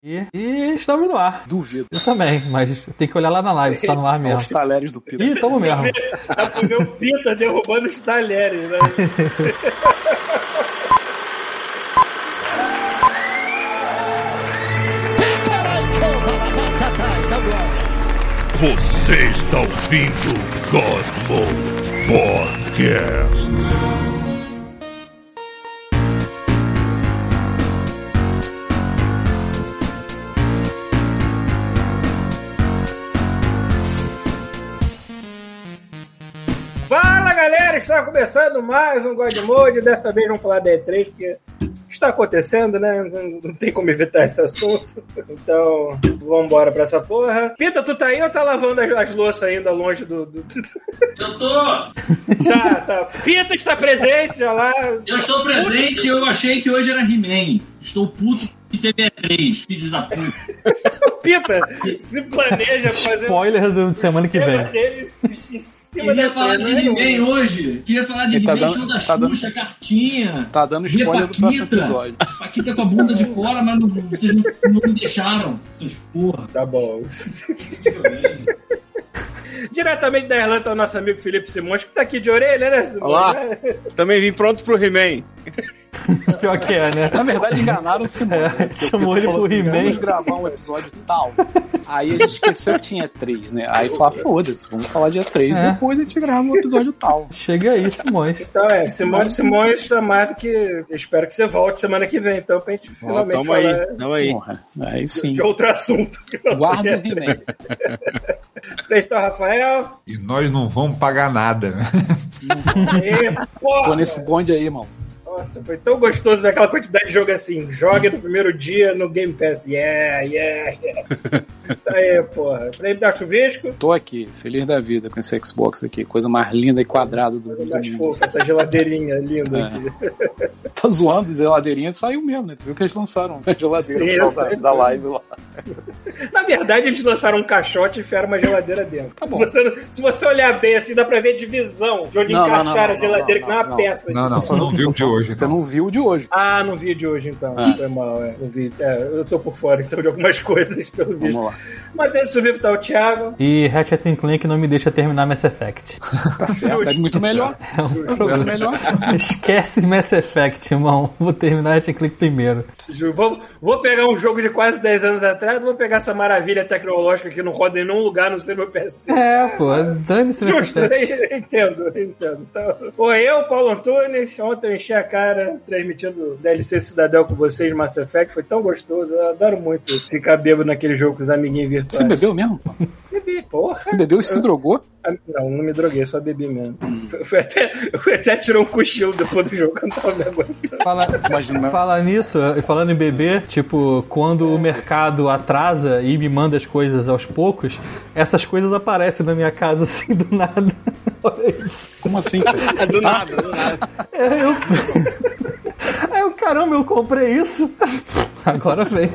E, e estamos no ar. Duvido. Eu também, mas tem que olhar lá na live, se tá no ar É os mesmo. talheres do Pita. Ih, estamos mesmo. Dá pra ver o Pita derrubando os talheres, né? Você está ouvindo Godmo Podcast. Fala galera, está começando mais um God Mode. Dessa vez vamos falar da E3, porque está acontecendo, né? Não não tem como evitar esse assunto. Então, vamos embora pra essa porra. Pita, tu tá aí ou tá lavando as, as louças ainda longe do. do- Eu tô, Tá, tá. Pita está presente, já lá. eu estou presente e eu achei que hoje era He-Man. Estou puto de TV3, filhos da puta. Pita se planeja fazer. um Spoiler do- de semana que vem. Dele, em cima Queria da falar de cena, né? He-Man hoje. Queria falar de Ele tá He-Man, dando- show da tá dando- Xuxa, cartinha. Tá dando Via spoiler do próximo Paquita. episódio. Paquita com a bunda de fora, mas não- vocês não, não me deixaram. Seus porra. Tá bom. Diretamente da Irlanda, o nosso amigo Felipe Simões, que tá aqui de orelha, né, Simões? Olá. Também vim pronto pro He-Man. Pior que é, né? Na verdade, enganaram o Simone. né? Porque o chamou Pita ele falou pro assim, He-Man. Vamos gravar um episódio tal. Aí a gente esqueceu que tinha três, né? Aí falar, foda-se, vamos falar dia três. É. Depois a gente grava um episódio tal. Chega aí, Simões. Então é, Simões, Simões chamado que eu espero que você volte semana que vem, então, pra gente Ó, finalmente tamo falar aí, tamo aí. Porra, aí sim. de outro assunto. que não Guarda seja o He-Man. Prestar tá o Rafael. E nós não vamos pagar nada, né? E, Tô porra, nesse bonde aí, irmão. Nossa, foi tão gostoso ver aquela quantidade de jogo assim. Jogue no primeiro dia no Game Pass. Yeah, yeah, yeah. Isso aí, porra. Prêmio da Chuvisco, Tô aqui, feliz da vida com esse Xbox aqui. Coisa mais linda e quadrada do do coisa mais mundo. fofa, essa geladeirinha linda Hum. É. aqui. Tá zoando, geladeirinha saiu mesmo, né? Tu viu que eles lançaram a geladeira Sim, no eu final da, sei. da live lá. Na verdade, eles lançaram um caixote e enfiaram uma geladeira dentro. Tá se, bom. você, não- se você olhar bem assim, dá pra ver a divisão de onde Não, não, encaixaram não, a geladeira, não, que não é uma não, peça. Não, não, você não viu de hoje. né? Você não. não viu o de hoje. Ah, no vídeo hoje então. Ah. Foi mal, é. No vídeo. É, eu tô por fora então de algumas coisas pelo vídeo. Vamos lá. Mas dentro do vídeo tá o Thiago. E Ratchet and Clank não me deixa terminar Mass Effect. É muito melhor. É muito melhor. Esquece Mass Effect, irmão. Vou terminar Ratchet and Clank primeiro. Ju, Vou, vou pegar um jogo de quase 10 anos atrás, vou pegar essa maravilha tecnológica que não roda em nenhum lugar, não sei meu PC. É, pô. Dane-se Mass Justo, Effect. eu entendo, eu entendo. Então, oi, eu, Paulo Antunes. Ontem eu enchi a cara transmitindo DLC Cidadão com vocês, Mass Effect. Foi tão gostoso. Eu adoro muito ficar bêbado naquele jogo com os amiguinhos Você virtuais. bebeu mesmo? pô? Bebi, porra. Você bebeu e se drogou? Ah, Não, não me droguei, só bebi mesmo. Eu fui até, eu fui até tirar um cochilo depois do jogo, eu não tava me aguentando. Fala, Imagina. fala nisso, e falando em bebê, tipo, quando o mercado atrasa e me manda as coisas aos poucos, essas coisas aparecem na minha casa assim do nada. Olha isso. Como assim? cara? Do nada, do nada. É, eu... Aí eu, caramba, eu comprei isso. Agora vem.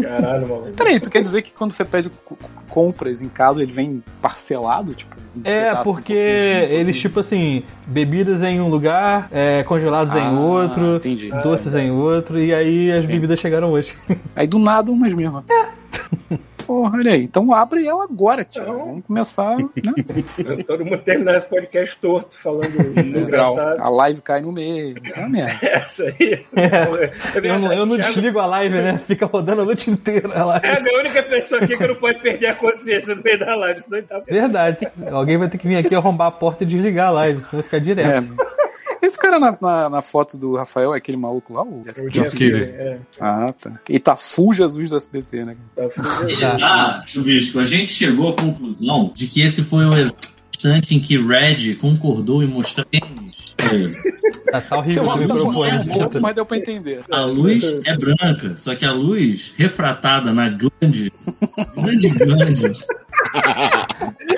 Caralho, maluco. Peraí, tu quer dizer que quando você pede co- compras em casa, ele vem parcelado? Tipo, um É, pedaço, um porque pouquinho, um pouquinho? eles, tipo assim, bebidas em um lugar, é, congelados em Ah, outro, entendi. doces em outro, e aí as bebidas chegaram hoje. Aí do nada umas mesmas. É. Porra, olha aí. Então abre ela agora, tio. Então- Vamos começar, né? Todo mundo terminar esse podcast torto, falando engraçado. A live cai no meio. Isso é uma merda. Essa aí. tá. É Eu não, eu não verdade, desligo a live, né? Fica rodando a noite inteira a live. É a única pessoa aqui que não pode perder a consciência no meio da live, senão ele tá Verdade. Alguém vai ter que vir aqui arrombar a porta e desligar a live, senão fica direto. É. Esse cara na, na- na foto do Rafael é aquele maluco lá? O... Eu Jeff Keighley. É, Ah, tá. E tá full Jesus do SBT, né? tá fudido. Ele tá, Chuvisco, a gente chegou à conclusão de que esse foi o exato instante em que Red concordou em mostrar tênis. É, Tá, tá horrível Seu o áudio tá microfone. um pouco, dentro. mas deu pra entender. A luz é branca, só que a luz refratada na grande, grande, grande,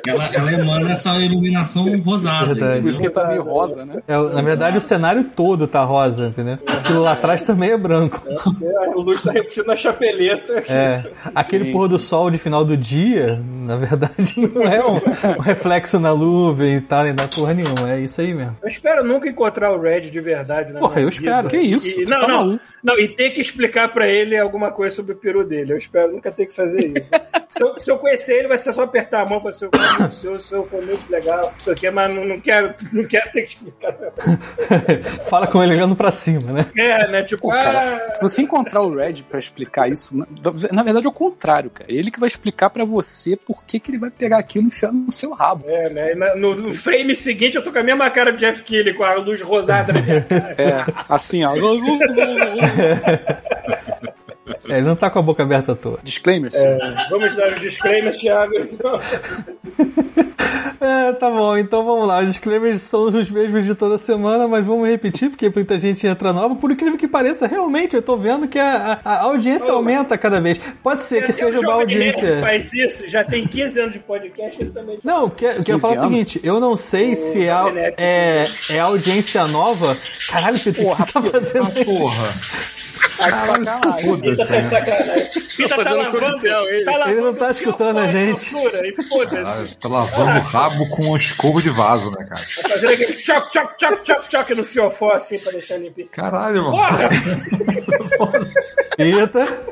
Ela, ela emana essa iluminação rosada. Verdade. entendeu? Por isso que tá meio rosa, né? É, na verdade, o cenário todo tá rosa, entendeu? Aquilo lá atrás também é branco. O Luz tá repetindo a chapeleta. É, aquele pôr do sol de final do dia, na verdade, não é um, um reflexo na nuvem e tal, nem da porra nenhuma. É isso aí mesmo. Eu espero nunca encontrar o Red de verdade, né? Porra, eu espero. Que isso? E, Tu não, tá não, maluco. não, e ter que explicar pra ele alguma coisa sobre o peru dele. Eu espero nunca ter que fazer isso. se, eu, se eu conhecer ele, vai ser só apertar a mão e falar assim: "Eu sou meu senhor, o senhor foi muito legal, não sei o quê, mas não, não quero, não quero ter que explicar. essa coisa." Fala com ele olhando pra cima, né? É, né? Tipo, Pô, cara, ah, se você encontrar o Red pra explicar isso, na, na verdade é o contrário, cara. Ele que vai explicar pra você por que, que ele vai pegar aquilo e enfiar no seu rabo. É, né? E na- No no frame seguinte, eu tô com a mesma cara de Jeff Keighley, com a luz rosada na minha cara. É, assim, ó. É, ele não tá com a boca aberta à toa. Disclaimers. É. Vamos dar os disclaimers, Thiago. Então. É, tá bom, então vamos lá. Os disclaimers são os mesmos de toda semana, mas vamos repetir, porque muita gente entra nova. Por incrível que pareça, realmente, eu tô vendo que a, a- a audiência aumenta cada vez. Pode ser que é Até o seja uma um Jovem Nerd audiência. faz isso, já tem 15 anos de podcast, ele também Não, porque o que eu ia 15 falar é o anos? seguinte, eu não sei se é, a- Domenech. é, é audiência nova. Caralho, Pedro, o que tu tá fazendo aí? Porra. Pita tá de Foda-se, né? sacanagem. Pita tá fazendo lavando. coquetel, ele. Tá lavando Ele não tá o escutando a pior gente. pó de altura, E foda-se. Tá lavando o rabo com um escovo de vaso, né, cara? Tá fazendo aquele choc, choc, choc, choc, choc no fiofó assim pra deixar limpinho. Caralho, mano. Porra! Eita.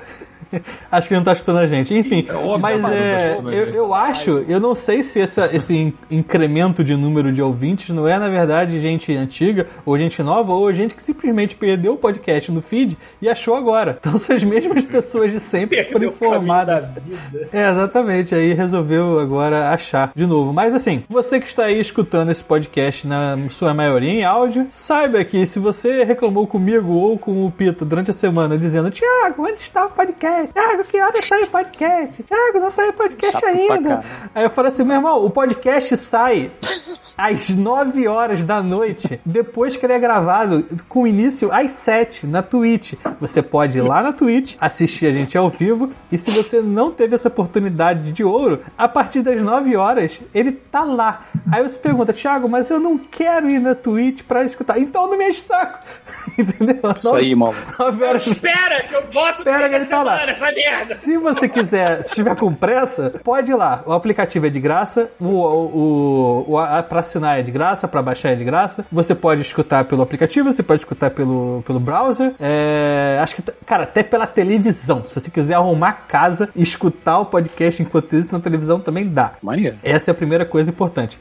Acho que ele não tá escutando a gente. Enfim, óbvio, mas mano, é, não tá escutando a eu, gente. eu acho, eu não sei se essa- esse in- incremento de número de ouvintes não é, na verdade, gente antiga, ou gente nova, ou gente que simplesmente perdeu o podcast no feed e achou agora. Então são as mesmas pessoas de é sempre que foram Perdeu o caminho da informadas. vida. É, exatamente. Aí resolveu agora achar de novo. Mas assim, você que está aí escutando esse podcast na sua maioria em áudio, saiba que se você reclamou comigo ou com o Pita durante a semana dizendo Tiago, onde está o podcast? Tiago, que hora sai o podcast? Tiago, não saiu o podcast Chato pra ainda. caralho. Aí eu falo assim, meu irmão, o podcast sai às 9 horas da noite, depois que ele é gravado, com início às 7 na Twitch. Você pode ir lá na Twitch, assistir a gente ao vivo, e se você não teve essa oportunidade de ouro, a partir das 9 horas ele tá lá. Aí você pergunta, Thiago, mas eu não quero ir na Twitch pra escutar. Então não me enche o saco. Entendeu? Isso aí, irmão. 9 horas Espera que eu boto Espera que ele tá lá. semana, essa merda. se você quiser, se tiver com pressa, pode ir lá. O aplicativo é de graça, o, o, o, a- pra assinar é de graça, pra baixar é de graça. Você pode escutar pelo aplicativo, você pode escutar pelo, pelo browser. É, acho que, t- cara, até pela televisão. Se você quiser arrumar a casa e escutar o podcast enquanto isso na televisão também dá. Maneiro. Essa é a primeira coisa importante.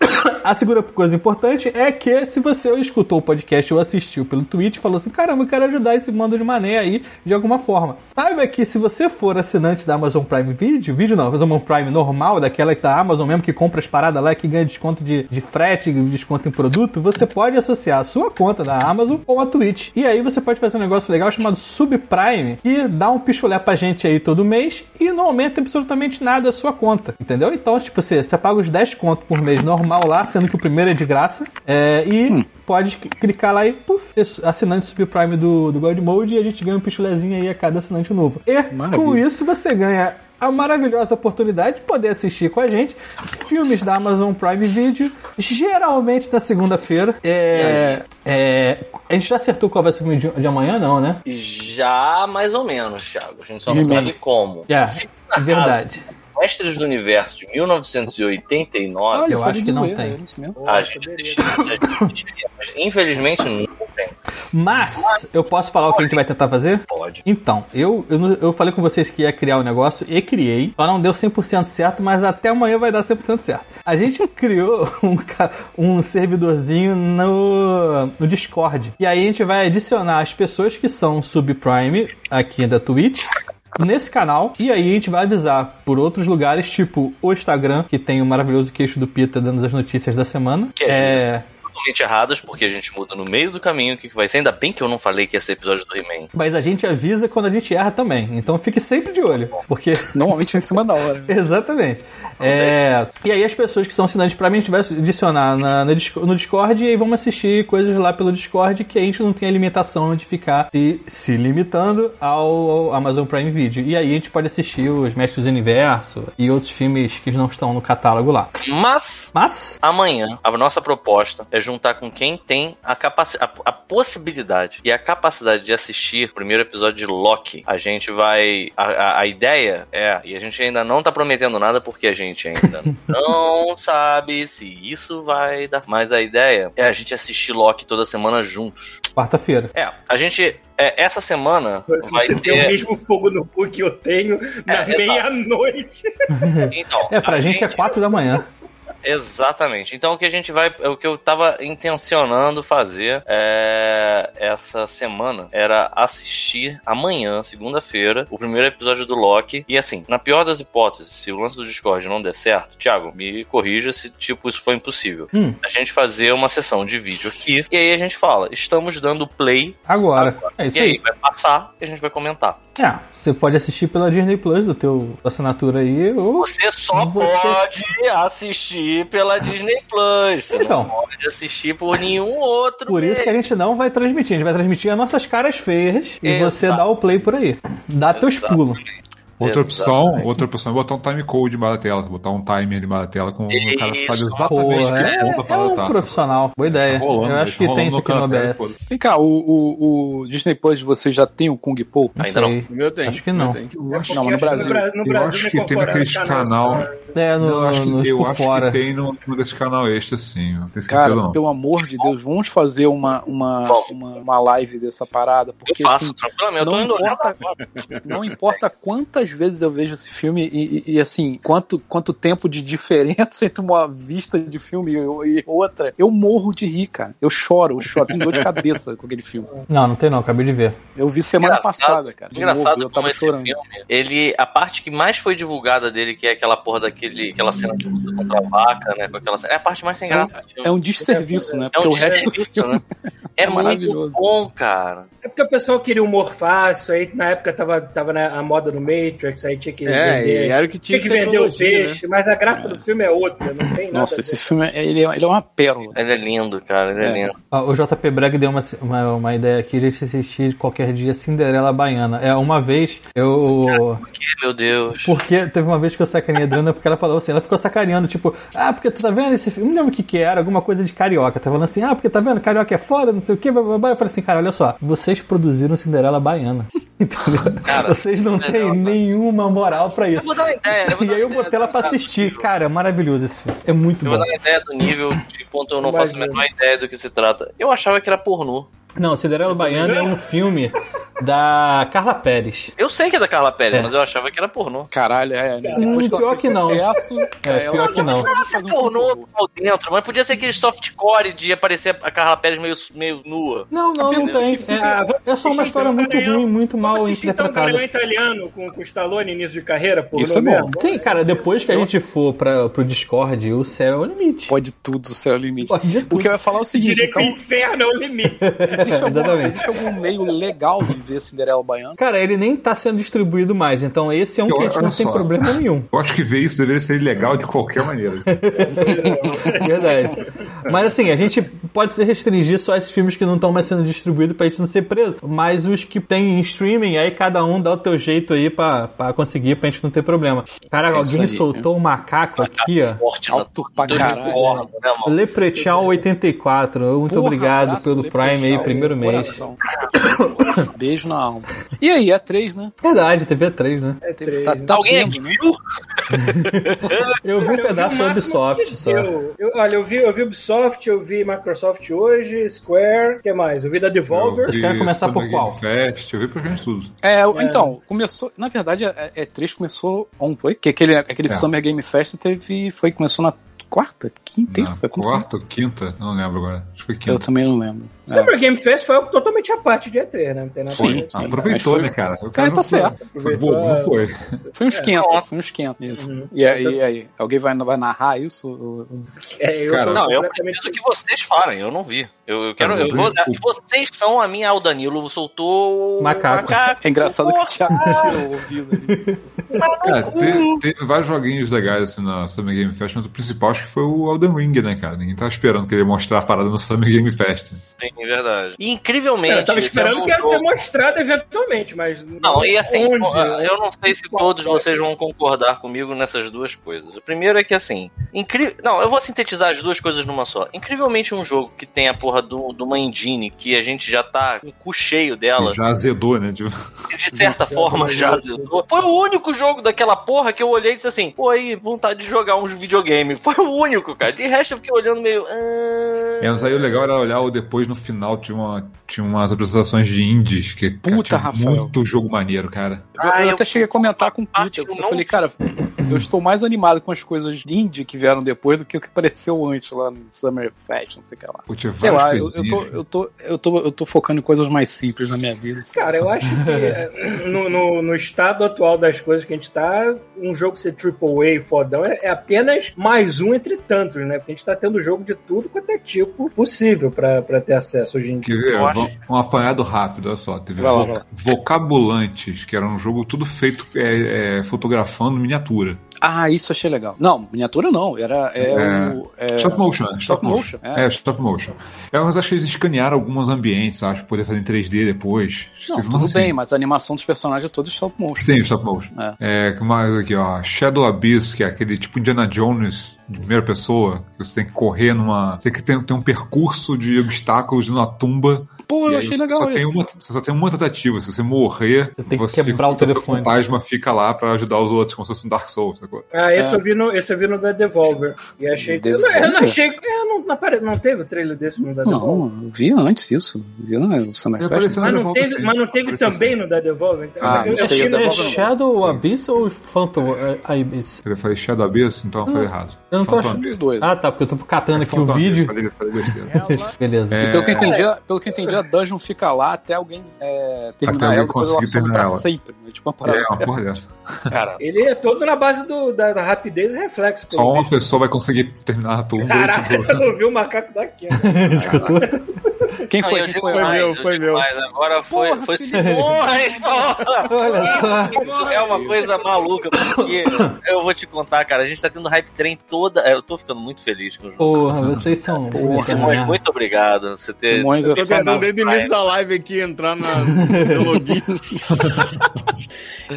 A segunda coisa importante é que se você escutou o podcast ou assistiu pelo Twitch, falou assim, caramba, eu quero ajudar esse mando de mané aí de alguma forma. Saiba que se você for assinante da Amazon Prime Video, vídeo não, Amazon Prime normal, daquela da Amazon mesmo, que compra as paradas lá, que ganha desconto de, de frete, desconto em produto, você pode associar a sua conta da Amazon ou a Twitch. E aí você pode fazer um negócio legal chamado Subprime, que dá um pichulé pra gente aí todo mês e não aumenta absolutamente nada a sua conta, entendeu? Então, tipo, você, você paga os 10 conto por mês normal lá, sendo que o primeiro é de graça, é, e pode c- clicar lá e, puf, ser su- assinante Subprime do, do God Mode e a gente ganha um pichulezinho aí a cada assinante novo. E com isso você ganha a maravilhosa oportunidade de poder assistir com a gente filmes da Amazon Prime Video, geralmente na segunda-feira. É, é, a gente já acertou qual vai ser o filme de, de amanhã, não, né? Já mais ou menos, Thiago. A gente só não Uhum. sabe como. É, Se por acaso, verdade. Mestres do Universo de 1989, eu foi acho de que não zoeira, tem. é isso mesmo. a gente deixaria, a gente deixaria, mas infelizmente não é tem. Mas eu posso falar o que a gente vai tentar fazer? Pode. Então, eu, eu, não- eu falei com vocês que ia criar o negócio e criei. Só não deu 100% certo, mas até amanhã vai dar 100% certo. A gente criou um, ca- um servidorzinho no, no Discord. E aí a gente vai adicionar as pessoas que são subprime aqui da Twitch nesse canal. E aí a gente vai avisar por outros lugares, tipo o Instagram, que tem o maravilhoso queixo do Pita dando as notícias da semana. Que é é, Pelo totalmente erradas, porque a gente muda no meio do caminho o que que vai ser. Ainda bem que eu não falei que ia ser episódio do He-Man. Mas a gente avisa quando a gente erra também. Então fique sempre de olho. Porque. Normalmente é em cima da hora. Exatamente. É, e aí as pessoas que são assinantes pra mim, a gente vai adicionar na- na Disco- no Discord e aí vamos assistir coisas lá pelo Discord que a gente não tem a limitação de ficar se, se limitando ao, ao Amazon Prime Video. E aí a gente pode assistir os Mestres do Universo e outros filmes que não estão no catálogo lá. Mas. Mas, Amanhã, a nossa proposta é juntar com quem tem a, capaci a, a possibilidade e a capacidade de assistir o primeiro episódio de Loki. A gente vai. A, a, a ideia é, e a gente ainda não tá prometendo nada porque a gente ainda não sabe se isso vai dar. Mas a ideia é a gente assistir Loki toda semana juntos. quarta-feira. É, a gente. é, essa semana é um Se vai você tem o ter. mesmo fogo no cu que eu tenho É, na exato. meia-noite. Então, É, pra gente é quatro da manhã. Exatamente. Então o que a gente vai. O que eu tava intencionando fazer é, essa semana era assistir amanhã, segunda-feira, o primeiro episódio do Loki. E assim, na pior das hipóteses, se o lance do Discord não der certo, Thiago, me corrija se tipo isso foi impossível. Hum. A gente fazer uma sessão de vídeo aqui e aí a gente fala, estamos dando play. Agora. É isso E aí aí. vai passar e a gente vai comentar. É, você pode assistir pela Disney Plus do teu assinatura aí ou Você só Você- pode assistir pela Disney Plus. Você Então. não pode assistir por nenhum outro. Por é isso que a gente não vai transmitir, a gente vai transmitir as nossas caras feias e Exato. você dá o play por aí. Dá teus Exato. pulos. Outra opção, Exatamente. outra opção é botar um time code debaixo da tela, botar um timer debaixo da tela com o cara Isso. sabe exatamente Porra, é, que ponta a é um parada tá. profissional. Boa ideia. Tá rolando, Eu acho que tá tem rolando isso no aqui no canto, é, OBS. foda. Vem cá, o, o- o Disney Plus, você já tem o Kung Po? Não Ainda sei. Eu tenho. Acho que não. eu tenho. Eu acho, Não, no Porque acho Brasil. que Bra- eu Brasil acho não é que tem incorporaram naquele canal. né? É, no, não, eu acho no- que, eu por acho fora. que tem no, no desse canal extra, sim. Não tenho certeza Cara, não. pelo amor de Deus, vamos fazer uma, uma, Vamos. uma, uma live dessa parada. Eu Porque faço, assim, tranquilamente. Eu tô não indo olhar importa, não importa quantas vezes eu vejo esse filme e, e- e, assim, quanto, quanto tempo de diferença entre uma vista de filme e, e outra, eu morro de rir, cara. Eu choro, eu choro, tenho dor de cabeça com aquele filme. Não, não tem não, acabei de ver. Eu vi semana Engraçado- passada, cara. de Engraçado novo, eu como tava esse chorando. filme, ele, a parte que mais foi divulgada dele, que é aquela porra daquele, aquela cena de luta contra a vaca, né, com aquela cena- é a parte mais sem graça do filme. É um desserviço, né? É um Porque o resto do desserviço, filme. né? É, é muito maravilhoso. bom, cara. É porque o pessoal queria humor fácil, aí na época tava, tava na, a moda do Matrix, aí tinha que É, vender. e era o que tinha Tinha que vender o tecnologia, né? peixe, mas a graça do filme é outra, não tem nada. Nossa, a esse ver. filme é- ele é, ele é uma pérola. Ele é lindo, cara. Ele é, É. lindo. Ó, O JP Bragg deu uma, uma, uma ideia aqui de assistir qualquer dia Cinderela Baiana. É, uma vez eu. Ih, Meu Deus. Porque teve uma vez que eu sacaneei a Adriana porque ela falou assim, ela ficou sacaneando, tipo, ah, porque tu tá vendo esse filme? Não lembro o que que era, alguma coisa de carioca. Tá falando assim, ah, porque tá vendo, carioca é foda, não sei o que, blá, blá, blá. Eu falei assim, cara, olha só, vocês produziram Cinderela Baiana. Entendeu? Cara, vocês não Cinderela têm Baiana. nenhuma moral pra Eu isso. vou dar uma ideia. vou E dar uma aí eu ideia botei ela do- pra do assistir. nível. Cara, é maravilhoso esse filme. É muito Eu bom. vou dar uma ideia do nível, de quanto eu não faço a Imagina. menor ideia do que se trata. Eu achava que era pornô. Não, Cinderela Baiana é um filme da Carla Pérez. Eu sei que é da Carla Pérez, É. mas eu achava que era pornô. Caralho, é. Hum, Depois que ela pior fez que não. Sucesso, É, ela- pior que não. Mas um você é pornô por dentro, mas podia ser aquele softcore de aparecer a Carla Pérez meio, meio nua. Não, não, não tem. Ah, vamos É, é só uma assistir história então muito Garanhão. ruim, é muito mal Vamos assistir, então, interpretada. Gabriel italiano com, com Stallone início de carreira, por Isso é bom. Sim, cara, depois que a gente for pra, pro Discord, o céu é o limite. Pode tudo, o céu é o limite. Pode de tudo. Porque eu ia falar o seguinte, Diria que o um então, inferno é o limite. existe, algum, Exatamente. existe algum meio legal de ver Cinderela Baiana? Cara, ele nem tá sendo distribuído mais, então esse é um Eu- que a gente olha não tem só. problema nenhum. Eu acho que ver isso deveria ser ilegal de qualquer maneira. Verdade. Mas assim, a gente pode se restringir só a esses filmes que não estão mais sendo distribuídos pra gente não ser preso. Mas os que tem em streaming, aí cada um dá o teu jeito aí pra, pra conseguir, pra gente não ter problema. Caraca, É isso alguém aí, soltou um macaco aqui, ó. Forte, né? Alto pra Dois caralho. cornos, né, mano? Leprechaun 84, muito Porra, obrigado abraço, pelo Leprechaun, Prime aí, primeiro mês. coração. Beijo na alma. E aí, é três, né? Verdade, TV3, né? Tá, tá Alguém vendo, aqui né? viu? Eu vi um pedaço da Ubisoft só. Eu, eu- olha, eu vi, eu vi Ubisoft, eu vi Microsoft hoje, Square, o que mais? Eu vi da Devolver. Eu vi querem começar por Summer qual? Game Fest, eu vi pra gente tudo. É, então, começou. Na verdade, a a E3 começou ontem, foi? Porque aquele, aquele É. Summer Game Fest teve. Foi, começou na quarta, quinta, Na terça? quando foi? quarta ou quinta? Eu Não lembro agora. Acho que foi Eu quinta. também não lembro. É. Summer Game Fest foi algo totalmente a parte de E3, né? Não tem nada a Foi. ver. sim. Aproveitou, Mas foi- né, cara? O Cara, não tá foi- certo. Foi bobo, não foi. Foi um esquenta, É. foi um esquenta. isso. Uhum. E, aí- e aí, alguém vai, vai narrar isso? O- o- É, eu Cara, tô Não, eu completamente- preciso que vocês falem, eu não vi. Eu, eu quero. Cara, Eu vou, o- e vocês são a minha, ah, o Danilo soltou. o Macaco. Ah, É engraçado que o Thiago tirou o ouvido ali. Cara, te- teve, vários joguinhos legais assim, na Summer Game Fest, mas o principal acho que foi o Elden Ring, né, cara? Ninguém tava esperando que ele ia mostrar a parada no Summer Game Fest. Sim, é verdade. E incrivelmente. Cara, eu tava esse é esperando um que ia jogo- ser mostrado eventualmente, mas. Não, e assim, onde? eu não sei se todos vocês vão concordar comigo nessas duas coisas. O primeiro é que, assim, incrível. Não, eu vou sintetizar as duas coisas numa só. Incrivelmente, um jogo que tem a porra do, do Mandini, que a gente já tá com o cu cheio dela, Já azedou, né? De... que de certa forma já azedou. Foi o único jogo daquela porra que eu olhei e disse assim: pô, aí, vontade de jogar uns videogame. Foi o único, cara. De resto, eu fiquei olhando meio. "Ah". É, mas aí o legal era olhar o depois no final tinha, uma, tinha umas apresentações de indies que cara, Puta, tinha Rafael. muito jogo maneiro, cara. Eu, Ah, eu eu- Ah, até cheguei a comentar com o Peter. eu Eu, não- falei, cara, eu estou mais animado com as coisas indie que vieram depois do que o que apareceu antes lá no Summer Fest, não sei o que lá. Pô, tinha Sei várias lá, eu, eu, coisinhas. né? tô, eu, tô, eu, tô, eu tô focando em coisas mais simples na minha vida. Cara, eu acho que eh, no, no- no estado atual das coisas que a gente tá, um jogo ser AAA fodão é, é apenas mais um entre tantos, né? Porque a gente tá tendo jogo de tudo quanto é tipo possível pra, pra ter acesso hoje em dia. Quer ver? Eu acho- Vam- Um apanhado rápido, olha só. Teve Vai lá, Voc- vai lá. Vocabulantes, que era um jogo tudo feito é, é, fotografando miniatura. Ah, isso eu achei legal. Não, miniatura não. Era é, É. o. É, Stop motion, né? stop motion, é. É, stop motion. É, mas acho que eles escanearam alguns ambientes, acho, pra poder fazer em 3D depois. Não, Teve um tudo assim. bem, mas a animação dos personagens é toda stop motion. Sim, stop motion. É. É, que mais aqui, ó. Shadow Abyss, que é aquele tipo Indiana Jones de primeira pessoa, que você tem que correr numa. Você tem que tem, tem um percurso de obstáculos numa tumba. Pô, eu e aí achei você legal só tem isso. uma, Você só tem uma tentativa. Se você morrer, Você tem que você quebrar o fica- telefone. O fantasma fica lá pra ajudar os outros, como se fosse um Dark Souls, sacou? Ah, esse, É. eu vi no, esse eu vi no da Devolver. E achei. Eu não, eu não achei. Eu não, não, apare- não teve trailer desse no um da Devolver. Não, eu vi antes isso. Vi no Summer Eu Fest. apareci né? na Mas não Devolver, teve, sim. mas não teve Apareceu também sim. no da Devolver? Então, Ah, eu, não sei, achei o da É Devolver não. Shadow Abyss ou Phantom eh, Abyss? Eu falei Shadow Abyss, então eu falei errado. Eu não tô Phantom achando. Abyss. Os dois. Ah, tá, porque eu tô catando aqui o Phantom Abyss, vídeo. falei- falei besteira. Beleza. É. Pelo, que eu entendi, a- pelo que eu entendi, a dungeon fica lá até alguém é, terminar alguém ela, depois ela some conseguir terminar pra ela. sempre. né? Tipo uma parada. É, uma porra dessa. Cara, Ele é todo na base do, da, da rapidez e reflexo. pelo Só uma visto. pessoa vai conseguir terminar a tumba. Caraca, tipo, eu não vi o macaco daqui. quem Não, foi? eu Quem digo foi? mais, meu, eu foi digo meu. mais. Agora foi. Porra, foi Felipe. Porra, isso- Olha só. Isso é uma coisa maluca, porque eu vou te contar, cara, a gente tá tendo hype train toda. Eu tô ficando muito feliz com o jogo. Porra, vocês são. Simões, muito obrigado. Você ter. Simões é Tô só tentando nada. desde o início da live aqui entrar na no login.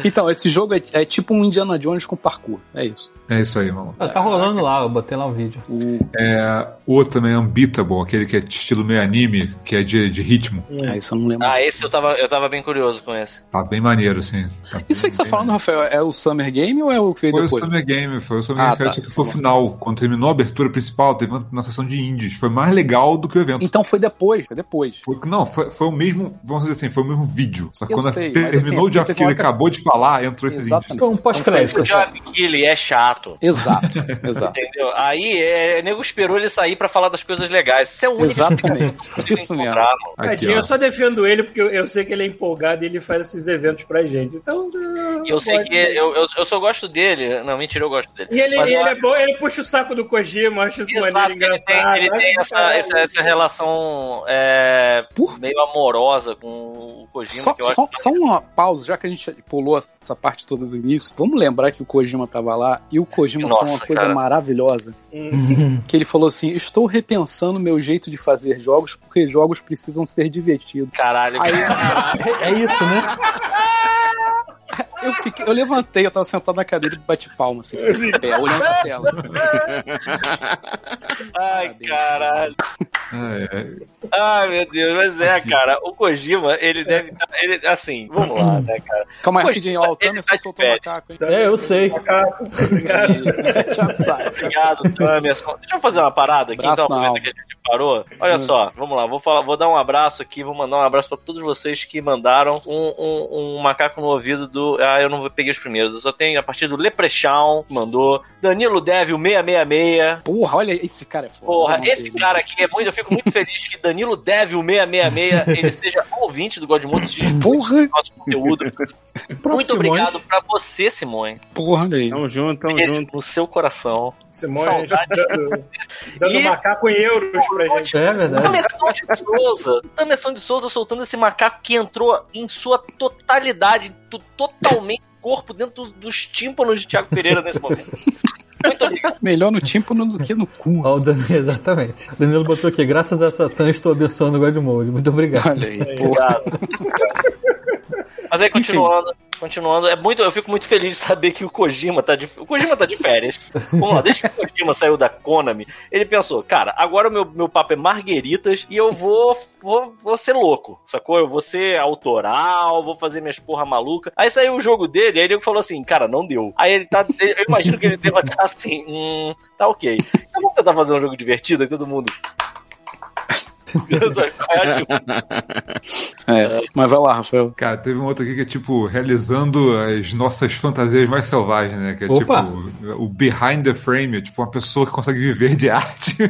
Então, esse jogo é, é tipo um Indiana Jones com parkour. É isso. É isso aí, mano. Ah, tá rolando lá, eu botei lá um vídeo. O- É, o outro também é Unbeatable, aquele que é de estilo meio anime, que é de, de ritmo. É isso, eu não lembro. Ah, esse eu tava, eu tava bem curioso com esse. Tá bem maneiro, assim. Tá Isso aí que você tá falando, Rafael, é o Summer Game ou é o que veio Foi o depois? Summer Game, foi o Summer Game Ah, Fest, tá. só que foi o final. Quando terminou a abertura principal, teve uma, uma sessão de indies. Foi mais legal do que o evento. Então foi depois, foi depois. Foi- não, foi, foi o mesmo, vamos dizer assim, foi o mesmo vídeo. Só que Eu quando sei, mas assim, terminou o teve Jeff que ele uma hora- acabou de falar, entrou esses indies. Exatamente. Foi um pós-crédito. O Job Killy é chato. Exato, exato. Entendeu? Aí, é, o nego esperou ele sair pra falar das coisas legais. Isso é o único Exatamente. que eu Isso mesmo. encontrar, mano. Aqui, Tadinho, ó. eu só defendo ele porque eu, eu sei que ele é empolgado e ele faz esses eventos pra gente. Então. E Eu sei pode. que eu, eu, eu só gosto dele. Não, mentira, eu gosto dele. E ele, Mas eu ele acho- é bom, ele puxa o saco do Kojima, acho isso maneiro, Exato, ele tem, engraçado. ele tem acho essa, caralho. essa, essa relação é, Por- meio amorosa com o Kojima, Só, um que eu acho só, só uma pausa, já que a gente pulou essa parte toda do início, vamos lembrar que o Kojima tava lá e o Kojima falou uma Nossa, coisa cara. maravilhosa. Hum, Que ele falou assim: Estou repensando meu jeito de fazer jogos, porque jogos precisam ser divertidos. caralho. Aí assim, É, é isso, né? eu, fiquei- eu levantei, eu tava sentado na cadeira e bati palma, assim, com o pé, olhando pra tela. assim. Ai, Parabéns. caralho. É, é. Ai, meu Deus. Mas é, cara, o Kojima, ele É. deve estar. Ele, assim, vamos lá, né, cara? Calma aí, Poxa, rapidinho, ó, o ele tá Tamerson de soltou o férias. macaco, hein? É, eu sei. macaco, obrigado. E- Thiago sai. Obrigado, Tamerson. Deixa eu fazer uma parada aqui, Abraço então, na Hum. aproveita alma. que a gente parou. Olha só, vamos lá, vou, falar, vou dar um abraço aqui, vou mandar um abraço pra todos vocês que mandaram um, um- um macaco no ouvido do. Ah, tá? Eu não peguei os primeiros. Eu só tenho a partir do Leprechaun, que mandou. Danilo Devil 666. Porra, olha, esse cara é foda. Porra, Não, esse ele- cara aqui é muito. Eu fico muito feliz que Danilo Devil 666 ele seja ouvinte do Godmundo de Porra, nosso conteúdo. Muito obrigado pra você, Simone. porra, olha aí. Tamo junto, tamo Beijo junto. no seu coração. Simone né, Saudade. dando, dando E- macaco em euros pra gente. É verdade. Tamerson de Souza. Tamerson de Souza soltando esse macaco que entrou em sua totalidade, to- totalmente corpo dentro dos- dos tímpanos de Thiago Pereira nesse momento. Muito obrigado. Melhor no tímpano do que no cu. Ó, o Danilo, exatamente. O Danilo botou aqui, graças a Satã estou abençoando o Godmode. Muito obrigado. Olha aí, porra. Mas aí, continuando. Continuando, é muito, eu fico muito feliz de saber que o Kojima tá de, o Kojima tá de férias. Vamos lá, desde que o Kojima saiu da Konami, ele pensou, cara, agora o meu, meu papo é margueritas e eu vou, vou, vou ser louco, sacou? Eu vou ser autoral, vou fazer minhas porra maluca. Aí saiu o jogo dele, aí ele falou assim, cara, não deu. Aí ele tá, eu imagino que ele deva estar assim, hum, tá ok. Então vamos tentar fazer um jogo divertido que todo mundo... É, mas vai lá, Rafael. Cara, teve um outro aqui que é tipo realizando as nossas fantasias mais selvagens, né? Que é Opa! tipo o behind the frame, é tipo uma pessoa que consegue viver de arte.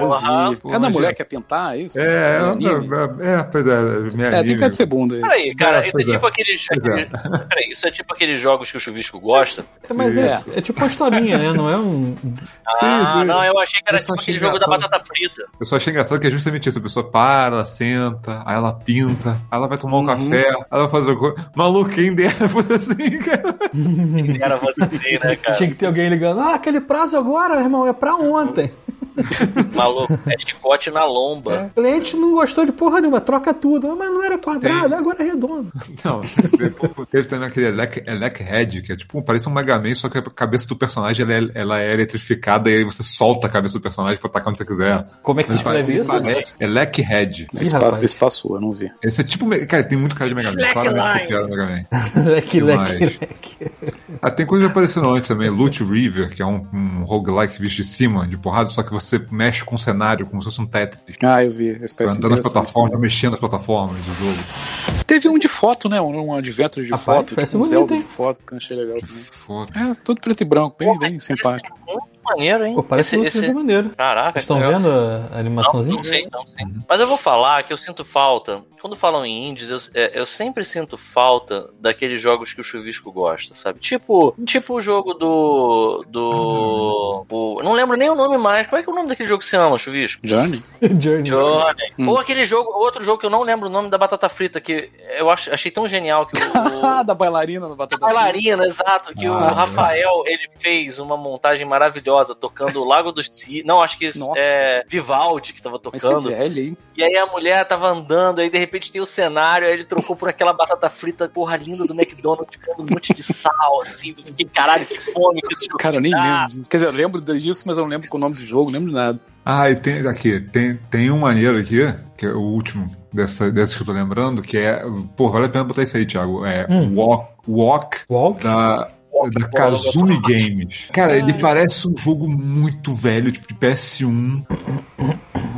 Porra. É da mulher que quer pintar, é isso? É, Do é, anime? é, é, pois é, minha É, tem anime. cara de ser bunda aí. Peraí, cara, É, isso é pois é. tipo aqueles. Pois é. aqueles- peraí, isso é tipo aqueles jogos que o chuvisco gosta. É, mas é, é tipo uma historinha, né? Não é um. Sim, Ah, sim. não, eu achei que era Eu só tipo aquele achei jogo da engraçado. batata frita. Eu só achei engraçado que é justamente isso. A pessoa para, ela senta, aí ela pinta, aí ela vai tomar Uhum. um café, aí ela vai fazer alguma coisa. Maluco, quem dera fosse assim, cara. Que era você, né, cara? Tinha que ter alguém ligando. Ah, aquele prazo agora, meu irmão, é pra ontem. Maluco, é chicote na lomba. O cliente não gostou de porra nenhuma, troca tudo. Ah, Mas não era quadrado, agora é redondo. Não, depois teve também aquele Elec, Elec Head, que é tipo, parece um Mega Man, só que a cabeça do personagem ela é, ela é eletrificada e aí você solta a cabeça do personagem pra atacar onde você quiser. Como é que se escreve um isso? Parece- Elec Head. Esse, rapaz. pa- esse passou, eu não vi. Esse é tipo. Cara, tem muito cara de Mega Man. Claramente copiaram o Mega Man. leque, leque, Demais. leque. Ah, tem coisa aparecendo antes também, Loot River, que é um, um roguelike visto de cima, de porrada, só que você mexe com o cenário como se fosse um Tetris. Ah, eu vi. Esse Vai parece Tá andando nas interessante. plataformas, vai mexendo nas plataformas do jogo. Teve um de foto, né? Um, um adventure de Rapaz, foto. parece um bonito, Zelda hein? de foto, que eu achei legal também. Foda. É, todo preto e branco, bem, Porra, bem esse- simpático. Muito um maneiro, hein? Pô, parece Esse- que esse- É, seja maneiro. Caraca, Vocês estão que legal. vendo a Não, animaçãozinha? não sei, não sei. Uhum. Mas eu vou falar que eu sinto falta. Quando falam em indies, eu, é, eu sempre sinto falta daqueles jogos que o chuvisco gosta, sabe? Tipo, tipo o jogo do. do. o- não lembro nem o nome mais. Como é que é o nome daquele jogo que você ama, chuvisco? Johnny? Journey. Johnny. Hum. Ou aquele jogo, outro jogo que eu não lembro o nome da batata frita, que eu acho, achei tão genial que o. Ah, o... da bailarina do Batata. Bailarina, exato, que Ah, o Rafael ele fez uma montagem maravilhosa tocando o Lago dos Si. Não, acho que Nossa. é Vivaldi que tava Mas esse é tocando. velho, hein? E aí a mulher tava andando, aí de repente tem o cenário, aí ele trocou por aquela batata frita, porra, linda do McDonald's, ficando um monte de sal, assim, eu fiquei, caralho, que fome que esse jogo Cara, eu nem dá. lembro. Quer dizer, eu lembro disso, mas eu não lembro com o nome do jogo, não lembro de nada. Ah, e tem aqui, tem, tem um maneiro aqui, que é o último dessa, desses que eu tô lembrando, que é. Pô, vale a pena botar isso aí, Thiago. É Hum. Walk, Walk Walk? da. Da Kazumi Games. Cara, ele parece um jogo muito velho, tipo de PS1.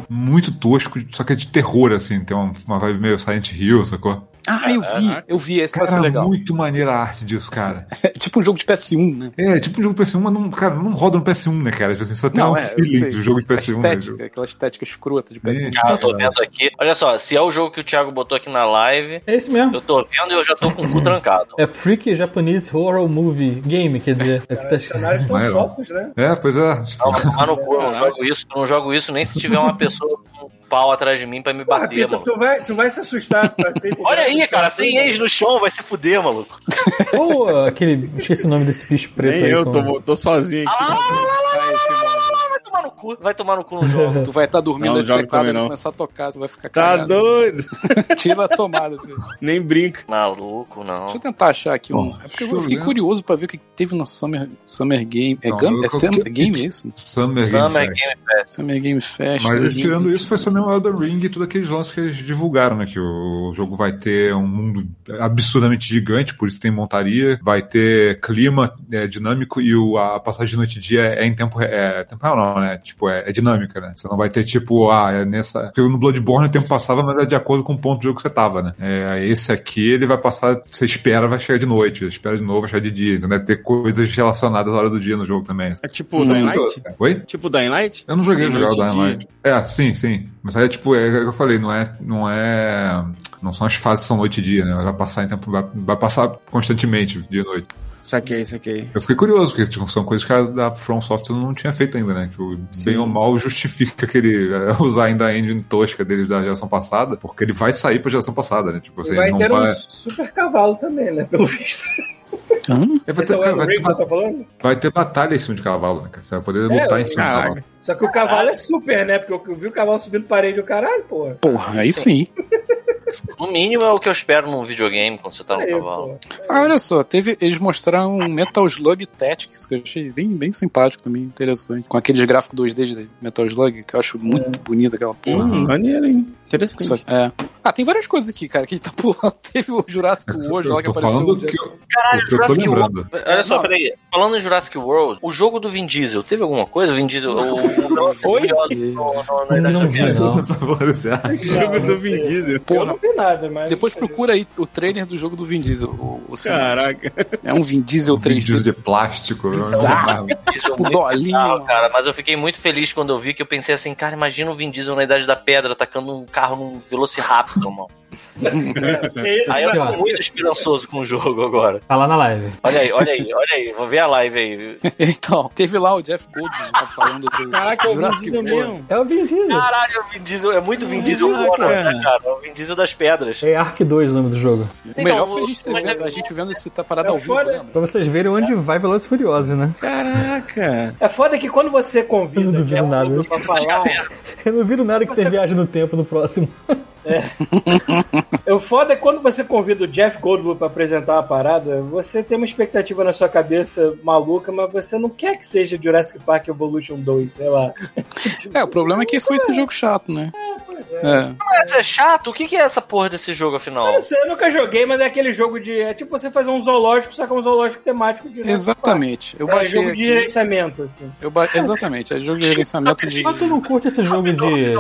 Muito tosco, só que é de terror, assim. Tem uma, uma vibe meio Silent Hill, sacou? Ah, eu vi, eu vi, esse parece Cara, legal. muito maneira a arte disso, cara. É tipo um jogo de PS1, né? É, tipo um jogo de PS1, mas não, cara, não roda no PS1, né, cara? Tipo assim, só tem um é, eu feeling sei. do jogo de A PS1. né? estética, aquela estética escrota de É, PS1. Cara, eu tô tá vendo aqui. Olha só, se é o jogo que o Thiago botou aqui na live, É esse mesmo. eu tô vendo e eu já tô com o cu trancado. É Freak Japanese Horror Movie Game, quer dizer. É que tá Os cenários são Maneiro. fotos, né? É, pois é. Não, vai tomar no cu, eu não jogo isso, eu não jogo isso nem se tiver uma pessoa com um pau atrás de mim pra me Porra, bater, Pita, mano. tu é assim, vai, tu vai se assustar pra sempre. Olha aí, cara, sem ex no chão, vai se fuder, maluco. Ou ah, aquele. Esqueci o nome desse bicho preto Nem aí. eu com- tô, tô sozinho Ah, aqui. lá, lá, lá, lá, Ah, esse mano. vai tomar no cu, vai tomar no cu no jogo. Tu vai estar dormindo Não, nesse jogo teclado também e não. começar a tocar, você vai ficar Tá cagado. doido? Tira a tomada. Assim. Nem brinca. Maluco, não. Deixa eu tentar achar aqui um. Bom, É porque deixa eu eu fiquei ver. curioso pra ver o que teve na Summer, Summer Game. É, Não, Gam- eu é coloquei- Summer Game, é isso? Summer Game Summer Fest. Game Summer Game Fest. Mas 2020. tirando isso, foi só mesmo Elden Ring e todos aqueles lances que eles divulgaram, né? Que o jogo vai ter um mundo absurdamente gigante, por isso tem montaria, vai ter clima é, dinâmico e o, a passagem de noite e dia é em tempo, re- é, tempo real, não, né? tipo, é, é dinâmica, né? Você não vai ter, tipo, ah, é nessa. Porque no Bloodborne o tempo passava, mas é de acordo com o ponto do jogo que você tava, né? É, esse aqui, ele vai passar, você espera, vai chegar de noite, espera de novo, vai chegar de dia, então deve ter coisas relacionadas à hora do dia no jogo também. É tipo o né? Hum, Dying Light? Oi? Tipo o Dying Light? Eu não joguei Tem jogar o noite e Dying dia. Light. É, sim, sim. Mas aí, tipo, é o que eu falei, não é, não é, não são as fases, são noite e dia, né? Vai passar em tempo, vai, vai passar constantemente, dia e noite. Saquei, saquei. Eu fiquei curioso, porque tipo, são coisas que a da From Software não tinha feito ainda, né? Tipo, bem ou mal justifica aquele é, usar ainda a engine tosca deles da geração passada, porque ele vai sair pra geração passada, né? Tipo assim, E vai não ter vai... um super cavalo também, né? Pelo visto. É, vai, Esse é ter, o cara, Elden Ring vai, ter, que você tá ba- falando? vai ter batalha em cima de cavalo, né, cara? Você vai poder lutar em cima Ah, caraca. de cavalo. Só que o cavalo é super, né? Porque eu vi o cavalo subindo parede o caralho, porra. Porra, aí sim. No mínimo é o que eu espero num videogame quando você tá no Aí, cavalo. porra. Ah, olha só, teve, eles mostraram um Metal Slug Tactics, que eu achei bem, bem simpático também, interessante. Com aqueles gráficos 2D de Metal Slug, que eu acho muito É. bonito aquela porra. Hum, maneiro, hein? Interessante. Só que- é. Ah, tem várias coisas aqui, cara, que a gente tá pulando. Teve o Jurassic World lá Eu que tô apareceu. falando um dia- que eu, Caralho, o que eu tô Jurassic World. lembrando. Olha só, Não. peraí. Falando em Jurassic World, o jogo do Vin Diesel, teve alguma coisa? O Vin Diesel. O... Oi? Oi? Não, não vi, não. ah, Jogo do Vin Diesel. Eu Porra, não vi nada, mas. é depois não sei. procura aí o trailer do jogo do Vin Diesel. O, o seu- Caraca. é um Vin Diesel 3D. Vídeos de plástico. Bizarro. Diesel Tipo, muito dolinho. bizarro, cara, mas eu fiquei muito feliz quando eu vi que eu pensei assim, cara, imagina o Vin Diesel na Idade da Pedra atacando um carro num Velociraptor, mano. É isso, Aí eu mano. tô muito esperançoso com o jogo agora. Tá lá na live. Olha aí, olha aí, olha aí, vou ver a live aí. Então, teve lá o Jeff Goldblum lá falando do é Caraca, eu vi Jurassic isso World. mesmo. É o Vin Diesel. Caralho, o Vin Diesel, é muito Vin Diesel Ah, fora, cara. né, cara? É o Vin Diesel das pedras. É Ark 2 o nome do jogo. O melhor foi a Então, gente, ter mas vendo, é- a gente vendo esse tá parado É ao vivo, foda. lembra? Pra vocês verem onde vai Velozes e Furiosos, né? Caraca. É foda que quando você Eu não convida duvido né, um nada. outro pra falar. Eu não viro nada que tem viagem no tempo no próximo. É o foda é quando você convida o Jeff Goldblum pra apresentar uma parada, você tem uma expectativa na sua cabeça maluca, mas você não quer que seja Jurassic Park Evolution 2, sei lá. tipo, É, o problema é que foi esse jogo chato, né? É. Mas é chato? O que que é essa porra desse jogo, afinal? Eu não sei, eu nunca joguei, mas é aquele jogo de. É tipo você fazer um zoológico, só que é um zoológico temático de. Jurassic É, Exatamente. Eu Park. É baixei jogo de aqui. gerenciamento, assim. Eu ba... Exatamente, é jogo de gerenciamento de. Mas tu não curte esse jogo de,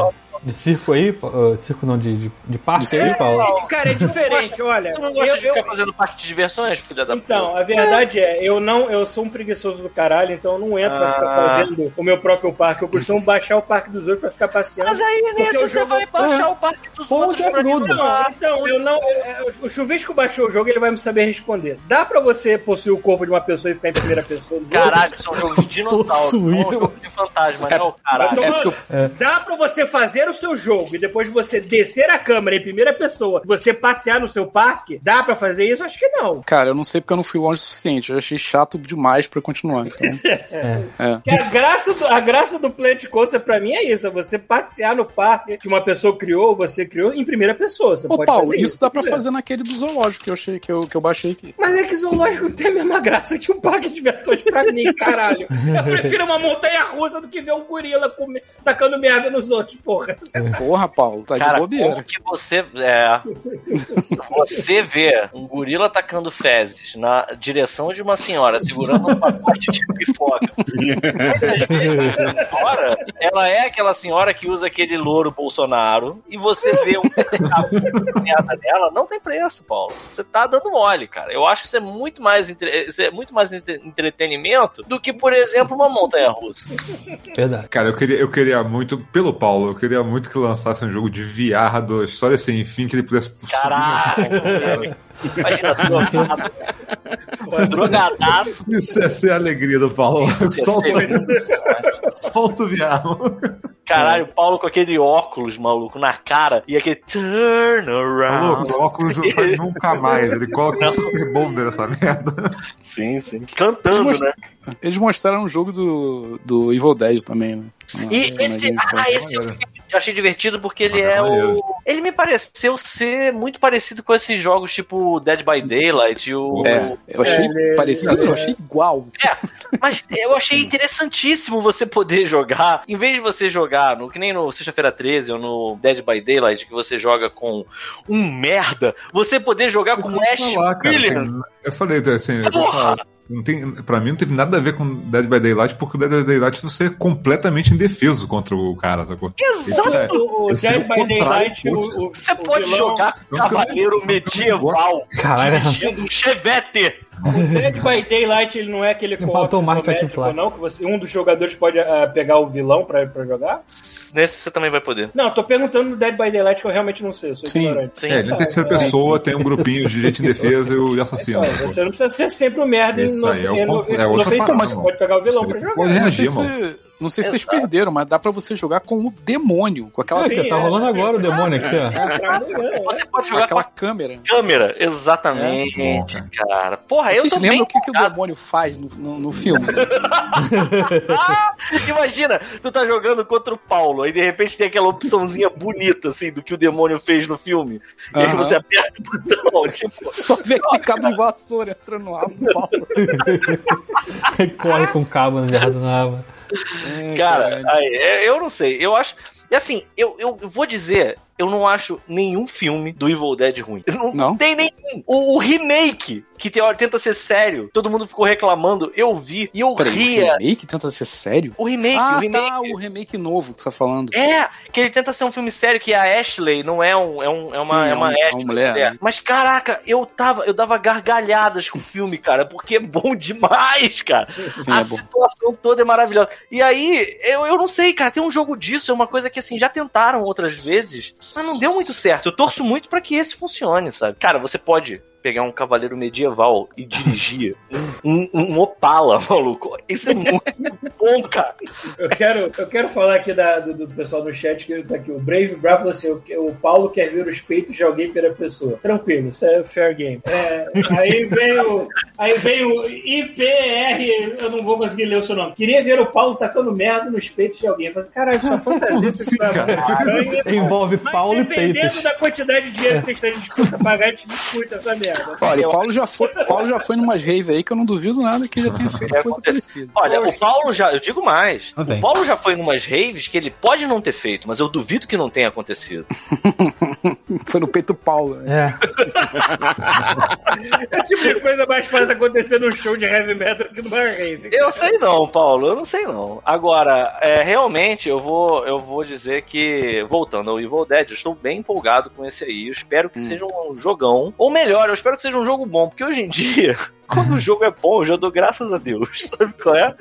de circo aí? ah, circo não, de, de, de parque aí, Paulo? Cara, é diferente, olha. Tu não gosta eu- de ficar eu- fazendo parque de diversões, filha da Então, puta? a verdade é, eu não, eu sou um preguiçoso do caralho, então eu não entro pra ficar Ah. fazendo o meu próprio parque. Eu costumo baixar o parque dos outros pra ficar passeando. Mas aí Porque nesse o você jogo- vai baixar o parque dos Pô, outros Jeff pra Goldblum. divulgar. Não, então, eu não. é, O Chuvisco baixou o jogo ele vai me saber responder. Dá pra você possuir o corpo de uma pessoa e ficar em primeira pessoa? no jogo? Caralho, são jogos de dinossauro, não Possuído. um jogo de fantasma, né, ô caralho? Então, É porque eu- Dá pra você fazer o seu jogo e depois você descer a câmera em primeira pessoa, você passear no seu parque? Dá pra fazer isso? Acho que não. Cara, eu não sei porque eu não fui longe o suficiente. Eu achei chato demais pra continuar. Então, É. É. Que a graça do, a graça do Plant Coaster pra mim é isso, é você passear no parque que uma pessoa criou, você criou em primeira pessoa. Você Ô, pode Paulo, fazer né? isso dá pra se quiser. fazer naquele do zoológico que eu achei que eu, que eu baixei aqui. Mas é que zoológico não tem a mesma graça que um parque de diversões pra mim, caralho. Eu prefiro uma montanha russa do que ver um gorila comer- tacando merda nos outros, porra. Porra, Paulo, tá de Cara, como bobeira. que você. É, você vê um gorila atacando fezes na direção de uma senhora segurando um pacote de pipoca. Mas, às vezes, a senhora, ela é aquela senhora que usa aquele louro Bolsonaro e você vê um desenhada dela, não tem preço, Paulo. Você tá dando mole, cara. Eu acho que isso é muito mais, entre- isso é muito mais entre- entretenimento do que, por exemplo, uma montanha russa. Verdade. Cara, eu queria, eu queria muito, pelo Paulo, eu queria muito que lançasse um jogo de VR do História Sem Fim, que ele pudesse. Caraca, moleque. Imagina, drogado. Drogadaço. Isso ia ser a alegria do Paulo. Solta, Sério. solta o VR. mano. Caralho, É. o Paulo com aquele óculos, maluco, na cara e aquele turn around. Maluco, Tá o óculos não sai nunca mais. Ele coloca um super bomber nessa merda. Sim, sim. Cantando, né? Eles mostraram um jogo do, do Evil Dead também, né? Uma- E uma esse. gameplay. Ah, esse eu fiquei- eu achei divertido porque ele é Maneiro. o. Ele me pareceu ser muito parecido com esses jogos tipo Dead by Daylight e o. É, eu achei Ele- parecido, eu achei igual. Mas eu achei interessantíssimo você poder jogar, em vez de você jogar no que nem no Sexta-feira 13 ou no Dead by Daylight, que você joga com um merda, você poder jogar com o Ash Olha lá, cara, Williams. Tá tem- Eu falei assim, eu vou falar, Não tem, pra mim não teve nada a ver com Dead by Daylight, porque o Dead by Daylight você é completamente indefeso contra o cara, sacou? Esse é- O, o esse é Dead o by contrário, Daylight, o, putz. o, Você o pode vilão- jogar Não, um cara. cavaleiro medieval Caralho. dirigindo um chevette. O Dead by Daylight ele não é aquele Faltou co-op o Martin isométrico, McFly. não? Que você, um dos jogadores pode ah, pegar o vilão pra, pra jogar? Nesse você também vai poder. Não, eu tô perguntando do Dead by Daylight que eu realmente não sei, eu sou Sim. ignorante. Sim. É, ele é em terceira pessoa, tem um grupinho de gente indefesa e o assassino. Olha, sacou? você é não precisa ser sempre o merda Isso no- aí é o no- conf- é no- outra no Facebook, parada, você mano. pode pegar o vilão pra Você jogar. pode Não sei, reagir, mano. se, não sei se vocês perderam, mas dá pra você jogar com o demônio, com aquela, Sim, tá é, rolando sim. agora o demônio aqui, ó. né? Você pode com jogar aquela com câmera. a câmera. Exatamente, É, muito bom, cara. Porra, Ah, eu Vocês tô bem lembram o que, que o empolgado. demônio faz no, no, no filme? Imagina, tu tá jogando contra o Paulo, aí de repente tem aquela opçãozinha bonita, assim, do que o demônio fez no filme. E aí Aham. você aperta o botão, tipo, Só vê aquele cabo de vassoura entrando no rabo do pau. Corre com o cabo no viado na aba. É, cara, caralho. aí, é, eu não sei. Eu acho. E assim, eu, eu vou dizer, eu não acho nenhum filme do Evil Dead ruim. Não, Não? tem nenhum. O, o remake, que tem, tenta ser sério, todo mundo ficou reclamando, eu vi e eu Peraí, ria. o remake tenta ser sério? O remake, ah, o remake. tá, o remake novo que você tá falando. É, que ele tenta ser um filme sério, que a Ashley não é um. É, um, Sim, é uma, é uma é um- é uma Ashley, mulher, é. né? Mas caraca, eu tava, eu dava gargalhadas com o filme, cara, porque é bom demais, cara. Sim, a é bom. situação toda é maravilhosa. E aí, eu, eu não sei, cara, tem um jogo disso, é uma coisa que assim, já tentaram outras vezes, mas não deu muito certo. Eu torço muito pra que esse funcione, sabe? Cara, você pode. Pegar um cavaleiro medieval e dirigir um, um, um Opala, maluco. Isso é muito bom, cara. Eu quero, eu quero falar aqui da- do, do pessoal no chat que tá aqui. O Brave Bravo falou assim: o, o Paulo quer ver os peitos de alguém pela pessoa. Tranquilo, isso é fair game. É, aí vem o. Aí vem o IPR, eu não vou conseguir ler o seu nome. Queria ver o Paulo tacando merda nos peitos de alguém. Eu falei, caralho, isso é uma fantasia, isso é uma estranha. Envolve Mas Paulo e dependendo peitos. da quantidade de dinheiro que vocês têm disputa pagar, a gente disputa essa merda. Olha, o Paulo já foi, o Paulo já foi numas raves aí que eu não duvido nada que já tenha feito É, coisa acontece. parecida. Olha, o Paulo já, eu digo mais. Ah, Tá o vem. Paulo já foi em umas raves que ele pode não ter feito, mas eu duvido que não tenha acontecido. Foi no peito do Paulo. né? É. Esse tipo de coisa mais fácil acontecer num show de heavy metal que numa rave. Eu sei não, Paulo, eu não sei não. Agora, é, realmente, eu vou, eu vou dizer que, voltando ao Evil Dead, eu estou bem empolgado com esse aí. Eu espero que seja um jogão. Ou melhor, eu espero que seja um jogo bom, porque hoje em dia, quando o jogo é bom, eu já dou graças a Deus. Sabe qual é?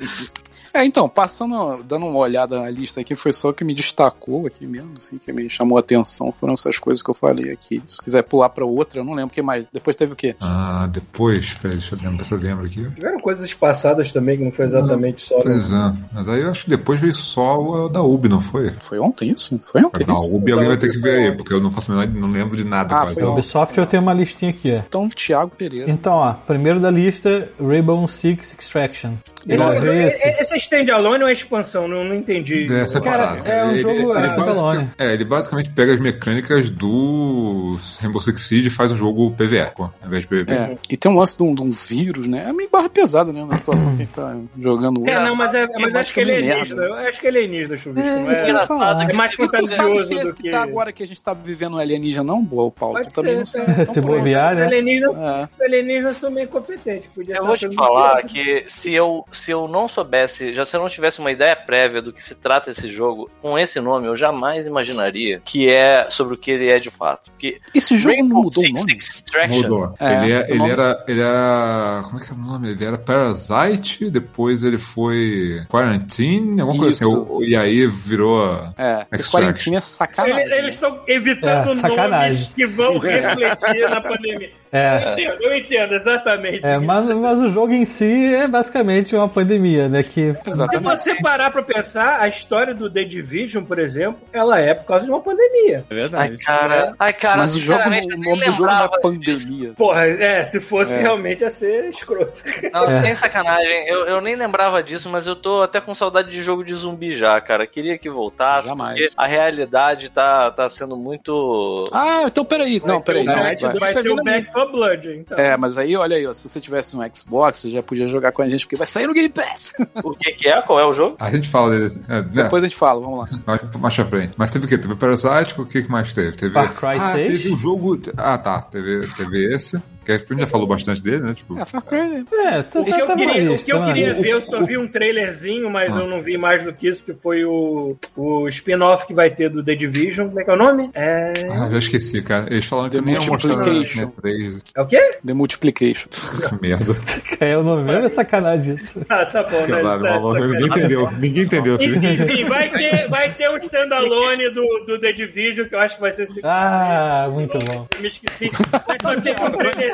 É, então, passando, dando uma olhada na lista aqui, foi só o que me destacou aqui mesmo, assim, que me chamou a atenção, foram essas coisas que eu falei aqui. Se quiser pular pra outra, eu não lembro o que mais. Depois teve o quê? Ah, depois, peraí, deixa eu lembrar se eu lembro aqui. Tiveram coisas passadas também que não foi exatamente só. né? Pois é. Mas aí eu acho que depois veio só o da UB, não foi? Foi ontem isso? Foi ontem Da isso? UB alguém vai ter que ver aí, porque eu não faço a menor, não lembro de nada Ah, quase. foi Da Não. Ubisoft eu tenho uma listinha aqui, ó. Então, Thiago Pereira. Então, ó, primeiro da lista, Rainbow Six Extraction. é Nossa, Esse, esse, esse standalone é uma expansão, não, não entendi. É, Cara, separado. é um jogo, é, basic- standalone. é, ele basicamente pega as mecânicas do Rainbow Six Siege e faz um jogo PvE, pô, ao invés de PvP. É, e tem um lance de um, de um vírus, né? É meio barra pesada, né? Na situação que a gente tá jogando hoje. É, não, mas, é, mas mais acho que ele é merda. alienígena. Eu acho que ele é alienígena, Chubisco. É, não isso que eu É, ia falar. é mais E tu sabe se fantasioso esse do que que. tá agora que a gente tá vivendo um alienígena não, boa, Paulo? Pode tu também não ser, sabe. tá. Então, Se pronto. bobear, Esse né? alienígena, É. esse alienígena sou meio incompetente. Podia Eu ser vou te pelo né? falar menos. que se eu, se eu não soubesse, já se eu não tivesse uma ideia prévia do que se trata esse jogo, com esse nome eu jamais imaginaria que é sobre o que ele é de fato. Porque Esse jogo não Rainbow mudou o Six nome? Extraction Mudou. É, Tá ele, é- o ele nome- era, ele era. Como é que é o nome? Ele era Parasite, depois ele foi Quarantine, alguma Isso. coisa assim. o- E aí virou. É, porque Extraction. quarentinha é sacanagem. Ele- Eles estão evitando É, sacanagem. nomes que vão refletir na pandemia. É. Eu entendo, eu entendo, exatamente. É, mas, mas o jogo em si é basicamente uma pandemia, né? Que Se Exatamente. você parar pra pensar, a história do The Division, por exemplo, ela é por causa de uma pandemia. É Ai, verdade. cara. Ai, cara, Mas o jogo, sinceramente, não- eu o nem nome do jogo não é lembrava disso. pandemia. Porra, é, se fosse É. realmente ia ser escroto. Não, É. sem sacanagem. Eu, eu nem lembrava disso, mas eu tô até com saudade de jogo de zumbi já, cara. Queria que voltasse, Jamais. porque a realidade tá, tá sendo muito. Ah, então peraí. Não, peraí. Não, é vai. Vai, ter- vai ter o Back for Blood, então. É, mas aí, olha aí, ó, se você tivesse um Xbox, você já podia jogar com a gente, porque vai sair no Game Pass. O que, que é? Qual é o jogo? A gente fala dele. É, né, Depois a gente fala, vamos lá. mais, mais pra frente. Mas teve o quê? Teve Parasite, o que que mais teve? Teve. Far Cry ah, 6? teve o jogo. Ah, tá. Teve, teve esse. Que a gente já falou bastante dele, né? Tipo, É, Far Cry. É, tá, O que tá- eu tá na queria, o lista, que eu tá na queria lista. ver, eu só vi um trailerzinho, mas eu não vi mais do que isso, que foi o, o spin-off que vai ter do The Division. Como é que é o nome? É. ah, já esqueci, cara. Eles falaram que The nem ia mostrar na Multiplication. E3. É o quê? The Multiplication. Que merda. É o nome mesmo, é sacanagem isso. Ah, tá bom, né? Caralho, Tá- maluco. Ninguém sacanagem. entendeu. Ninguém entendeu. filho. Enfim, vai ter, vai ter um standalone do, do The Division, que eu acho que vai ser esse. Ah, muito bom. Me esqueci. Mas só tem um trailerzinho, velho.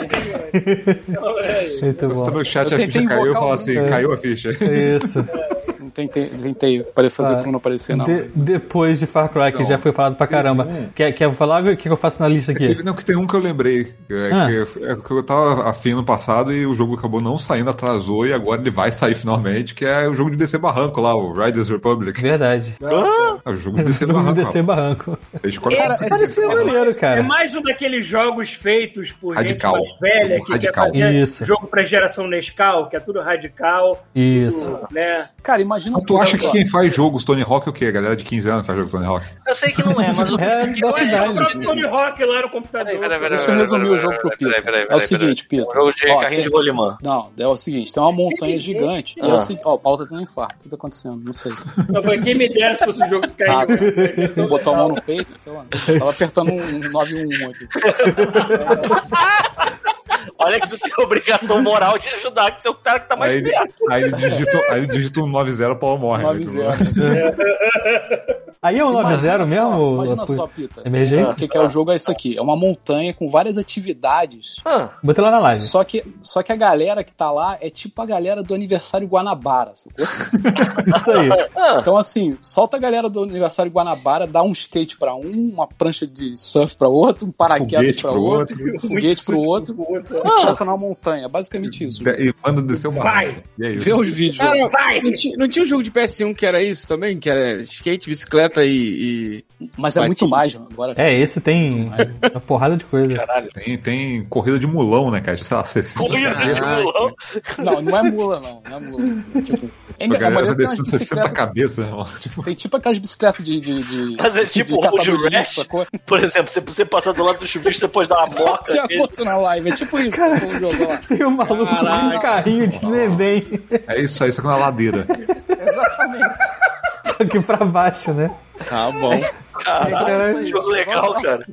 Então, é, Muito Tá bom. no chat Eu a tentei ficha caiu e invocar fala o- assim: É. caiu a ficha. Isso. Não Tentei, tentei parei fazer Ah, pra não aparecer, não. De- depois de Far Cry, que já foi falado pra caramba. Quer, quer falar o que que eu faço na lista aqui? Teve- não, que tem um que eu lembrei. que É, Ah. que, é que eu tava afim no passado e o jogo acabou não saindo, atrasou e agora ele vai sair finalmente, que é o jogo de descer barranco lá, o Riders Republic. Verdade. É o jogo de descer Todo mundo barranco. descer rapaz. barranco. Você escolhe Cara, qual você quer Parecia descer barranco. maneiro, é cara. mais um daqueles jogos feitos por Radical. gente mais velha que Radical. quer fazer Isso. jogo pra geração Nescau, que é tudo radical, Isso. né? Cara, imagina. Mas tu acha que quem faz jogo Tony Hawk é o quê? A galera de 15 anos faz jogo Tony Hawk? Eu sei que não é, mas o. É da Eu acho que é o cidade. próprio Tony Rock lá no computador. Peraí, peraí, peraí, Deixa eu peraí, resumir peraí, o jogo pro peraí, Pita. peraí, É o peraei, seguinte, Pita. Um jogo de Ó, carrinho tem- de rolimã. Não, é o seguinte, tem uma montanha gigante. E é o seguinte, ó, o Paulo tá tendo um infarto. O que tá acontecendo? Não sei. Eu falei, Quem me dera se fosse um jogo de Ah, carrinho. tá. botou a mão no peito, sei lá. Tava apertando um 911 aqui. Olha que tu tem a obrigação moral de ajudar, que seu cara que tá mais Aí, ele- perto. aí ele digita, aí ele digita um 9-0 o Paulo morre. né? 9-0. Aí é o 9-0 Imagina só, mesmo? Imagina pô? só, Pita. Emergência? O que, que é o jogo é isso aqui. É uma montanha com várias atividades. Ah, Bota lá na live. Só que, só que a galera que tá lá é tipo a galera do aniversário Guanabara. sacou? Isso aí. ah. Então, assim, solta a galera do aniversário Guanabara, dá um skate pra um, uma prancha de surf pra outro, um paraquedas Foguete pra pro outro, um foguete pro outro, outro. e solta na montanha. É Basicamente isso. E manda descer o barranco. E é Vê isso. os vídeos. Cara, Vai! Não tinha, não tinha um jogo de PS1 que era isso também? Que era skate, bicicleta e. e- Mas é muito Patins. mais, mano. Agora É, esse tem uma porrada de coisa. Tem, tem corrida de mulão, né, cara? Sei lá, 60. Corrida de mulão. Não, não é mula, não. Não é mula. Tipo, é A engraçado, galera mas tem vai umas descendo 60 bicicletas. cabeças, irmão. Tipo, Tem tipo aquelas bicicletas de. de, de Mas é tipo o catador Road de lixo, Rash? sacou? Por exemplo, se você passar do lado do chuvisco, você pode dar uma moca. Já nele. botou na live. É tipo isso, Cara. sacou, o jogo lá. Tem um maluco com um Caraca. carrinho de neném. é isso aí, só que na ladeira. Exatamente. Só que pra baixo, né? Tá bom. Caralho, Caralho. que jogo legal, cara.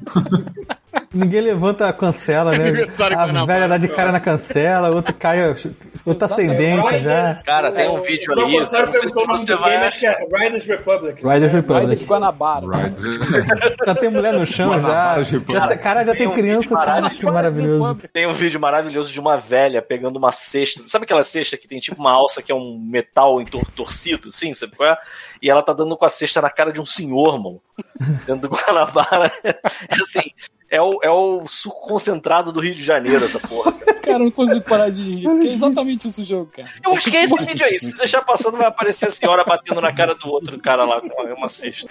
Ninguém levanta a cancela, né? Aniversário A Guanabara. velha dá de cara na cancela, outro cai, outro tá ascendente já. Cara, tem um vídeo Não ali. Não sei gostaram se perguntou o nome você do game, vai acho que é Riders Republic. Riders Rider Republic. de Guanabara. Right. Já tem mulher no chão, já. Guanabara, já tem- cara, já tem criança. Cara, que maravilhoso. Tem um vídeo maravilhoso de uma velha pegando uma cesta. Sabe aquela cesta que tem tipo uma alça que é um metal entor- torcido, assim, sabe qual é? E ela tá dando com a cesta na cara de um senhor, mano. Dentro do Guanabara. É assim, é o, é o suco concentrado do Rio de Janeiro, essa porra. cara. Cara, eu não consigo parar de rir. porque É exatamente isso o jogo, cara. Eu acho que é esse vídeo aí. Se deixar passando, vai aparecer a senhora batendo na cara do outro cara lá com uma- uma cesta.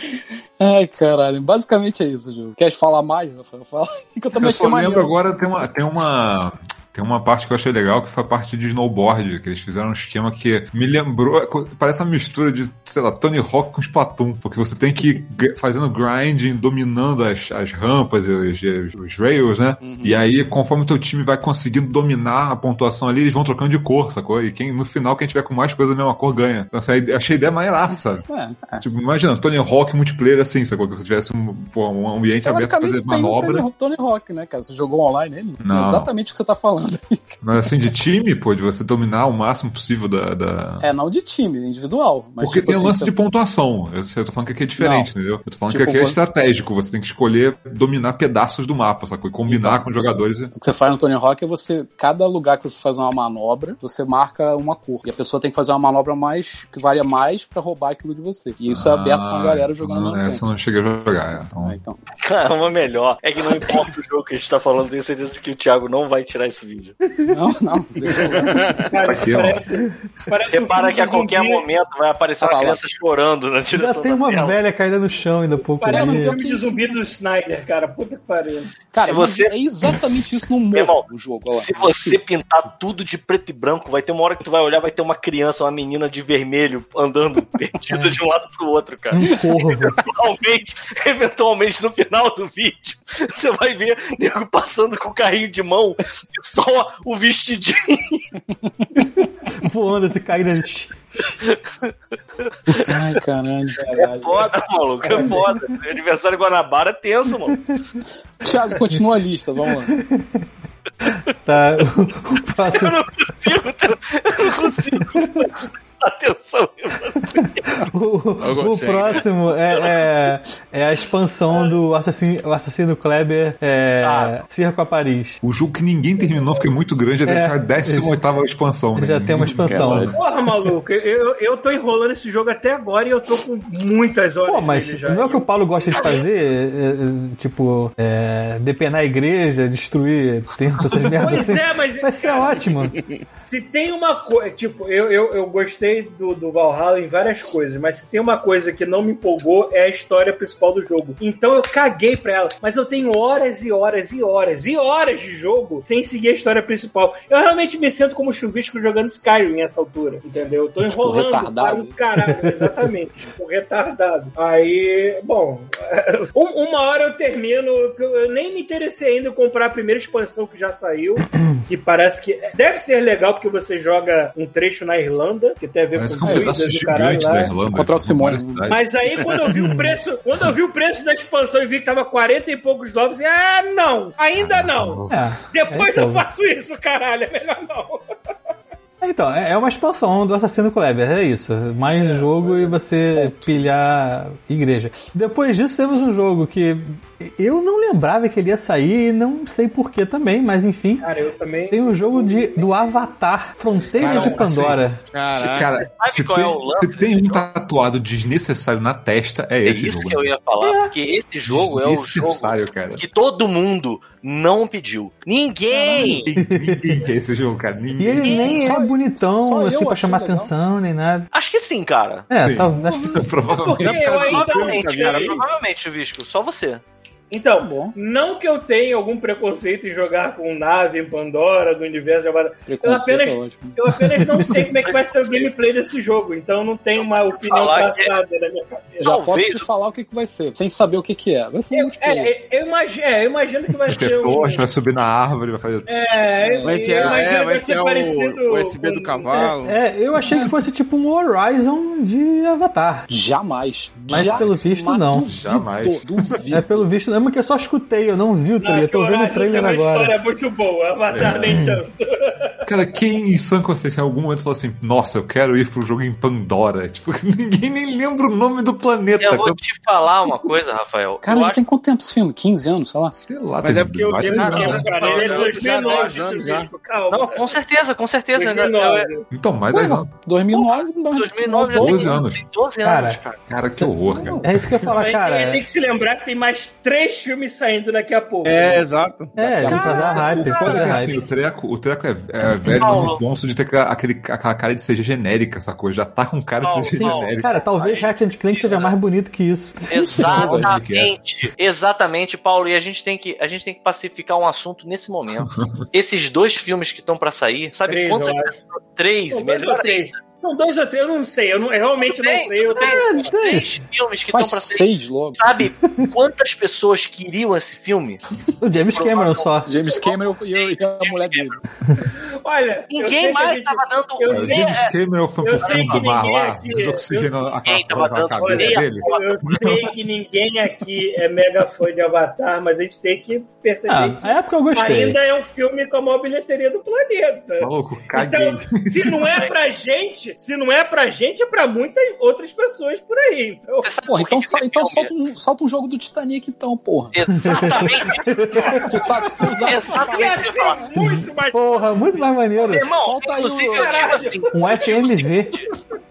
Ai, caralho. Basicamente é isso o jogo. Quer falar mais? Rafael? Fala. Que eu também Eu achei só lembro maneiro. agora, Então, tem uma, tem uma. Tem uma parte que eu achei legal que foi a parte de snowboard, que eles fizeram um esquema que me lembrou. Parece uma mistura de, sei lá, Tony Hawk com Splatoon. Porque você tem que ir gr- fazendo grinding, dominando as, as rampas e os, os- os rails, né? E aí, conforme o teu time vai conseguindo dominar a pontuação ali, eles vão trocando de cor, sacou? E quem, no final, quem tiver com mais coisa da mesma cor ganha. Então, assim, aí eu achei a ideia maneiraça, sabe? É, é. Tipo, imagina, Tony Hawk multiplayer assim, sacou? Que você tivesse um, pô, um ambiente aberto pra fazer Teoricamente tem no manobra. Tony, Tony Hawk, né, cara? Você jogou online ele? Não. Exatamente o que você tá falando. Mas assim, de time, pô, de você dominar o máximo possível da. da- É, não de time, individual. Mas Porque tipo tem o assim, lance você- de pontuação. Eu, eu tô falando que aqui é diferente, entendeu? Eu tô falando Tipo, que aqui é você- estratégico. Você tem que escolher dominar pedaços do mapa, sacou? E combinar Então, com os jogadores. O que você faz no Tony Hawk é você, cada lugar que você faz uma manobra, você marca uma cor. E a pessoa tem que fazer uma manobra mais, que valha mais pra roubar aquilo de você. E Ah, isso é aberto pra galera jogando não, ao mesmo Essa eu não cheguei a jogar. é. tempo. Então, Ah, Então, Caramba, melhor. É que não importa o jogo que a gente tá falando, tenho certeza que o Thiago não vai tirar esse vídeo. Não, não. Deixa eu... Cara, isso Aqui, ó. parece, parece um Repara filme que a de qualquer zumbi. momento vai aparecer Ah, uma lá. criança chorando na Ainda direção tem da uma tela. velha caída no chão ainda há pouco. Parece um ali. filme de zumbi do Snyder, cara. Puta que pariu. Cara, Se você- é exatamente isso no Meu irmão, morro do jogo. olha lá. Se você pintar tudo de preto e branco, vai ter uma hora que tu vai olhar, vai ter uma criança, uma menina de vermelho andando perdida de um lado pro outro, cara. Um corvo. Eventualmente, eventualmente, no final do vídeo, você vai ver nego passando com o carrinho de mão e só o vestidinho. voando, se caindo. ali. Ai, caralho. É foda, maluco, é foda. Aniversário Guanabara é tenso, mano. Thiago, continua a lista, vamos lá. Tá, o próximo. Eu não consigo, ter- eu não consigo prestar atenção. Eu O, o gostei. próximo é, é, é a expansão do assassino, o assassino Kleber é, Ah. Circo a Paris. O jogo que ninguém terminou, porque é muito grande, já É. é, a 18 expansão. né? Já tem uma expansão. Aquela- Porra, maluco, eu, eu tô enrolando esse jogo até agora e eu tô com muitas horas. Pô, mas nele já. não é o que o Paulo gosta de fazer? é, é, tipo, é, depenar a igreja, destruir templo, essas merdas Pois assim. é, mas. Vai ser cara, ótimo. É, Se tem uma coisa. Tipo, eu, eu, eu gostei do, do Valhalla em várias coisas, mas se tem uma coisa que não me empolgou é a história principal do jogo. Então eu caguei pra ela. Mas eu tenho horas e horas e horas e horas de jogo sem seguir a história principal. Eu realmente me sinto como chuvisco jogando Skyrim nessa altura, entendeu? Eu tô enrolando retardado. para um caralho, exatamente. tipo, retardado. Aí, bom. um- uma hora eu termino. que Eu eu nem me interessei ainda em comprar a primeira expansão que já saiu que parece que é, deve ser legal porque você joga um trecho na Irlanda, que tem a ver Parece que com é um pedaço druidas e caralho gigante lá. da Irlanda. tipo, Contra o Simone. Mas... Mas aí quando eu vi o preço, quando eu vi o preço da expansão e vi que tava 40 e poucos dólares, eu falei, ah, não, ainda não. É. Depois então. não faço isso, caralho, é melhor não. Então, é é uma expansão do Assassino Kleber, é isso. Mais é jogo e você pilhar igreja. Depois disso, temos um jogo que eu não lembrava que ele ia sair e não sei porquê também, mas enfim. Cara, eu também. Tem um jogo de, do Avatar, Fronteira Caramba, de Pandora. Caraca. Cara, Sabe se qual tem, é o lance se tem um tatuado desnecessário na testa, é É esse isso jogo. que eu ia falar, porque esse jogo é o jogo Desnecessário, cara. que todo mundo não pediu. Ninguém! Ninguém quer esse jogo, cara. E Ninguém. ele nem Só- é só bonitão, eu assim, pra achei chamar legal. atenção, nem nada. Acho que sim, cara. É, Sim. tá, acho que- Provavelmente. Porque eu ainda não Provavelmente, cara. sei. Provavelmente, Visco. Só você. Então, bom. não que eu tenha algum preconceito em jogar com nave em Pandora, do universo de Avatar. Eu Preconceito apenas, é ótimo. eu apenas não sei como é que vai ser o gameplay desse jogo, então não tem uma opinião é Falar que- traçada na minha cabeça. Já posso Talvez- te falar o que, que vai ser, sem saber o que, que é. Vai ser Eu, muito tipo, é, é, eu imagino, é, eu imagino que vai Vai ser ter um. tocha, vai subir na árvore, vai fazer. É, Vai ser, eu imagino é, que vai ser o, o USB do com- cavalo. é, eu achei que fosse tipo um Horizon de Avatar. Jamais. Mas Já- pelo visto, não. duvido, Jamais. É, Duvido. pelo visto, não, porque eu só escutei, eu não vi o Não, trailer, eu tô Ah, que vendo o Horizon trailer tem uma agora. então história é muito boa, Avatar É. então. nem tanto. Cara, quem em sã consciência em algum momento falou assim: Nossa, eu quero ir pro jogo em Pandora? Tipo, ninguém nem lembra o nome do planeta. Eu vou te falar uma coisa, Rafael. Cara, eu já acho tem quanto tempo esse filme? 15 anos, sei lá. Sei lá, Mas tem é porque o vários James anos. Cameron- Cara, ele é de Não, já há 2009, dez anos, já. Francisco, calma. Não, com certeza, com certeza. Ainda, 2009. é, Então, mais Ué, 10 anos. 2009, 2009 já 12 tem anos. 12 Cara, é, anos, cara. Cara, que horror, cara. É isso que eu ia falar, Mas cara. Tem que se lembrar que tem mais três filmes saindo daqui a pouco. É, exato. É, Cara, pra dar hype, O pra foda é que dar assim, hype. o treco, o treco é, é velho Paulo. no ponto de ter aquela, aquele- aquela cara de CG genérica, essa coisa. Já tá com cara Paulo, de CG Paulo. genérica. Cara, talvez Aí, Ratchet Clank seja mais bonito que isso. é Exatamente, exatamente, Paulo. E a gente tem que, a gente tem que pacificar um assunto nesse momento. Esses dois filmes que estão pra sair, sabe Três, quantas? eu acho. Três, São dois melhor ou três. São dois ou três, eu não sei. Eu, não- eu realmente Tudo bem, não sei. Eu tenho... três filmes que Faz estão pra sair. seis logo. Sabe quantas pessoas queriam esse filme? O James Cameron só. Ah, James Cameron e, eu- e a mulher dele. Olha, eu sei que Ninguém a mais tá gente- tava dando eu O sei- James Cameron foi eu pro sei fundo que do mar ninguém lá, aqui- desoxigena a Ninguém tava dando cabeça olhada. dele. Eu sei que ninguém aqui é mega fã de Avatar, mas a gente tem que perceber Ah, que na época eu gostei. ainda é um filme com a maior bilheteria do planeta. Maluco, caguei. Então, se não é pra gente, se não é pra gente, é pra muitas outras pessoas por aí. Então, Você sabe Porra, por que então, que sa- esse então filme- solta, um, solta um jogo do Titanic então, porra. Exatamente, Tu tá descruzado. é ia exatamente. ser muito mais. Porra, muito mais maneiro. Meu irmão, Solta aí o- inclusive eu digo Caralho. assim. Um FMV.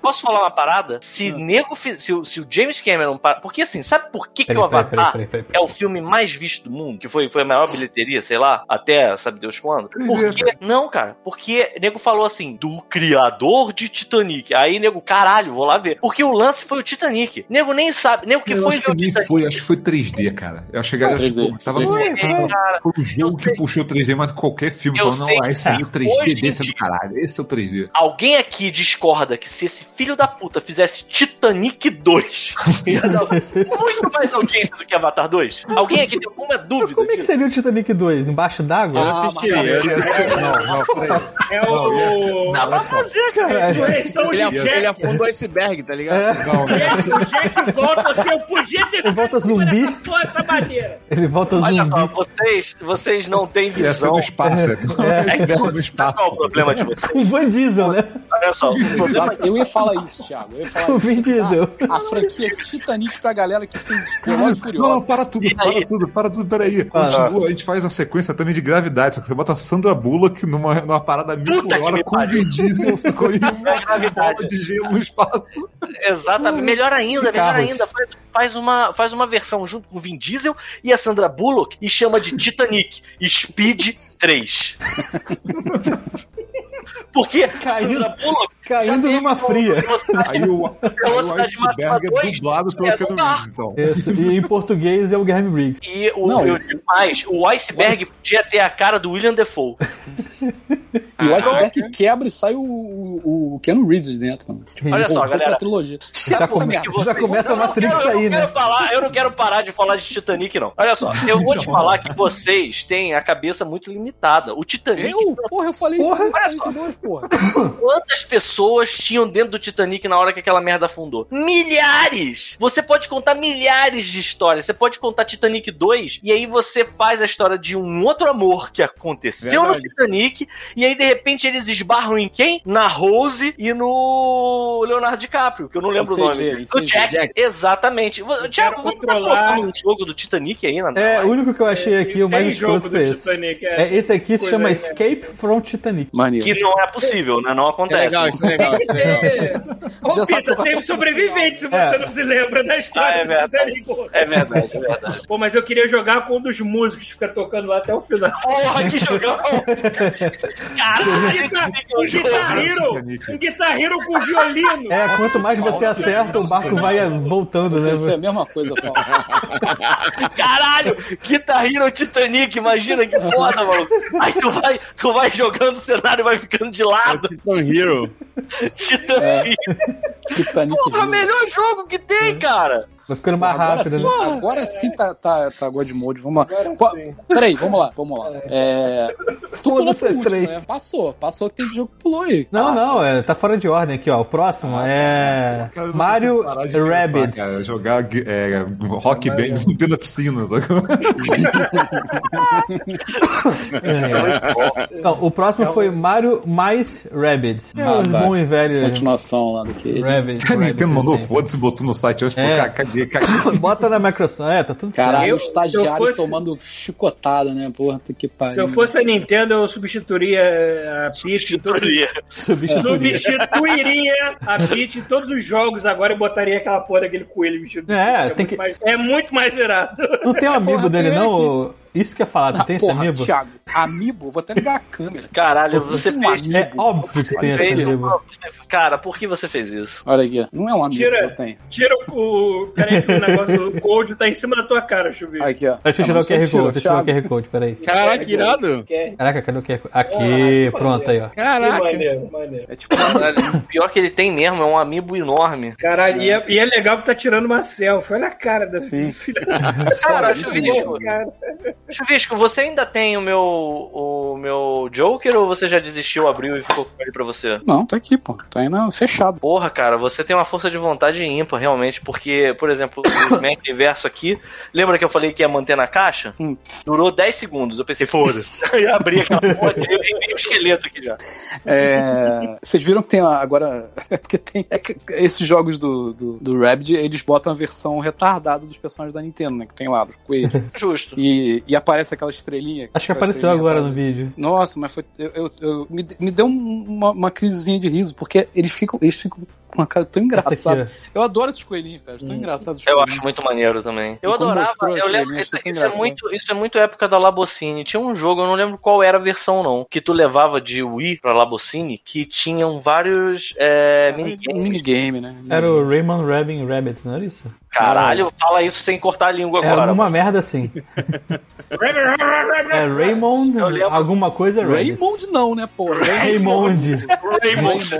Posso falar uma parada? Se nego fiz- se, o- se o James Cameron. pa- Porque assim, sabe por que, que Peraí, o peraí, peraí, Avatar peraí, peraí, é peraí. o filme mais visto do mundo? Que foi, foi a maior bilheteria, sei lá, até sabe Deus quando? Porque. Não, cara. Porque nego falou assim, do criador de Titanic. Aí nego, caralho, vou lá ver. Porque o lance foi o Titanic. Nego nem sabe. Nego que eu foi Ah, acho ver o que nem Titanic. foi, acho que foi 3D, cara. Eu acho que a galera, 3D, tipo, tava foi, zoando. É, cara, Foi o jogo Eu que puxou 3D, mas qualquer filme Eu falando, sei, não, ah, esse aí é o Hoje 3D em desse é do dia- caralho, esse é o 3D. Alguém aqui discorda que se esse filho da puta fizesse Titanic 2, ia dar muito mais audiência do que Avatar 2? Alguém aqui tem alguma dúvida? Como é que disso? seria o Titanic 2? Embaixo Eu d'água? assistiria. Ia ser- é, Não, não, peraí. É Não, ia ser- o. Não, olha é só. Caralho. Correção Ele, de af- ele Então, Jack. afunda o iceberg, tá ligado? É, Não, não. Jack, o Jack volta assim, eu podia ter Ele volta feito zumbi. essa porra dessa maneira. ele volta Olha só, zumbi. vocês, vocês não têm Ia ser visão. no espaço. É, É que iceberg no você- sabe qual é o espaço. problema de vocês? O Van Diesel, né? Olha só, o problema Eu ia falar isso, Thiago. Eu ia falar O isso. Ah, Vin Diesel. A franquia Titanic pra galera que fez Cara, Velozes e não, não, Furiosos. para tudo, E para aí? tudo, para tudo, peraí. Ah. Continua, a gente faz a sequência também de gravidade, só que você bota Sandra Bullock numa, numa parada mil Puta por que hora me com o pariu. É Vin Diesel sacou? e uma bola gravidade. de gelo no espaço. Hum, exatamente. Melhor ainda, melhor Carros. ainda. Faz, faz uma, faz uma versão junto com o Vin Diesel e a Sandra Bullock e chama de Titanic Speed 3. Porque Caindo- Sandra Bullock já Caindo teve numa uma fria. velocidade Aí o, aí o Velocidade máxima iceberg é dois, dublado pelo é no Keanu mar. Reeves, então. Esse- E em português é o Guilherme Briggs. E o, Não, eu digo mais, o iceberg podia ter a cara do William Defoe. E o iceberg quebra e sai o, o, o Keanu Reeves de dentro. mano. Tipo, Olha só, voltou pra galera. trilogia. Sabe Já, essa come- merda? já começa a Eu não Matrix quero- eu não aí, né? quero falar- eu não quero parar de falar de Titanic, não. Olha só, eu vou te falar que vocês têm a cabeça muito limitada. O Titanic, Eu? Porra, eu falei Porra, isso, olha Titanic 2, porra. quantas pessoas tinham dentro do Titanic na hora que aquela merda afundou? Milhares! Você pode contar milhares de histórias. Você pode contar Titanic 2 e aí você faz a história de um outro amor que aconteceu no Verdade. Titanic e aí de repente eles esbarram em quem? Na Rose e no Leonardo DiCaprio, que eu não lembro o CG, nome. em No CG, Jack. Jack. Exatamente. Vo- Thiago, você tá controlar- colocando um jogo do Titanic aí na É, o live? único que eu achei aqui, o mais Tem escroto jogo do foi esse. Titanic. É, É. esse aqui se Coisa chama aí, né? Escape from Titanic. Maneiro. Que não é possível, né? Não Isso é acontece. legal, isso é legal. Isso é legal. Ô, Já sabe Pita, trocar- teve sobrevivente se você É. não se lembra da história Ah, é do verdade. Titanic. pô. É verdade, é verdade. Pô, mas eu queria jogar com um dos músicos que fica tocando lá até o final. Porra, que jogão! Guitar- Caralho, Titanic é um um jogo. Guitar Hero! Um Guitar Hero com violino! É, quanto mais você acerta, o barco vai voltando, né? Isso é a mesma coisa, Paulo. Caralho, Guitar Hero Titanic, imagina que foda, maluco. Aí tu vai, tu vai jogando o cenário e vai ficando de lado. Titan Hero. Titanic. Titanic Porra, Hero. melhor jogo que tem, cara. Vai ficando mais agora rápido, sim, né? agora sim tá, tá, tá God Mode. Vamos lá. Agora Qual- sim. Peraí, vamos lá, vamos lá. É... Tu pulou Foda-se, pro último, três. né? Passou, passou que teve jogo que pulou aí. Não, não, é, tá fora de ordem aqui, ó. O próximo é Ah, Cara, eu não Mario consigo parar de pensar, Rabbids. cara. jogar é, rock band dentro da piscina. sacou? É. Então, o É próximo foi Mario mais Rabbids. É Ah, um tá. bom e velho Continuação lá do que. Rabbids. A Nintendo mandou Rabbids, foda-se, botou no site hoje. É. É. Caguei, caguei. assim. Bota na Microsoft. É, tá tudo certo. Caralho, Eu- o estagiário se eu fosse- tomando chicotada, né? Porra, puta que pariu. Se eu fosse a Nintendo, eu substituiria a Peach. em todos- Substituir. Substituiria a Peach em todos os jogos agora e botaria aquela porra daquele coelho vestido. de É, tem Peach, muito que- mais- é muito mais irado. Não tem um amigo Porra, dele, tem não? aqui. o- Isso que eu ia falar, não Ah, tem esse porra, amigo? Thiago, amiibo, vou até ligar a câmera. Caralho, você Um fez. né? amigo. É óbvio que tem esse fez um- amigo. Cara, por que você fez isso? Olha aqui, não é um amigo Tira. que eu tenho. Tira o. o- Peraí, que o negócio do Gold tá em cima da tua cara, Chuveiro. Aqui, ó. É um Deixa eu tirar o QR Tirou, Code, deixa eu tirar o Thiago. QR Code, peraí. Caraca, que irado. Que Caraca, cadê o QR Code? Aqui, É, Caralho, pronto aí, ó. Caraca. maneiro, maneiro. É tipo, Caralho, o pior que ele tem mesmo é um amiibo enorme. Caralho, e, é, e é legal que tá tirando uma selfie. Olha a cara da Sim. filha da Cara, muito Chuvisco, cara. Chuvisco, você ainda tem o meu, o meu Joker ou você já desistiu, abriu e ficou com ele pra você? não, tá aqui, pô. Tá ainda fechado. Porra, cara, você tem uma força de vontade ímpar, realmente, porque, por exemplo, o Mac Universo aqui, lembra que eu falei que ia manter na caixa? Hum. Durou 10 segundos, eu pensei, foda-se. Aí eu abri aquela porra, tirei- eu vi o esqueleto aqui já. É, vocês viram que tem a- agora. É porque tem. é que esses jogos do, do, do Rabbids, eles botam a versão retardada dos personagens da Nintendo, né? Que tem lá, dos coelhos. Justo. E, e aparece aquela estrelinha. Acho que aquela apareceu estrelinha tá agora atrás. no vídeo. Nossa, mas foi. Eu, eu- eu- me, me deu um- uma, uma crisezinha de riso, porque eles ficam, eles ficam Uma cara tão Essa engraçada. aqui, ó. Hum. Eu adoro esses coelhinhos, cara. Tão engraçados. os Eu coelhinhos. acho muito maneiro também. Eu Uhum. E quando adorava, mostrou as eu lembro, velhinhas, isso, achei tão isso é engraçado. muito, isso é muito época da Labocine. Tinha um jogo, eu não lembro qual era a versão não, que tu levava de Wii pra Labocine, que tinham vários é, Um minigames. minigame, né? Era o Raymond Rabin Rabbit, não era isso? Caralho, fala isso sem cortar a língua Era agora. alguma merda assim. É Raymond, Eu lembro. alguma coisa Rabbit. Raymond não, né, pô? Raymond. Raymond.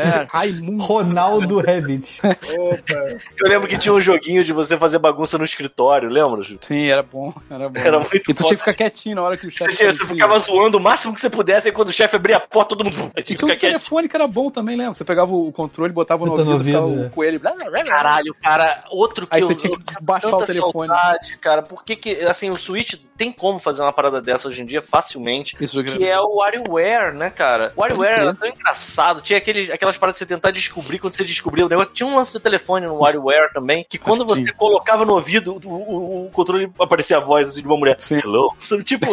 É, Raimundo. Ronaldo Rabbit. Opa, Eu lembro que tinha um joguinho de você fazer bagunça no escritório, lembra? Ju? Sim, era bom, era bom. Era muito e tu bom. tinha que ficar quietinho na hora que o chefe assim, Você, você aparecia. ficava assim, zoando o máximo que você pudesse, e quando o chefe abria a porta, todo mundo E Aí tinha que tinha um ficar quieto. telefone que era bom também, lembra? Você pegava o controle, botava no Botava ouvido, no ouvido, ficava é. o coelho... Caralho, cara, outro que Aí eu, você tinha eu que baixar tanta o telefone. saudade, cara. Por que que, assim, o Switch tem como fazer uma parada dessa hoje em dia facilmente? Isso Que é o WarioWare, né, cara? O WarioWare crer. era tão engraçado. Tinha aqueles, aquelas paradas de você tentar descobrir quando você descobriu o negócio. Tinha um lance do telefone no WarioWare também, que quando Acho que você colocava no ouvido, o, o- o controle aparecia a voz assim, de uma mulher. Sim. Hello? Tipo,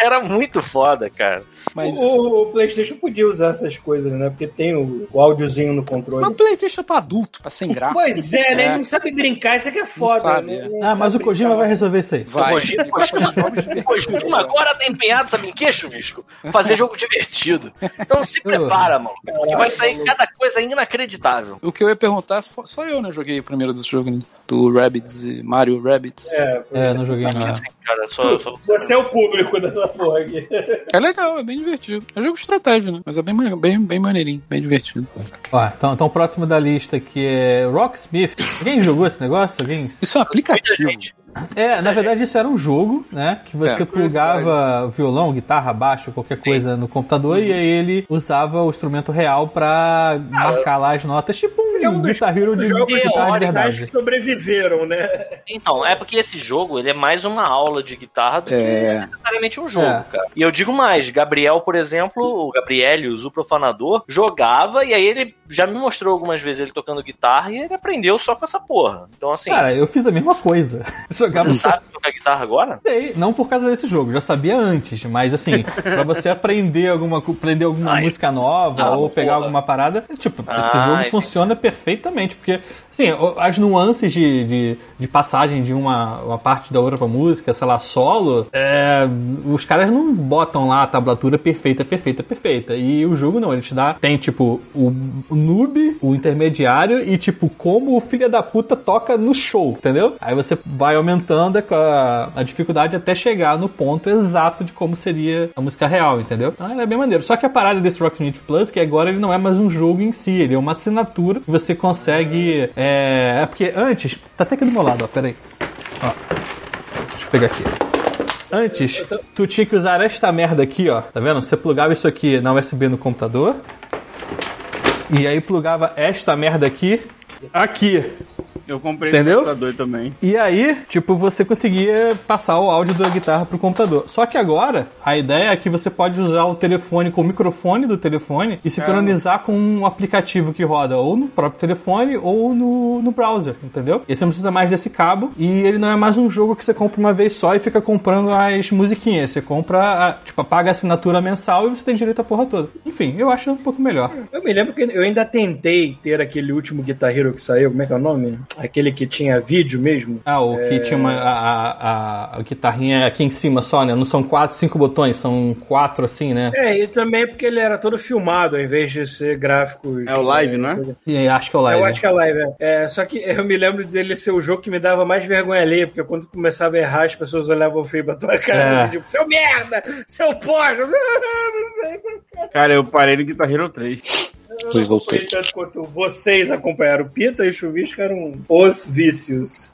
era muito foda, cara. Mas... o, o PlayStation podia usar essas coisas, né? Porque tem o, o áudiozinho no Mas o controle. Playstation é pra adulto, pra sem graça. Pois é, né? É. Ele não sabe brincar, isso aqui é foda. sabe, né? é. Não Ah, mas sabe o Kojima brincar. vai resolver isso aí. Vai. Kojima- Ele gosta de jogos de Pois, Kojima agora tá empenhado, sabe em que, Chuvisco? Fazer jogo divertido. Então se prepara, mano. Porque vai sair cada coisa inacreditável. O que eu ia perguntar, fo- só eu, né? Joguei o primeiro dos jogos né, do Rabbids e Mario Rabbids. É. É, É, não joguei não. É. Cara, só. só... você é o público dessa porra aqui. legal, é bem divertido. É jogo de estratégia, né? Mas é bem, ma- bem, bem maneirinho, bem divertido. Ó, então, então o próximo da lista aqui é Rocksmith. Alguém jogou esse negócio? Alguém? Isso é um aplicativo. É, na verdade isso era um jogo, né? Que você É. plugava violão, guitarra, baixo, qualquer coisa no computador e aí ele usava o instrumento real pra marcar lá as notas, tipo um, É um dos Guitar Hero de jogos guitarra de teóricos, verdade. Mas sobreviveram, né? Então, é porque esse jogo ele é mais uma aula de guitarra do É. que necessariamente um jogo, É. cara. E eu digo mais, Gabriel, por exemplo, o Gabrielius, o profanador, jogava e aí ele já me mostrou algumas vezes ele tocando guitarra e ele aprendeu só com essa porra. Então, assim, Ah. Cara, eu fiz a mesma coisa. Jogava você sabe tocar guitarra agora? Sei, não por causa desse jogo, já sabia antes, mas assim, pra você aprender alguma, co- aprender alguma Ai. música nova Ah, ou pegar porra. alguma parada, tipo, esse Ah, jogo entendi. funciona perfeitamente, porque assim, o- as nuances de, de, de passagem de uma, uma parte da outra pra música, sei lá, solo, é, os caras não botam lá a tablatura perfeita, perfeita, perfeita. E o jogo não, ele te dá, tem tipo o noob, o intermediário e tipo como o filho da puta toca no show, entendeu? Aí você vai aumentando a, a dificuldade até chegar no ponto exato de como seria a música real, entendeu? Então ele é bem maneiro. Só que a parada desse Rock Knit Plus, que agora ele não é mais um jogo em si, ele é uma assinatura que você consegue. É, é porque antes, tá até aqui do meu lado, ó, peraí. Ó, deixa eu pegar aqui. Antes, tu tinha que usar esta merda aqui, ó. Tá vendo? Você plugava isso aqui na USB no computador. E aí plugava esta merda aqui. Aqui. Eu comprei Entendeu? no computador também. E aí, tipo, você conseguia passar o áudio da guitarra pro computador. Só que agora, a ideia é que você pode usar o telefone com o microfone do telefone e sincronizar com um aplicativo que roda ou no próprio telefone ou no, no browser, entendeu? E você não precisa mais desse cabo e ele não é mais um jogo que você compra uma vez só e fica comprando as musiquinhas. Você compra, a- tipo, paga a assinatura mensal e você tem direito à porra toda. Enfim, eu acho um pouco melhor. Eu me lembro que eu ainda tentei ter aquele último guitarreiro que saiu, como é que é o nome? Aquele que tinha vídeo mesmo. Ah, o que tinha uma, a, a- a- a guitarrinha aqui em cima só, né? Não são quatro, cinco botões, são quatro assim, né? É, e também porque ele era todo filmado, ao invés de ser gráfico. É o live, não é? E aí, acho que é o live. Eu né? acho que é live, é. É, Só que eu me lembro dele ser o jogo que me dava mais vergonha ali, porque quando começava a errar, as pessoas olhavam feio pra tua cara, É. assim, tipo, seu merda, seu pojo, não sei. Cara, eu parei no Guitar Hero 3. Fui, voltei. Foi tanto quanto vocês acompanharam o Pita e o Chuvisco eram os vícios.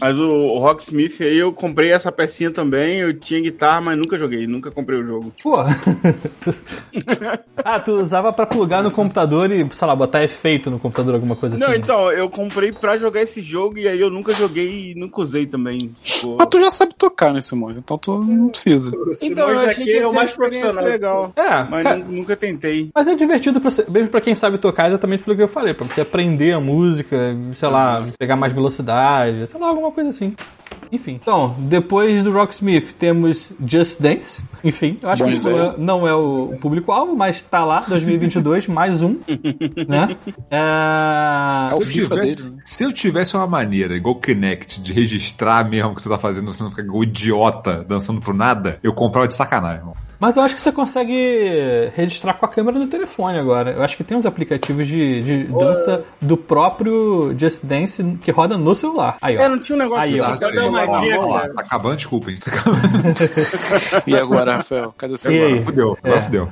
Mas o, o Rocksmith aí eu comprei essa pecinha também. Eu tinha guitarra, mas nunca joguei, nunca comprei o jogo. Pô. Tu- ah, tu usava pra plugar no computador e, sei lá, botar efeito no computador, alguma coisa Não, assim. né? então, eu comprei pra jogar esse jogo e aí eu nunca joguei e nunca usei também. Tipo, Mas tu já sabe tocar nesse monte, então tu não precisa. então, eu achei que é esse o mais profissional. legal. É, Mas cara, nu- nunca tentei. mas é divertido, pra, você- mesmo pra quem sabe tocar, exatamente pelo que eu falei, pra você aprender a música, sei lá, pegar mais velocidade, sei lá, alguma coisa assim. Enfim. Então, depois do Rocksmith temos Just Dance. Enfim, eu acho Bom que isso ideia. não é o público-alvo, mas tá lá, 2022, mais um. Né? É... É o Se eu FIFA tivesse- dele, né? Se eu tivesse uma maneira, igual o Kinect, de registrar mesmo o que você tá fazendo, você não ficar igual idiota dançando pro nada, eu comprava de sacanagem, irmão. Mas eu acho que você consegue registrar com a câmera do telefone agora. Eu acho que tem uns aplicativos de, de dança do próprio Just Dance que roda no celular. Aí, ó. É, não tinha um negócio Aí, ó. desse. Tá, eu dar uma dica, tá acabando, desculpa, hein. Tá E agora, Rafael? Cadê o seu E aí? acabando. Fudeu, agora É. fudeu.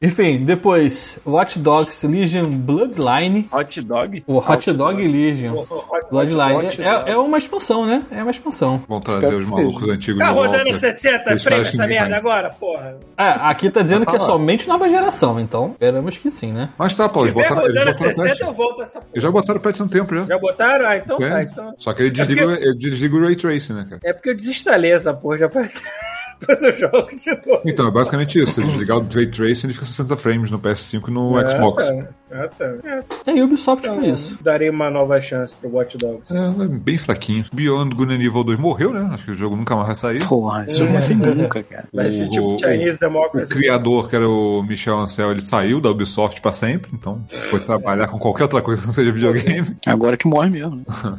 Enfim, depois Watch Dogs Legion Bloodline. Hot dog? O Hot, Hot Dog Dogs. Legion. Bloodline. Hot é, Dogs. é uma expansão, né? É uma expansão. Vão trazer que os seja. malucos antigos Tá de volta. rodando 60 Eles frames parecem essa demais. merda agora, porra. É, aqui tá dizendo Tá que é lá. somente nova geração, então esperamos que sim, né? Mas tá, Se Paulo, eles tiver botaram, rodando eles botaram o 60, eu patch. volto essa porra. Eles já botaram o patch há um tempo já. Já botaram? Ah, então tá. É. Então... Só que ele desliga, o- ele desliga o Ray Tracing, né, cara? É porque eu desinstalei essa porra, já faz... Depois eu jogo de novo. Então, é basicamente isso. Se ele desligar o Ray Tracing, ele fica 60 frames no PS5 e no Ah, Um Xbox. tá. Ah, tá. É, É a Ubisoft então, foi isso. Darei uma nova chance pro Watch Dogs. É, é bem fraquinho. Beyond Good and Evil 2 morreu, né? Acho que o jogo nunca mais vai sair. Porra, esse jogo não tem nunca, cara. Vai ser tipo o- Chinese O Democracy. criador, que era o Michel Ancel, ele saiu da Ubisoft pra sempre, então foi trabalhar com qualquer outra coisa que não seja videogame. Agora que morre mesmo. né?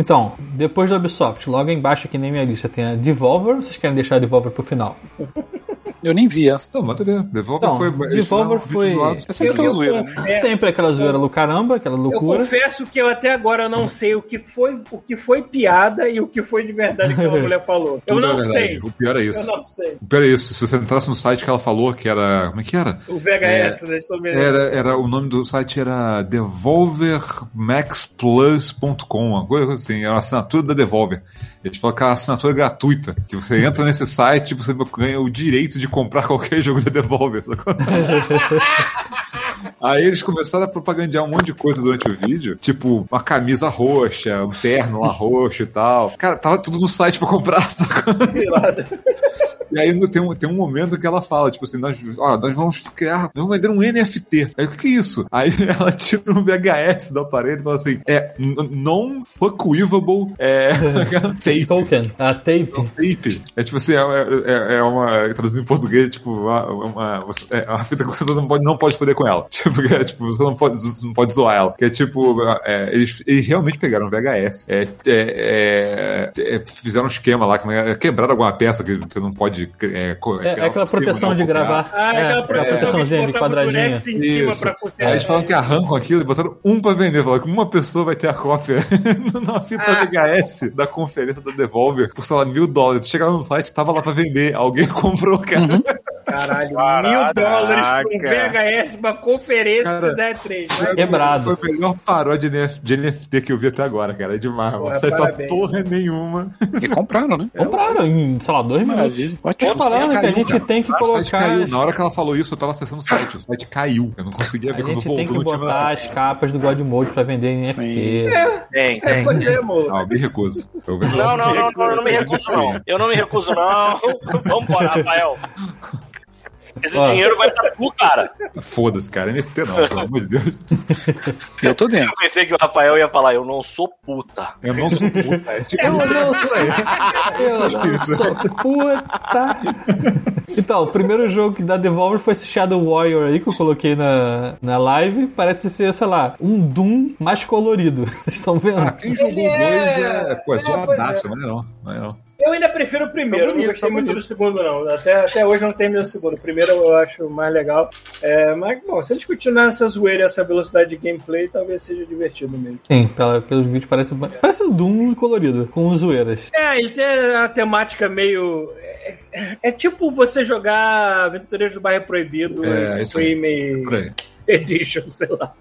Então, depois da Ubisoft, logo embaixo aqui na minha lista tem a Devolver. Vocês querem deixar a Devolver pro final? Eu nem vi essa. Não, manda ver. Devolver Não, foi. eles fizeram Devolver um vídeo foi- zoado. É sempre Eu- eu uma zoeira, né? confesso- Sempre aquela zoeira do caramba, aquela Eu loucura. confesso que eu até agora não sei o que foi, o que foi piada e o que foi de verdade que aquela mulher falou. Eu Tudo é não verdade. sei. O pior é Eu isso. não sei. O pior é isso. Se você entrasse no site que ela falou, que era. Como é que era? O É. VHS, né? Estou me- Era, era, o nome do site era devolvermaxplus.com, uma coisa assim, era uma assinatura da Devolver. Eles falaram que era uma assinatura gratuita, que você entra nesse site e você ganha o direito de comprar qualquer jogo da Devolver. sacou? Aí eles começaram a propagandear um monte de coisa durante o vídeo, tipo uma camisa roxa, um terno lá roxo e tal. Cara, tava tudo no site pra comprar, sacou? E aí no- tem um, tem um momento que ela fala, tipo assim, nós, ó, nós vamos criar, nós vamos vender um NFT. Aí o que, que é isso? Aí ela tira um VHS do aparelho e fala assim, é n- non-fuckweavable é, tape. Token, a tape. Tape. É tipo assim, é, é, é uma. Traduzindo em português, é tipo, uma, uma, você- é uma fita que você não pode, não pode foder com ela. Tipo, é, tipo, você não pode, você não pode zoar ela. Que é tipo, é, eles, eles realmente pegaram VHS. É, é, é, é, fizeram um esquema lá, que é, quebraram alguma peça que você não pode. É, co- É, é criar um aquela esquema, proteção né, de copiar. gravar. Ah, é, aquela proteçãozinha de quadradinha. Isso. em cima Isso. pra Aí consertar. eles falam que arrancam aquilo e botaram um pra vender. Falaram que uma pessoa vai ter a cópia na fita VHS da conferência da Devolver por, sei lá, mil dólares. Chegaram no site, tava lá pra vender. Alguém comprou, cara. Uhum. é Caralho, mil dólares pra um VHS, uma conferência Cara, da E3. Quebrado. Foi a melhor paródia de NF de NFT que eu vi até agora, cara. É demais. Não Porra, sai pra parabéns. porra nenhuma. E compraram, né? É um Compraram em, sei lá, dois minutos. Maravilha. Ótimo. Tô falando que a caiu, gente tipo, é cara. tem que Claro, o site colocar. Ah, caiu. as- Na hora que ela falou isso, eu tava acessando o site. O site caiu. Eu não conseguia A ver quando gente tem voltou. que Não tinha botar nada. as capas do God Mode pra vender em NFT. É, Tem, tem. pois é, amor. Não, Ah, eu me recuso. Eu- Não, não, não, não, eu não me recuso, não. Eu não me recuso, não. Vambora, Rafael. Esse Ó. dinheiro vai pra tu, cara. Foda-se, cara. NFT não, pelo amor de Deus. Eu tô dentro. Eu pensei que o Rafael ia falar, eu não sou puta. Eu não sou puta. É assim. tipo, Eu não sou, eu não sou puta. Então, o primeiro jogo que da Devolver foi esse Shadow Warrior aí que eu coloquei na, na live. Parece ser, sei lá, um Doom mais colorido. Vocês estão vendo? Ah, quem jogou Ele dois é- é. Pô, é é, pois zoadaço, mas não. Mas é não. Eu ainda prefiro o primeiro, Tá bonito, não gostei tá muito bonito. do segundo, não. Até, até hoje não terminei o segundo. O primeiro eu acho mais legal. É, mas, bom, se eles continuarem essa zoeira e essa velocidade de gameplay, talvez seja divertido mesmo. Sim, pela, pelos vídeos parece, parece um Doom colorido, com zoeiras. É, ele tem a temática meio. É, é- é tipo você jogar Aventureiros do Bairro Proibido, É, isso aí. Extreme Por aí. Edition, sei lá.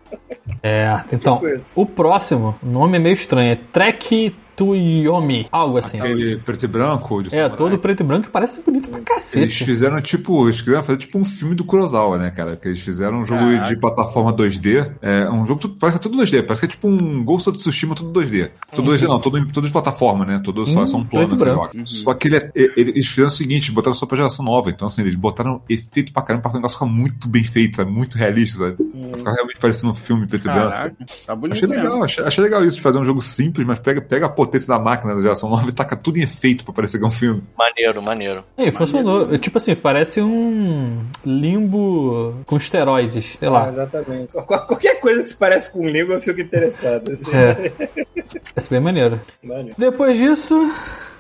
É, então, Tipo isso. o próximo, o nome é meio estranho, é Trek to Yomi, algo assim. Aquele preto e branco. De É, samurai. todo preto e branco e parece bonito pra Eles cacete. fizeram tipo. Eles quiseram fazer tipo um filme do Kurosawa, né, cara? Que eles fizeram um jogo de plataforma 2D. É um jogo que parece que é tudo 2D. Parece que é tipo um Ghost of Tsushima tudo 2D. Tudo 2D não, todo, tudo de plataforma, né? Tudo só Hum, são preto e planos. branco. Uhum. né? Só que ele, é- ele- eles fizeram o seguinte: botaram só pra geração nova. Então, assim, eles botaram efeito pra caramba pra o negócio ficar muito bem feito, sabe? Muito realista, sabe? Pra ficar realmente parecendo um filme preto e branco. Caraca, tá bonito Achei legal, achei, achei legal isso, de fazer um jogo simples, mas pega, pega a potência da máquina da geração 9 e taca tudo em efeito pra parecer que é um filme. Maneiro, maneiro. E funcionou. Tipo assim, parece um limbo com esteroides, sei Ah, lá. exatamente. Qual- qual- Qualquer coisa que se parece com língua, eu fico interessado. assim. É. Parece bem maneiro. Mano. Depois disso.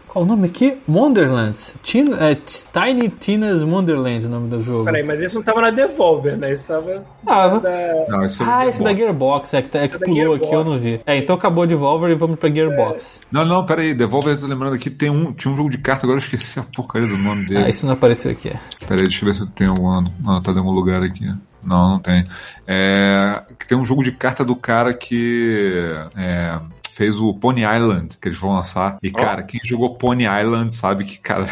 Qual o nome aqui? Wonderlands. Tin- é, Tiny Tina's Wonderland, o nome do jogo. Peraí, mas isso não tava na Devolver, né? Isso tava Ah, da... Não, esse foi Ah, Gearbox. esse da Gearbox, é que, tá- é que Esse da pulou Gearbox. aqui, eu não vi. É, então acabou o Devolver e vamos pra Gearbox. Não, não, pera aí, devolve, eu tô lembrando aqui, tem um, tinha um jogo de carta, agora eu esqueci a porcaria do nome dele. Ah, isso não apareceu aqui. Pera aí, deixa eu ver se tem algum. ano. Não, tá em algum lugar aqui. Não, não tem. É, que tem um jogo de carta do cara que é, fez o Pony Island, que eles vão lançar. E, cara, quem jogou Pony Island sabe que, cara.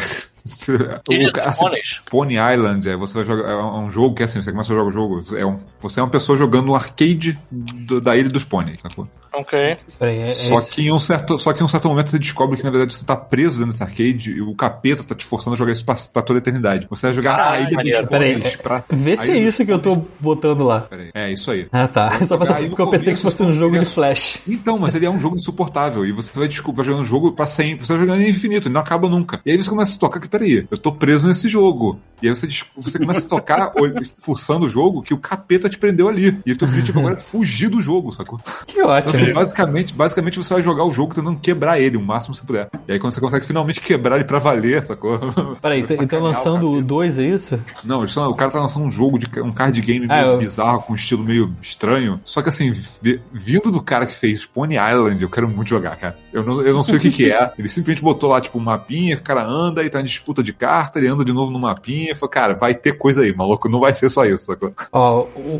Ilha é o cara- dos Pôneis. Pony Island, é, você vai jogar, é um jogo que é assim, você começa a jogar o jogo, é um- você é uma pessoa jogando um arcade do- da Ilha dos Pôneis, sacou? Ok. Peraí, é, é Só esse? que, em um certo, só que em um certo momento você descobre que, na verdade, você tá preso dentro desse arcade e o capeta tá te forçando a jogar isso pra, pra toda a eternidade. Você vai jogar a Caralho, Ilha maneiro. dos Pôneis Peraí, pra... Vê se é Aí- isso que eu tô botando lá. Peraí. É, isso aí. Ah, tá. Só pra Aí saber no porque eu pensei que começo, tá fosse um no jogo de começo- flash. Então, mas ele é um jogo insuportável e você vai, desculpa, jogando o jogo pra sempre, você vai jogando infinito, ele não acaba nunca. E aí você começa a se tocar que, peraí, eu tô preso nesse jogo. E aí você, descu- você começa a se tocar, ol- fuçando o jogo, que o capeta te prendeu ali. E o teu objetivo agora é fugir do jogo, sacou? Que Então, assim, ótimo. basicamente, basicamente você vai jogar o jogo tentando quebrar ele o máximo que você puder. E aí quando você consegue finalmente quebrar ele pra valer, sacou? Peraí, Você então sacanear o lançando o capeta. 2, é isso? Não, eles são- o cara tá lançando um jogo de ca- um card game meio Ah, eu- bizarro, com um estilo meio estranho. Só que assim, vi- vindo do cara que fez Pony Island, eu quero muito jogar, cara. Eu não, eu não sei o que, que é. Ele simplesmente botou lá, tipo, um mapinha, que o cara anda e tá em disputa de carta, ele anda de novo no mapinha e falou, cara, vai ter coisa aí, maluco, não vai ser só isso, sacou? Ó, o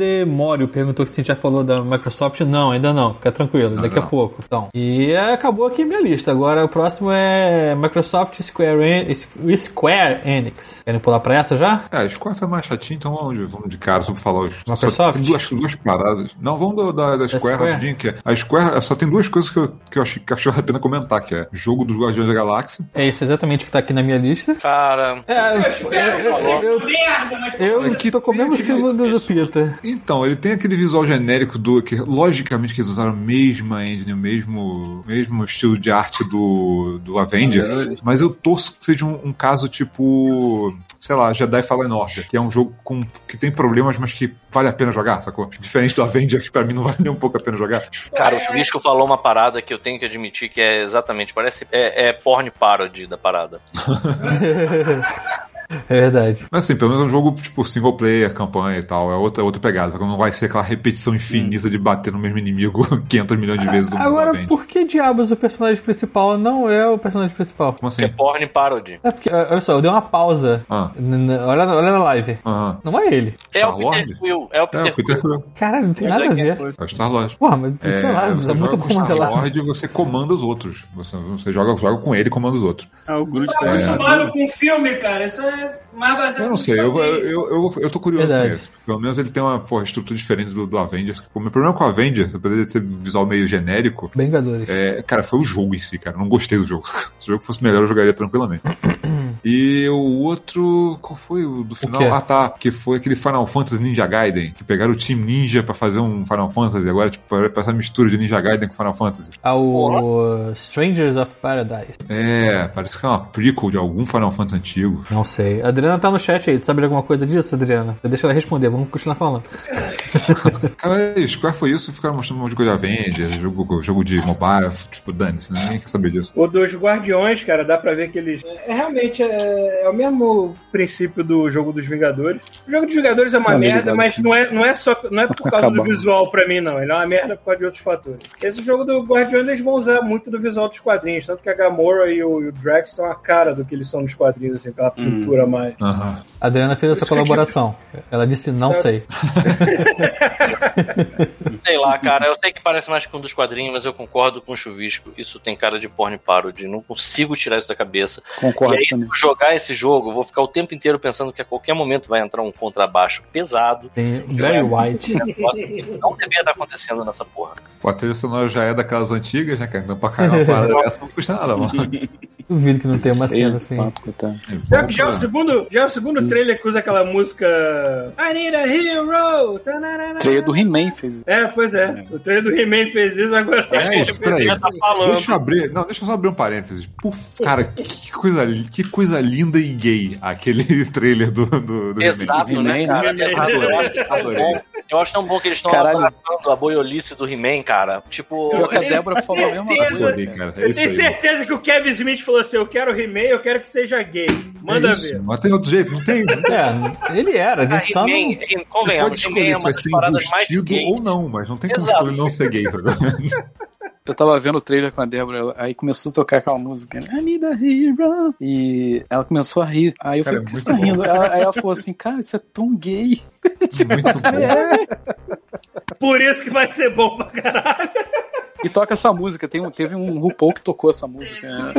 Andemório perguntou se a gente já falou da Microsoft. Não, ainda não. Fica tranquilo, daqui a não. pouco. Então, e acabou aqui minha lista. Agora o próximo é Microsoft Square, En- Square Enix. Querem pular pra essa já? Cara, É, Square foi mais chatinho, então vamos, vamos de cara, só pra falar os. só Microsoft? tem duas, duas paradas. Não, vamos do- da, da, Square, Square? rapidinho, que é- a Square é, só tem duas coisas que eu, que eu achei que achou a pena comentar, que é jogo dos Guardiões da Galáxia. É isso exatamente que tá aqui na minha lista. Cara, É, eu, eu, eu, eu tô com o mesmo símbolo do do Peter. Então, ele tem aquele visual genérico do que, logicamente, que eles usaram a mesma engine, o mesmo, mesmo estilo de arte do, do Avengers, mas eu torço que seja um, um caso tipo, sei lá, Jedi Fallen Order, que é um jogo com, que tem problemas, mas que vale a pena jogar, sacou? Diferente do Avengers, que pra mim não vale nem um pouco a pena jogar. cara, o Chuvisco falou uma parada que eu tenho que admitir que é exatamente, parece, é, é porn parody da parada. É verdade. Mas assim, pelo menos é um jogo tipo single player, campanha e tal, é outra, outra pegada, sacou? Não vai ser aquela repetição infinita de bater no mesmo inimigo 500 milhões de vezes do do Hum. Agora, Avengers. por que diabos o personagem principal não é o personagem principal? Como É assim? porn parody. É porque, olha só, eu dei uma pausa. Ah, N- n- Olha, olha na live. aham. Não é ele. Tá É o Star-Lord? Peter Quill, é o É, o Peter Quill. Peter Quill. Caralho, não tem nada a ver. É o Star-Lord. Porra, mas sei lá, você tá muito joga com comando lá. Star-Lord e você comanda os outros. Você, você joga, joga com ele e comanda os outros. Ah, o Groot Tá tá aí. acostumado com filme, cara. Isso é mais baseado É. Eu não sei, eu, eu, eu, eu tô curioso com Verdade. esse. Pelo menos ele tem uma pô, estrutura diferente do, do Avengers. O meu problema com o Avengers, apesar de ser um visual meio genérico, Vingadores. é, cara, foi o jogo em si, cara. Eu não gostei do jogo. Se o jogo fosse melhor, eu jogaria tranquilamente. E o outro. Qual foi o do final? quê? ah, tá. Que foi aquele Final Fantasy Ninja Gaiden. Que pegaram o time Ninja pra fazer um Final Fantasy. Agora, tipo, pra essa mistura de Ninja Gaiden com Final Fantasy. Ao Ah, Strangers of Paradise. É, parece que é uma prequel de algum Final Fantasy antigo. Não sei. A Adriana tá no chat aí. Tu sabe de alguma coisa disso, Adriana? Deixa ela responder, vamos continuar falando. Cara, é isso, Square foi isso, ficaram mostrando um monte de coisa de Avengers, jogo, jogo de mobile, tipo, dane-se, né? ninguém quer saber disso. O dos Guardiões, cara, dá pra ver que eles. É, realmente é, é o mesmo princípio do jogo dos Vingadores. O jogo dos Vingadores é uma Ah, merda, tá verdade. mas não é, não é só não é por causa do Acabamos. visual pra mim, não. Ele é uma merda por causa de outros fatores. Esse jogo do Guardiões eles vão usar muito do visual dos quadrinhos, tanto que a Gamora e o, e o Drax são a cara do que eles são nos quadrinhos, assim, pela Hum. pintura mais. Aham. A Adriana fez essa é colaboração. Ela disse não sei. Sei lá, cara, eu sei que parece mais com um dos quadrinhos, mas eu concordo com o Chuvisco. Isso tem cara de porn parody, não consigo tirar isso da cabeça. Concordo e aí, se também. eu jogar esse jogo, eu vou ficar o tempo inteiro pensando que a qualquer momento vai entrar um contrabaixo pesado. Tem Barry White. Negócio que não devia estar acontecendo nessa porra. Pô, A trilha sonora já é daquelas antigas, né, cara? Então pra cair uma parada dessa não custa nada, mano. Duvido que não tenha uma cena Esse assim. papo que eu tenho. é Já, já é o segundo, já é o segundo trailer que usa aquela música I need a hero! Tananana. Trailer do He-Man fez. É, pois é. O trailer do He-Man fez isso, agora É, isso, peraí. tá falando. Deixa eu abrir. Não, deixa eu só abrir um parênteses. Por, cara, que coisa, li- que coisa linda e gay aquele trailer do. do, do He-Man. Exato, né, He-Man, cara? né? Exato. Eu acho que tão Adorei. bom. Eu acho tão bom que eles estão Caralho. abraçando a boiolice do He-Man, cara. Tipo, Pior que a tenho Débora falou a mesma certeza. coisa. Adorei, cara. É Eu isso aí. tenho certeza que o Kevin Smith falou assim: eu quero He-Man, eu quero que seja gay. Manda é isso, ver. Não tem outro jeito, não tem. Não É, ele era, a cara, gente só não. He-Man, He- tem- pode convenhamos, He-Man escolher é se uma vai das ser paradas mais vestido gays. ou não, mas não tem como Exato. escolher não ser gay. sabe? Eu tava vendo o trailer com a Débora, aí começou a tocar aquela música, né? I need a hero. E ela começou a rir. Aí eu Cara, falei, por que é você tá muito rindo? Ela- aí ela falou assim, cara, isso é tão gay. Muito bom. É. Por isso que vai ser bom pra caralho. E toca essa música. Tem um, teve um RuPaul que tocou essa música. né?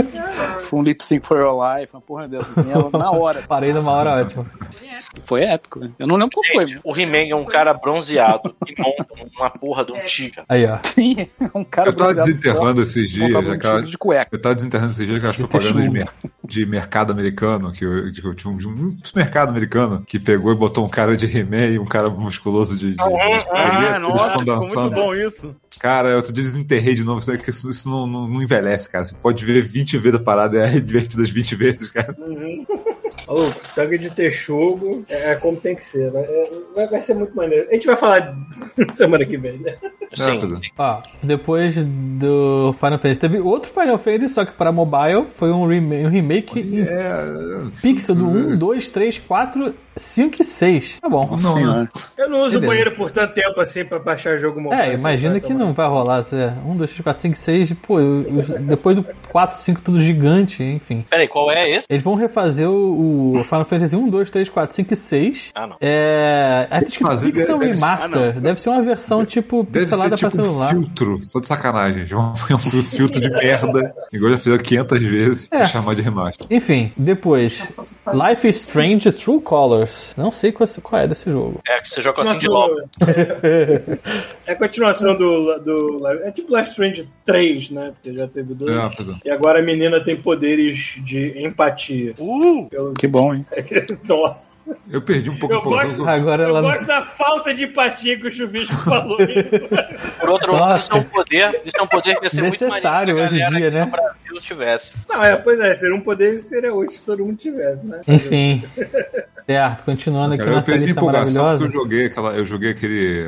Foi um lip sync for your life, uma porra dessa. assim, ela- Na hora. Parei numa hora ótima. Foi épico. né? Eu não lembro qual foi. Gente, mas- o He-Man é um cara bronzeado que monta uma porra de um tigre. Aí, ó. Sim, é um cara Eu tava bronzeado, desenterrando esses só dias, montado num aquela, tiro de cueca. Eu tava desenterrando esses dias aquelas propagandas de, mer- de mercado americano, que eu, de, de um, de um mercado americano, que pegou e botou um cara de remé e um cara musculoso de. de, de Ah, palheta, nossa, eles né? ficou estão muito bom isso. Cara, eu outro dia desenterrei de novo, isso, que isso, isso não, não, não envelhece, cara. Você pode ver 20 vezes a parada, é divertido as 20 vezes, cara. Ô, tanque de texugo é como tem que ser. Vai, é- vai- vai ser muito maneiro. A gente vai falar semana que vem, né? Sim. Rápido. Ó, depois do Final Fantasy, teve outro Final Fantasy, só que para mobile, foi um, rema- um remake em É. pixel do 1, 2, 3, 4, 5 e 6. Tá bom. Nossa senhora. Eu não uso Beleza. banheiro por tanto tempo assim pra baixar jogo mobile. É, imagina que não vai rolar. é. Um, Zé. 1, 2, 3, 4, 5, 6. Pô, os- depois do 4, 5, tudo gigante, enfim. Peraí, qual é esse? Eles vão refazer o, o Final Fantasy 1, 2, 3, 4, 5 e 6. Ah, não. É. Aí tem escrito Fazer Pixel deve- deve- Remaster. ah, não. Deve ser uma versão tipo Deve pixelada ser tipo pra um celular. filtro, só de sacanagem. gente. Vamos fazer um filtro de merda, igual já fizeram 500 vezes, É. e chamar de remaster. Enfim, depois. Life is Strange True Colors. Não sei qual, qual é desse jogo. É, que você joga assim de LOL. um Continuação, é a continuação do, do. É tipo Life Strange 3, né? Porque já teve dois. É, rapidão. E agora a menina tem poderes de empatia. Uh! Pelo- Que bom, hein? Nossa. Eu perdi um pouco Eu o pô, gosto- Agora Eu ela. gosto da falta de empatia que o Chuvisco falou isso. Por outro lado, isso é um poder, isso é um poder que ia ser Necessário muito maneiro que a hoje em galera dia, aqui né? no Brasil tivesse. Não, é, pois é, seria um poder seria útil se todo mundo tivesse, né? Enfim. Certo, continuando aqui Cara, eu nessa perdi lista empolgação porque maravilhosa. eu joguei aquela. Eu joguei aquele.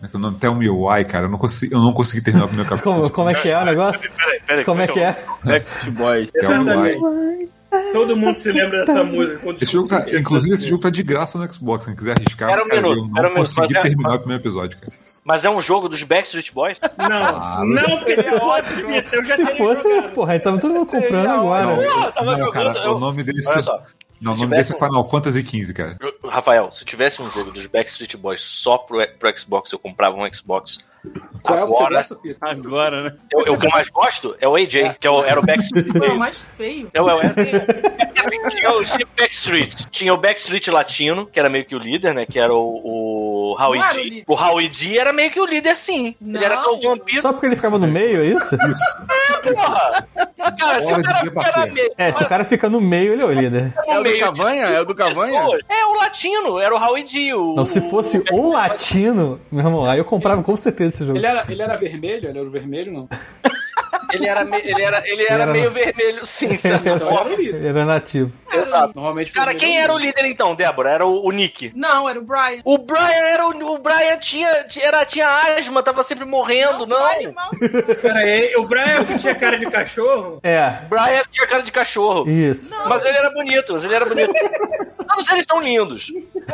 Como é que é o nome? Tell Me Why, cara. Eu não consegui, eu não consegui terminar o tá primeiro capítulo. Como, como é que é o negócio? Peraí, peraí. Como é que é? Backstreet Boys. Tell Me Why. Exatamente. um Todo mundo se lembra dessa música. Quando Esse jogo tá, escuta, inclusive, esse assim. jogo tá de graça no Xbox. Quem quiser arriscar, Era um cara, minuto, eu era um não minuto, consegui mas é- terminar o primeiro episódio, cara. Mas é um jogo dos Backstreet Boys? Não, Claro. não, porque se fosse, um- Vitor, eu já Se teria fosse, jogado. porra, aí tava todo mundo comprando Não, agora. eu tava não, cara, jogando, eu- o nome dele Olha é- só. não, o nome tivesse um desse é Final Fantasy XV, cara. eu- Rafael, se tivesse um jogo dos Backstreet Boys só pro, pro Xbox, eu comprava um Xbox. Qual é o que você Agora- gosta, Pito? Agora, né? Eu, eu- o que eu mais gosto é o AJ, que é o- era o Backstreet Não, Boys. mais feio. Eu, eu, assim, assim, tinha, o, tinha o Backstreet. Tinha o Backstreet Latino, que era meio que o líder, né? Que era o, o Howie Não era o D. líder. O Howie D era meio que o líder, sim. Ele era Não. tão vampiro, Só porque ele ficava no meio, é isso? Isso. porra! Cara, se Hora de o cara debater. era meio. É, se o cara fica no meio, ele é o líder. É o do Cavanha? É o do Cavanha? pessoas, É o latino, era o Howie D. O, Não, se fosse o latino, meu irmão, aí eu comprava com certeza esse jogo. Ele era, ele era vermelho? Ele era o vermelho, não? Ele era, me- ele era, ele era era- meio vermelho, sim, sabe? Então ele era o líder. Ele era nativo. Exato. Normalmente o Cara, vermelho quem é o era o líder. líder então, Débora? Era o, o Nick. Não, era o Brian. O Brian era o, o Brian tinha, tinha- era, tinha asma, tava sempre morrendo, não. fale mal. Pera aí, o Brian que tinha cara de cachorro? É, Brian tinha cara de cachorro. isso. Mas é ele era bonito, mas ele era bonito. Todos eles são lindos.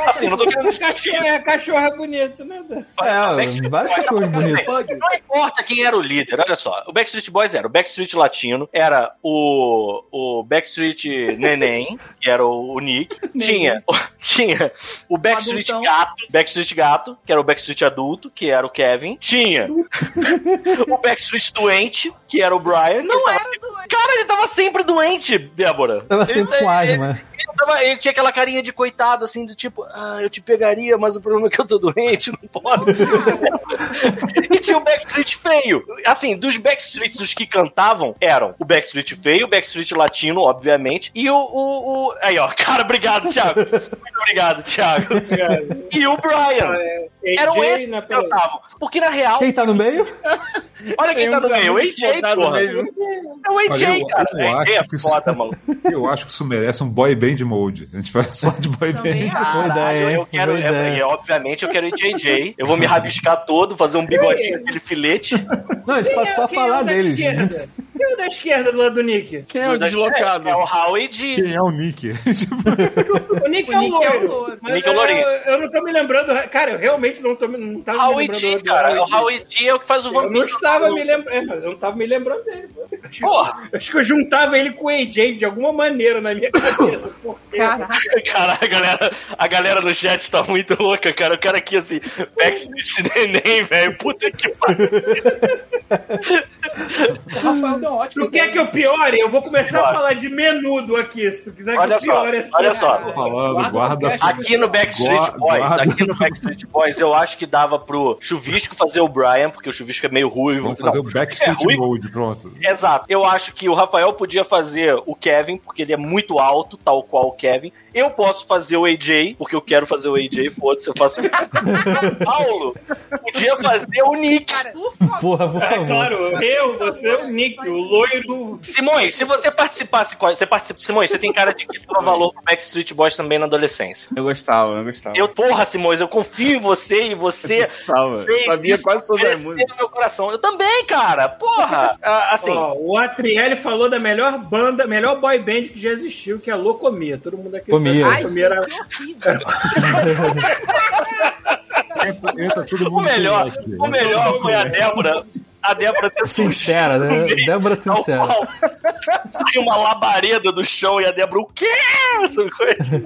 Assim, não tô querendo. Cachorro é, cachorro é bonito, né? Dan? É, vários cachorros bonitos. Bug. Não importa quem era o líder, olha só. O Backstreet Boys era o Backstreet Latino, era o, o Backstreet Neném, que era o, o Nick. Tinha, tinha o Backstreet Adultão. Gato, Backstreet Gato, que era o Backstreet Adulto, que era o Kevin. Tinha o Backstreet Doente, que era o Brian. que Não tava era do Cara, ele tava sempre doente, Débora. Tava Ele- sempre com ele- asma. Ele, ele, tava- ele tinha aquela carinha de coitado, assim, do tipo, ah, eu te pegaria, mas o problema é que eu tô doente, não posso. e tinha o Backstreet feio. Assim, dos Backstreets, os que cantavam eram o Backstreet feio, o Backstreet latino, obviamente, e o. o- o- Aí, ó, cara, obrigado, Thiago. Muito obrigado, Thiago. E o Ah, Brian. é, Eram AJ esses na que cantavam. Porque na real, Quem tá no meio? olha quem Tem tá um no meio, o muito AJ, botado porra. mesmo. É o AJ, Olha, eu- cara. eu O AJ acho que é isso- foda, mano. Eu acho que isso merece um boy band mode. A gente vai só de boy Também é. band. acho. Boa ideia, Caralho, eu hein? quero. Boa É, ideia. e, obviamente eu quero ir JJ. Eu vou me rabiscar todo, fazer um bigodinho, aquele filete. Não, a gente é é- pode só falar da deles. Esquerda? Quem é o da esquerda do lado do Nick? Quem é o deslocado? É, é o Howard. Quem é o Nick? Tipo, O Nick O é o Nick é o loiro. loiro. mas Nick é o lourinho. Eu, eu não tô me lembrando. Cara, eu realmente não tô me- não tava me lembrando. Howard, do cara. O Howard. Howard é o que faz o Eu vampiro. não estava me lembrando. É, mas eu não estava me lembrando dele. pô. Acho que- Porra. Acho que eu juntava ele com o AJ de alguma maneira na minha cabeça. Por quê? Caraca. Caralho, a galera, a galera no chat tá muito louca, cara. O cara aqui, assim, Backstreet Neném, velho. Puta que pariu. O Rafael deu um ótimo. Tu quer que eu piore? Eu vou começar a falar de menudo aqui. Se tu quiser que Olha eu só, piore essa olha porra. só. falando, Guarda guarda. o podcast. Aqui no Backstreet Guarda- Boys, guarda. aqui no Backstreet Boys, eu acho que dava pro Chuvisco fazer o Brian, porque o Chuvisco é meio ruivo. Vamos fazer Não, o backstreet é ruim. mode, pronto. Exato. Eu acho que o Rafael podia fazer o Kevin, porque ele é muito alto, tal qual o Kevin. Eu posso fazer o AJ, porque eu quero fazer o AJ, foda-se, eu faço o Paulo podia fazer o Nick. Por favor. Porra, por É favor. claro, eu, você, o Nick, o loiro. Simões, se você participasse com a- você participa, Simões, você tem cara de que dava valor pro Backstreet Boys também na adolescência. Eu gostava, eu gostava. Eu, porra, Simões, eu confio em você e você gostava. fez Sabia isso quase todas as crescer músicas. no meu coração. Eu também, cara. Porra. Ah, assim, Ó, o Atriel falou da melhor banda, melhor boy band que já existiu, que é Locomia. Todo mundo aqui Comia. sabe Ai, que gente, Locomia era que horrível. Entra, entra todo o mundo. melhor, aqui. o melhor foi a Débora. A Débora ter surgido. Sincera, né? um Débora Ao sincera. qual saiu uma labareda do chão e a Débora, o quê? Essa coisa.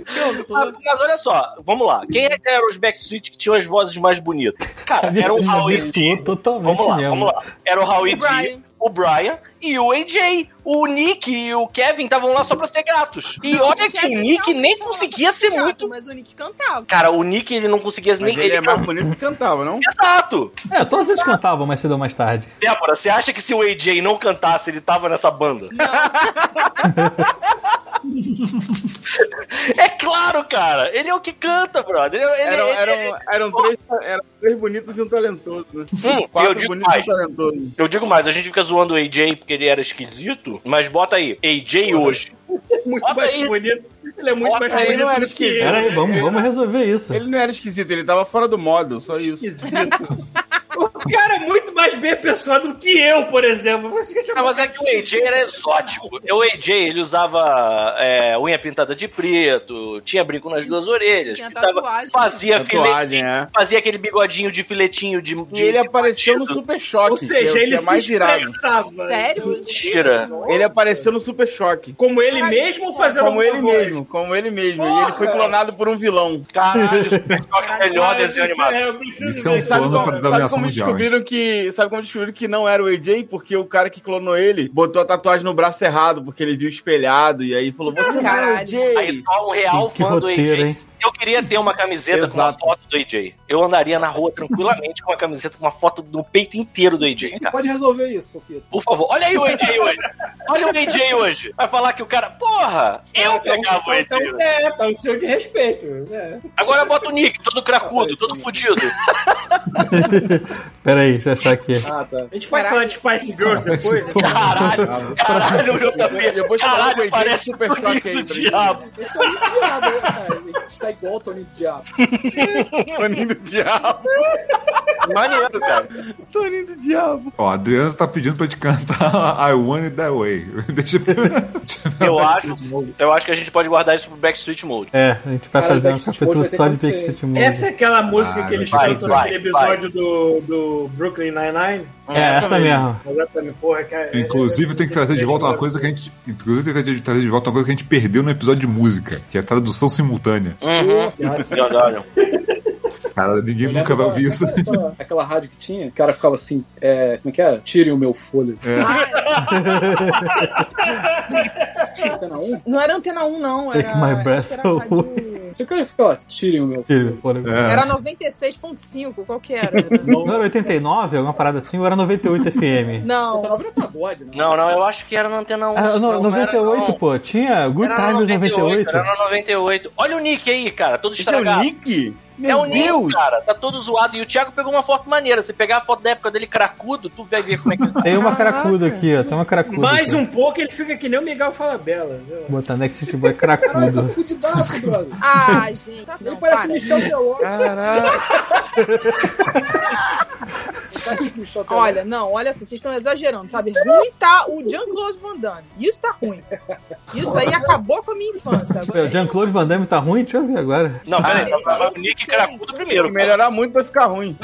Ah, Mas olha só, vamos lá. Quem é que eram os Backstreet que tinham as vozes mais bonitas? Cara, A gente era o já Howie desvirtuou D. totalmente Vamos lá, mesmo. vamos lá. Era o Howie O D, Brian. o Brian e o AJ. O Nick e o Kevin estavam lá só pra ser gatos. E olha que o Nick nem conseguia ser muito. Mas o Nick cantava. Cara, o Nick ele tá não conseguia Mas nem. ele é mais bonito que cantava, não? Exato! É, todos eles cantavam mais cedo ou mais tarde. Débora, você acha que se o AJ não cantasse, ele tava nessa banda? é claro, cara. Ele é o que canta, brother. Ele, é, ele- Eram, ele- eram, eram, três, eram três bonitos e um talentoso, né? Hum, eu Quatro digo bonitos mais. e um talentoso. Eu digo mais, a gente fica zoando o AJ porque ele era esquisito, mas bota aí, AJ hoje. muito Bota mais aí. bonito. Ele é muito Bota mais aí, bonito não era do que esquisito. Pera eu. aí, vamos, vamos resolver isso. é Ele não era esquisito, ele tava fora do modo, só isso. Esquisito. O cara é muito mais bem pessoado do que eu, por exemplo. Você que Não, mas é que o AJ era exótico. É O AJ, ele usava é, unha pintada de preto, tinha brinco nas duas orelhas, Tinha pintava- tatuagem. fazia assim, Tatuagem, filetinho, é. fazia aquele bigodinho de filetinho de... E de- é ele é- apareceu no Super Choque. Ou seja, que é, ele que é mais se irado. expressava. Sério? Mentira. Nossa. Ele apareceu no Super Choque. Como ele mesmo ou fazendo Como ele alguma voz? mesmo, como ele mesmo. E ele foi clonado por um vilão. Caralho, Super Choque é o melhor Ah, isso desenho animado. é, eu preciso Isso é um ver. Sabe Clonado como, pra- da sabe ameaça como mundial, descobriram que. Sabe como descobriram que não era o AJ? Porque o cara que clonou ele botou a tatuagem no braço errado, porque ele viu espelhado, e aí falou: Você não é o Aí Caralho. AJ! só um real Que fã do roteiro, AJ. hein? Eu queria ter uma camiseta Exato. com uma foto do AJ. Eu andaria na rua tranquilamente com uma camiseta com uma foto do peito inteiro do A AJ, gente cara. pode resolver isso, Sofia. Por favor, olha aí o AJ hoje. Olha o AJ hoje. Vai falar que o cara. Porra! Eu pegava o AJ. Então, é, tá o seu de respeito. É. Agora bota o Nick, todo cracudo, todo fudido. Pera aí, deixa eu achar aqui. Ah, tá. A gente pode falar de Spice Girls depois? é um né? Caralho, caralho, JP. Eu vou chamar o Caralho, AJ parece Super o Choque Nick aí do pra gente. diabo. Eu tô muito diabo, né, cara? A gente tá igual o Tony Diabo. Toninho É, do Diabo. Maneiro, cara. Toninho do Diabo. Ó, a Adriana tá pedindo pra te cantar I Want It That Way. Deixa eu... Eu acho, eu acho que a gente pode guardar isso pro Backstreet Mode. É, a gente vai Cara, fazer um Backstreet capítulo Boys vai só ter de que acontecer. Backstreet Mode. Essa é aquela música Ah, que eles vai, cantam vai, naquele vai. episódio do, do Brooklyn Nine-Nine. É, essa mesmo. Exatamente, porra, é- cara. Inclusive, tem que trazer de volta uma coisa que a gente. Inclusive, tem que trazer de volta uma coisa que a gente perdeu no episódio de música, que é a tradução simultânea. Uhum. Nossa, Eu adoro. cara. Ninguém nunca vai ouvir isso. Aquela, aquela rádio que tinha, o cara ficava assim, é, como é que era? Tirem o meu fôlego. Antena 1? Não era Antena 1, não. Era, Take my breath acho que era a rádio- O cara ficava, tirem o meu fôlego. Ele, olha- É. Era 96.5, qual que era? Não era 89, alguma parada assim, ou era 98 FM? Não, 99 era pagode, né? Não, não, eu acho que era na antena 1. Era Ah, no, não, não era, 98, não. pô. Tinha Good Era na Times 98. Era na 98. Olha o Nick aí, cara, todo Esse é o estragado. Nick? é o Meu Deus! Nick, cara, tá todo zoado. E o Thiago pegou uma foto maneira. Se pegar a foto da época dele cracudo, tu vai ver como é que ele tá. Tem uma cracuda aqui, ó. Tem uma cracuda. Mais aqui. um pouco ele fica que nem o Miguel Fala Bela. Vou Botar Next Boy Caralho, eu tô cracudo. fudidaço, brother. ah, gente, tá Ele não, parece para. Michel Teló. Caraca! Tá tipo Michel Teló. Olha, não, olha assim, vocês estão exagerando, sabe? Ruim tá o Jean-Claude Van Damme. Isso tá ruim. Isso aí acabou com a minha infância. O Agora, é Jean-Claude Van Damme tá ruim? Deixa eu ver agora. Não, peraí, Ah, tá falando Nick cracudo primeiro. Melhorar muito vai ficar ruim.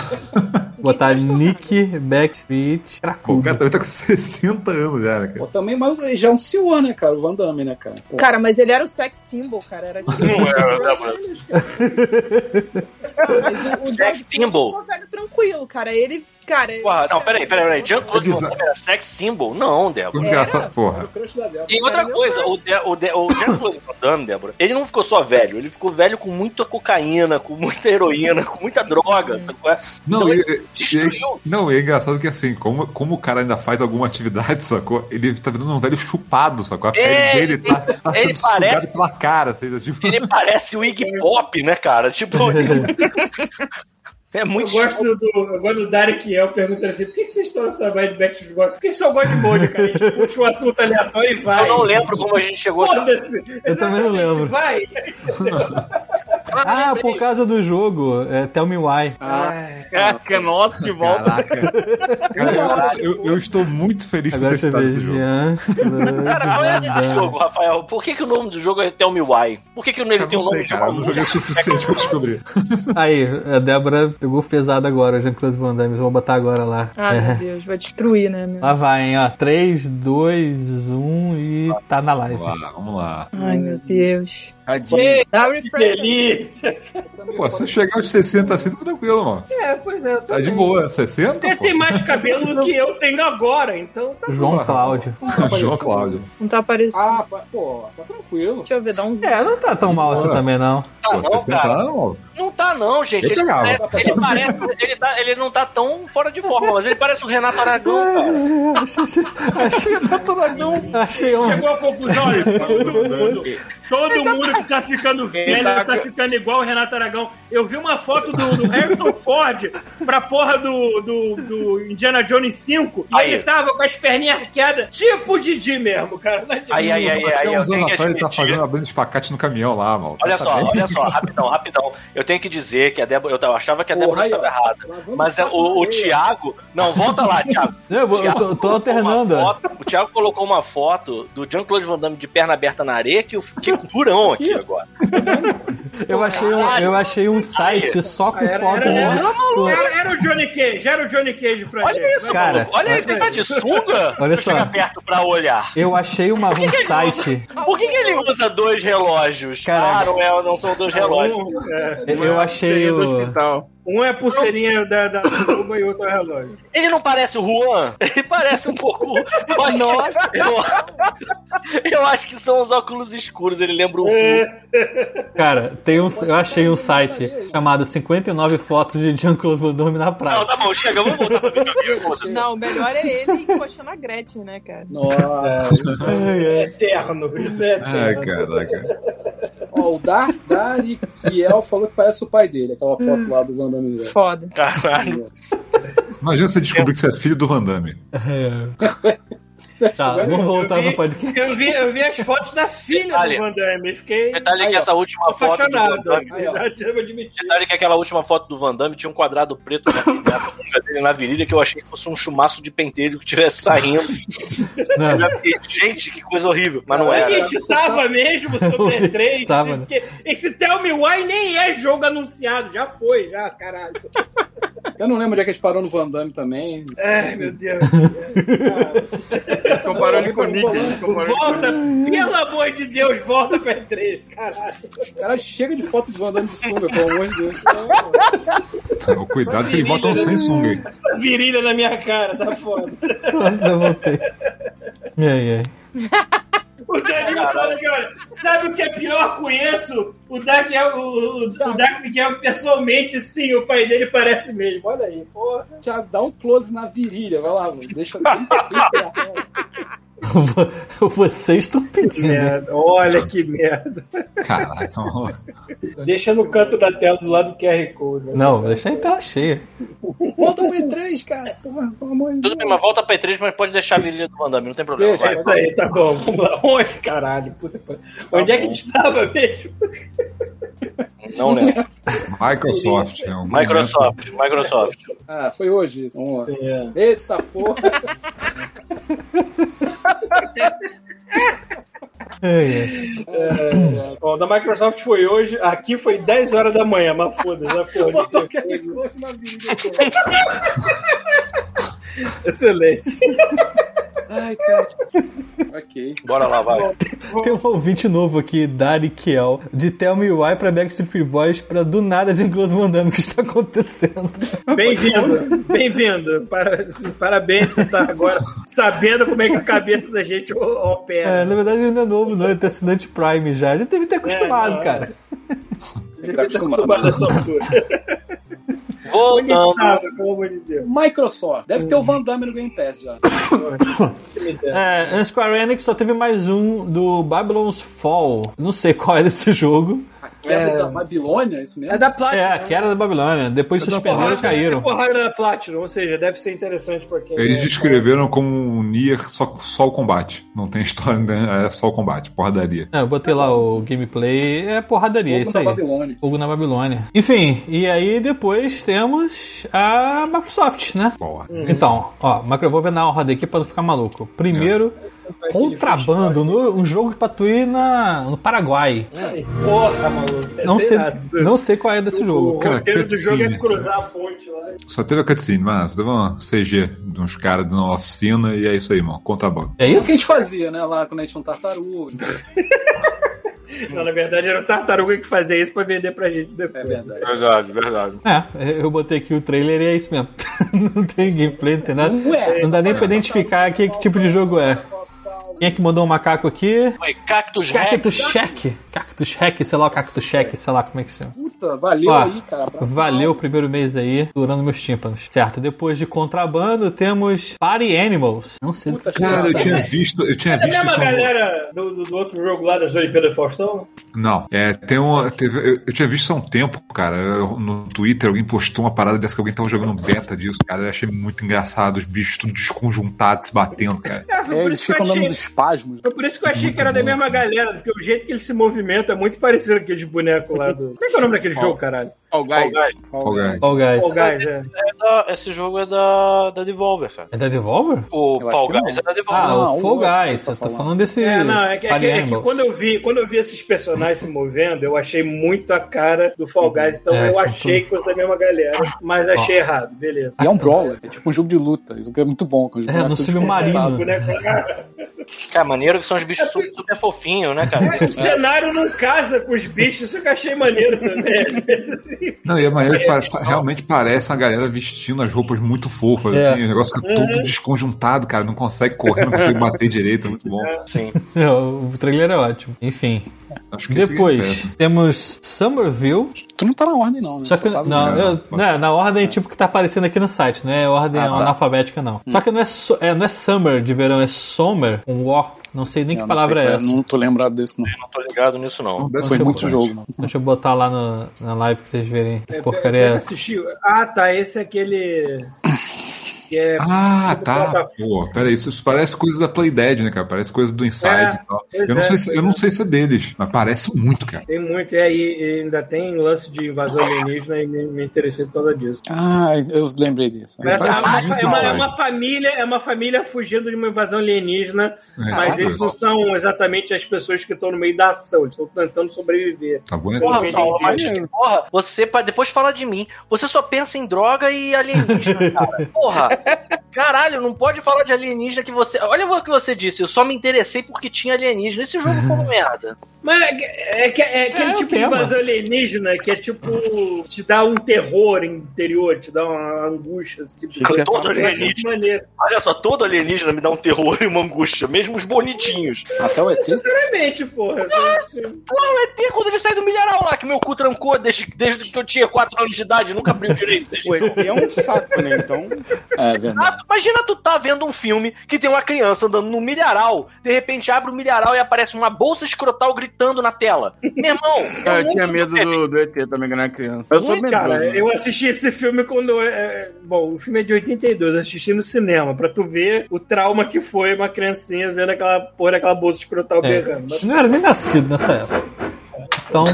Botar Nick Backstreet Pô, o cara cracudo. também tá com 60 anos já, né, cara. Pô, também, mas ele já é um senhor, né, cara? O Van Damme, né, cara? Pô, Cara, mas ele era o sex symbol, cara. Era tipo... Não era, não era. Mas o, o George Clooney symbol. ficou velho tranquilo, cara. Ele, cara... ele- Porra, É. não, peraí, peraí, peraí. Jean-Claude É Bizarro. é Van Damme era é sex symbol? Não, Débora. Engraçado, era o porra. crush da Débora. E outra Era coisa, o, de, o, de, o Jean-Claude Van Damme, Débora, ele não ficou só velho, ele ficou velho com muita cocaína, com muita heroína, com muita droga, sabe qual é? Não, Então e, ele e- e- destruiu. não, e é engraçado que assim, como, como o cara ainda faz alguma atividade, sacou? Ele tá virando um velho chupado, sacou? A pele É, dele ele- tá, tá ele sendo sugada parece- pela cara, assim, tá tipo... Ele parece o Iggy Pop, né, cara? Tipo, é Eu muito gosto do, eu gosto do Dario Kiel perguntando assim: por que que vocês estão nessa vibe de Backstreet Boys? Por que só gosta de molho, cara? A gente puxa um assunto aleatório e vai. Eu não lembro como a gente chegou. Foda-se. Eu também não lembro. Então, Vai. Ah, por causa do jogo, é, Tell Me Why. Ah, Caraca, nossa, que volta. Caraca. Então, Cara, eu, eu- eu estou muito feliz por Agora ter você citado vê esse jogo. Jean. Cara, qual é o jogo, Rafael? Por que, que o nome do jogo é Tell Me Why? Por que, que ele Eu tem não o nome sei, de cara. uma Eu não joguei música? o suficiente pra descobrir. Aí, a Débora pegou pesado agora, Jean-Claude Van Damme. Vou botar agora lá. Ai, É. Ah, meu Deus, vai destruir, né? Meu... Lá vai, hein, ó. 3, 2, 1 e tá na live. Vamos lá, vamos lá. Ai, meu Deus. Tadinho. Dá um Que refresh. delícia. Pô, se eu chegar aos 60 assim, tá tranquilo, mano. É, pois é. eu tô Tá de bem. boa, 60? Ele pô. tem mais cabelo do que eu tenho agora, então tá. João Cláudio. João Cláudio. Não tá aparecendo. Ah, pa- pô, tá tranquilo. Deixa eu ver, dá um zoom. É, não tá tão mal assim Boa. também, não. Ah, Pô, não, 60 cara. não. Não tá, não, gente. Eu Ele pegava. parece, ele, parece ele, tá- ele não tá tão fora de forma, mas ele parece o Renato Aragão, cara. Achei Achei um. Chegou à conclusão, olha, todo mundo, todo mundo que tá ficando velho tá- tá... ficando igual o Renato Aragão. Eu vi uma foto do, do Harrison Ford pra porra do, do, do Indiana Jones 5 e Aí. ele tava com as perninhas arqueadas, tipo o Didi mesmo, cara. Não adianta. Aí, aí, aí, É, aí, Até eu uns tenho anos um que atrás ele tá admitir. fazendo abrindo espacate no caminhão lá, mal. Olha Tá só, bem? olha só, rapidão, rapidão. Eu tenho que dizer que a Débora, eu achava que a Débora Porra, aí, estava ó. errada. Lavando Mas é, saco na o, o areia. Thiago. Não, volta lá, Thiago. Eu, vou- eu tô, eu tô Thiago colocou uma alternando. ó. foto- o Thiago colocou uma foto do Jean-Claude Van Damme de perna aberta na areia que eu fiquei durão aqui agora. Eu achei um, eu achei um site só com Era- foto. era- de- Era, era o Johnny Cage, era o Johnny Cage pra Olha gente. é isso, Cara, maluco. Olha isso, ele tá de sunga? Olha Deixa eu só. chegar perto pra olhar. Eu achei uma, um site. Por que, que ele usa dois relógios? Caraca. Claro, é, não são dois relógios. Um, é, Eu achei Seria do o. hospital. um é pulseirinha da, da Suruba e outro é o relógio. Ele não parece o Juan? Ele parece um pouco. Eu acho, Que, eu, eu acho que são os óculos escuros, ele lembra o Juan. Cara, tem um, eu achei um site chamado 59 fotos de Jean-Claude Van Damme na Não, praia. tá bom, chega, vamos voltar pra brincadeira. Não, o melhor é ele encoxando a Gretchen, né, cara? Nossa. Ai, ai. Eterno, isso é eterno. Ai, caraca. Ó, o Dar, Dari Kiel falou que parece o pai dele, aquela foto lá do Van Damme. velho. Foda. Caralho. Imagina você descobrir que você é filho do Van Damme. É. Tá, vamos voltar no podcast. Eu vi, eu vi as fotos da filha Detalhe. do Van Damme. Fiquei Detalhe Aí, que ó. essa última foto. tá Do Van apaixonado. Damme, Na verdade, eu vou admitir. detalhe que aquela última foto do Van Damme tinha um quadrado preto na virilha dele na virilha que eu achei que fosse um chumaço de pentelho que estivesse saindo. Não. Eu fiquei, Gente, que coisa horrível. Mas não é. A era. gente tava mesmo sobre Onde 3 estava, né? Esse Tell Me Why nem é jogo anunciado, já foi, já, caralho. Eu não lembro onde é que a gente parou no Van Damme também. Ai, É, meu Deus. Comparou ele com o Nick. ele comparou ele com o Volta, Nick. pelo amor de Deus, volta com a E3, caralho. Cara, chega de foto de Van Damme de sunga, pelo amor de Deus. Então, Cuidado que ele bota um sem sunga aí. Essa virilha na minha cara, tá foda. Pronto, já voltei. E aí, e aí? O Danilo falando que, olha, sabe o que é pior? Conheço o Dark, é o, o, o Dark Miguel pessoalmente, sim, o pai dele parece mesmo. Olha aí, porra. Já dá um close na virilha, vai lá, mano. Deixa bem, bem Vocês estão Que pedindo. hein? merda, olha que merda. Caralho. Deixa no canto da tela do lado do QR Code. né? Não, deixa a tela cheia. Volta pro E3, um cara. Porra, Pelo amor de Tudo bem, Deus. mas volta pra E3, mas pode deixar a virilha do Van Damme, não tem problema. Deixa, É Vai. isso aí, tá bom. Vamos lá. Onde, caralho? Puta, que pariu. Onde é que a gente estava mesmo? Não lembro. Microsoft. É um Microsoft, Microsoft. Ah, foi hoje isso. Vamos lá. Sim, é. Eita porra. Ai, ai. Bom, da Microsoft foi hoje, aqui foi 10 horas da manhã, mas foda-se, já foi hoje. Botou QR Code na virilha. cara. Excelente. Ai, cara. ok. Bora lá, vai. Tem um ouvinte novo aqui, Dari Kiel, de Tell Me Why pra Backstreet Boys pra do nada Jean-Claude Van Damme, o que está acontecendo? Bem-vindo, bem-vindo. Para- Parabéns, você tá agora sabendo como é que a cabeça da gente o- É, opera. na verdade ele não é novo, não, ele tá assinante Prime já. Já teve que ter acostumado, É, não. cara. Ele tá tá acostumado. acostumado nessa altura. Voltando. Sabe, pelo amor de Deus. Microsoft. Deve ter o Van Damme no Game Pass já. É, a Square Enix só teve mais um do Babylon's Fall. Não sei qual era esse jogo. A queda da Babilônia, isso mesmo? É da É, a Platinum. queda da Babilônia. Depois suspenderam e caíram. Porrada da Platinum, ou seja, deve ser interessante pra quem. é. Eles descreveram como um Nier só, só o combate. Não tem história, né? é só o combate, porradaria. É, eu botei lá o gameplay, é porradaria, Fogo isso da aí. Babilônia. Fogo na Babilônia. Enfim, e aí depois temos a Microsoft, né? Porra. Então, ó, macro, eu vou ver na ordem aqui pra não ficar maluco. Primeiro, É. contrabando, no, né? um jogo pra tu ir na, no Paraguai. Ai, Porra, maluco. Não sei, lá, não sei qual é desse O jogo. Cara, roteiro do jogo é cutscene. cruzar a ponte lá. Só teve a cutscene, mas teve uma CG de uns caras de uma oficina e é isso aí, irmão. Contrabando. É O que a gente isso? fazia, né? Lá quando a gente tinha um tartaruga. Não, na verdade era o tartaruga que fazia isso pra vender pra gente É depois. verdade. Verdade, verdade. É, eu botei aqui o trailer e é isso mesmo. não tem gameplay, não tem nada. Ué. Não dá nem pra identificar aqui que tipo de jogo é. Quem é que mandou um macaco aqui? Foi Cactus Hack. Cactus Shack. Cactus Shack, sei lá, o Cactus Shack, sei lá como é que chama. Puta, valeu Ó, aí, cara. Abraço. Valeu o primeiro mês aí, durando meus tímpanos. Certo, depois de contrabando, temos Party Animals. Não sei do que Cara, eu tinha visto, eu tinha É a visto mesma isso. há um- galera do, do- do outro jogo lá das Olimpíadas Faustão? Não, é, tem uma. teve- eu, eu tinha visto isso há um tempo, cara. Eu- no Twitter alguém postou uma parada dessa que alguém tava jogando um beta disso, cara. Eu achei muito engraçado, os bichos tudo desconjuntados se batendo, cara. É, É, eles ficam dando uns espasmos. né? Foi por isso que eu achei que era da mesma galera, porque o jeito que ele se movimenta é muito parecido com aqueles bonecos lá do. Como é que é o nome daquele jogo, caralho? Fall Guys. Fall é? Guys. Fall Guys. Fall Guys, é. É da- esse jogo é da, da Devolver, cara. É da Devolver? O Eu acho Fall que não. Guys é da Ah, Devolver. Não, o Fall o outro Guys. que tá Eu tô falando. falando desse. É, não, é que, é que- Party é que Animals. quando, eu vi, quando eu vi esses personagens se movendo, eu achei muito a cara do Fall Guys, então É, eu são achei tudo- que fosse da mesma galera, mas achei errado, beleza. E é um brawler, é tipo um jogo de luta. Isso que é muito bom. Com os É, bonecos no todos submarino. O conectados. boneco- Cara, maneiro que são os bichos super, super fofinhos, né, cara? O cenário não casa com os bichos, isso que eu achei maneiro também. às vezes, assim. Não, e a maneira que pa- pa- realmente parece a galera vestindo as roupas muito fofas, É. assim, o negócio fica Uhum. todo desconjuntado, cara. Não consegue correr, não consegue bater direito, é muito bom. Sim. É, O trailer é ótimo. Enfim. Acho que esse é Depois péssimo. temos Somerville. Tu não tá na ordem, não, né? Só que. Só tá no- Não, né? eu- né, na ordem tipo que tá aparecendo aqui no site, não é ordem Ah, tá. analfabética, não. Só que não é, so- é, não é summer de verão, é summer, um war. Não sei nem Eu que não palavra sei é qual essa. Não tô lembrado desse, não. Não tô ligado nisso, não. Deve Foi ser muito importante. jogo. Deixa eu botar lá no- na live pra vocês verem que é Eu porcaria é essa. assisti- Ah, tá, esse é aquele. que é. Ah, tipo tá. plataforma. Pô, peraí, isso isso parece coisa da Playdead, né, cara? Parece coisa do Inside É, e tal. pois Eu não, é, sei se, pois eu não sei se é deles, mas parece muito, cara. Tem muito, é, e e ainda tem lance de invasão alienígena e me, me interessei por causa disso. Ah, eu lembrei disso. Mas é, parece uma, muito é uma- é demais. uma família, é uma família fugindo de uma invasão alienígena, É, mas tipo eles isso. não são exatamente as pessoas que estão no meio da ação, eles estão tentando sobreviver. Tá bonito. Porra, Entendi. Saulo, mas, porra, você, pra depois falar de mim, você só pensa em droga e alienígena, cara. Porra, caralho, não pode falar de alienígena que você... Olha o que você disse, eu só me interessei porque tinha alienígena. Esse jogo foi uma merda. Mas é, que- é que- é aquele É, é o tipo de tema. invasão alienígena que é tipo. te dá um terror interior, te dá uma angústia. Esse tipo de coisa. Cara, todo É muito alienígena. maneiro. Olha só, todo alienígena me dá um terror e uma angústia, mesmo os bonitinhos. Até o ET. Sinceramente, porra. Porra, o ET, quando ele sai do milharal lá, que meu cu trancou desde, desde que eu tinha 4 anos de idade, nunca abriu direito. O ET é um saco, né? Então. É verdade. Ah, Imagina tu tá vendo um filme que tem uma criança andando no milharal, de repente abre o milharal e aparece uma bolsa escrotal gritando na tela. Meu irmão, é Cara, muito eu tinha medo diferente. do, do ET também quando era criança. Eu sou né? Ui, medroso. cara, eu assisti esse filme quando. é, bom, o filme é de 82, eu assisti no cinema, pra tu ver o trauma que foi uma criancinha vendo aquela porra, aquela bolsa escrotal É. berrando. Mas, Não era nem nascido nessa época. Então,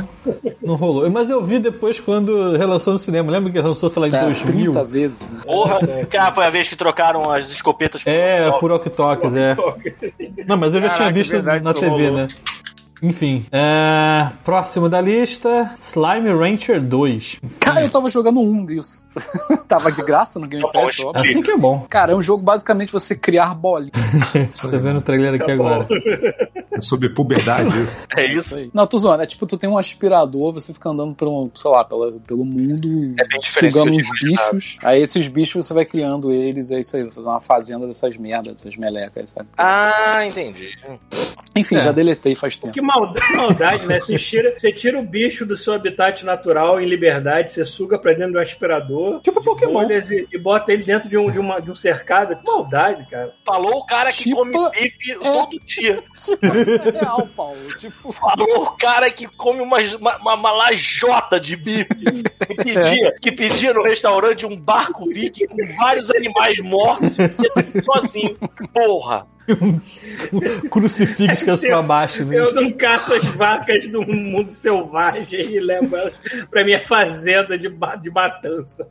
não rolou. Mas eu vi depois quando relançou no cinema. Lembra que relançou, sei lá, em Tá, 2000? 30 vezes. né? Porra, cara, foi a vez que trocaram as escopetas por É, um por walkie-talkies, é. toca. Não, mas eu já Caraca, tinha visto verdade, na isso TV, rolou. né? Enfim, é, próximo da lista, Slime Rancher 2. Cara, eu tava jogando um disso. tava de graça no Game Tá bom, Pass, isso. óbvio. Assim que é bom. Cara, é um jogo basicamente você criar bolinhas. Tô vendo o trailer aqui Tá bom. agora. É sobre puberdade isso. É isso. Não, tô zoando. É tipo, tu tem um aspirador, você fica andando pelo, sei lá, pela- pelo mundo, É bem diferente sugando do que eu uns tinha bichos. Aí esses bichos você vai criando eles, é isso aí. Você faz uma fazenda dessas merdas, dessas melecas, sabe? Ah, entendi. Enfim, É. já deletei faz tempo. Que malda- maldade, né? Você tira, você tira o bicho do seu habitat natural em liberdade, você suga pra dentro do aspirador. Tipo Pokémon. bolhas E, e bota ele dentro de um, de, uma- de um cercado. Que maldade, cara. Falou o cara que Tipo- come bife todo dia. Tipo, é real, Paulo. Tipo, Falou o cara que come uma, uma, uma- uma lajota de bife. Que pedia, que pedia no restaurante um barco viking com vários animais mortos e pedia sozinho. Porra. Crucifixas pra baixo, né? Eu não caço as vacas do mundo selvagem e levo elas pra minha fazenda de, ba- de matança.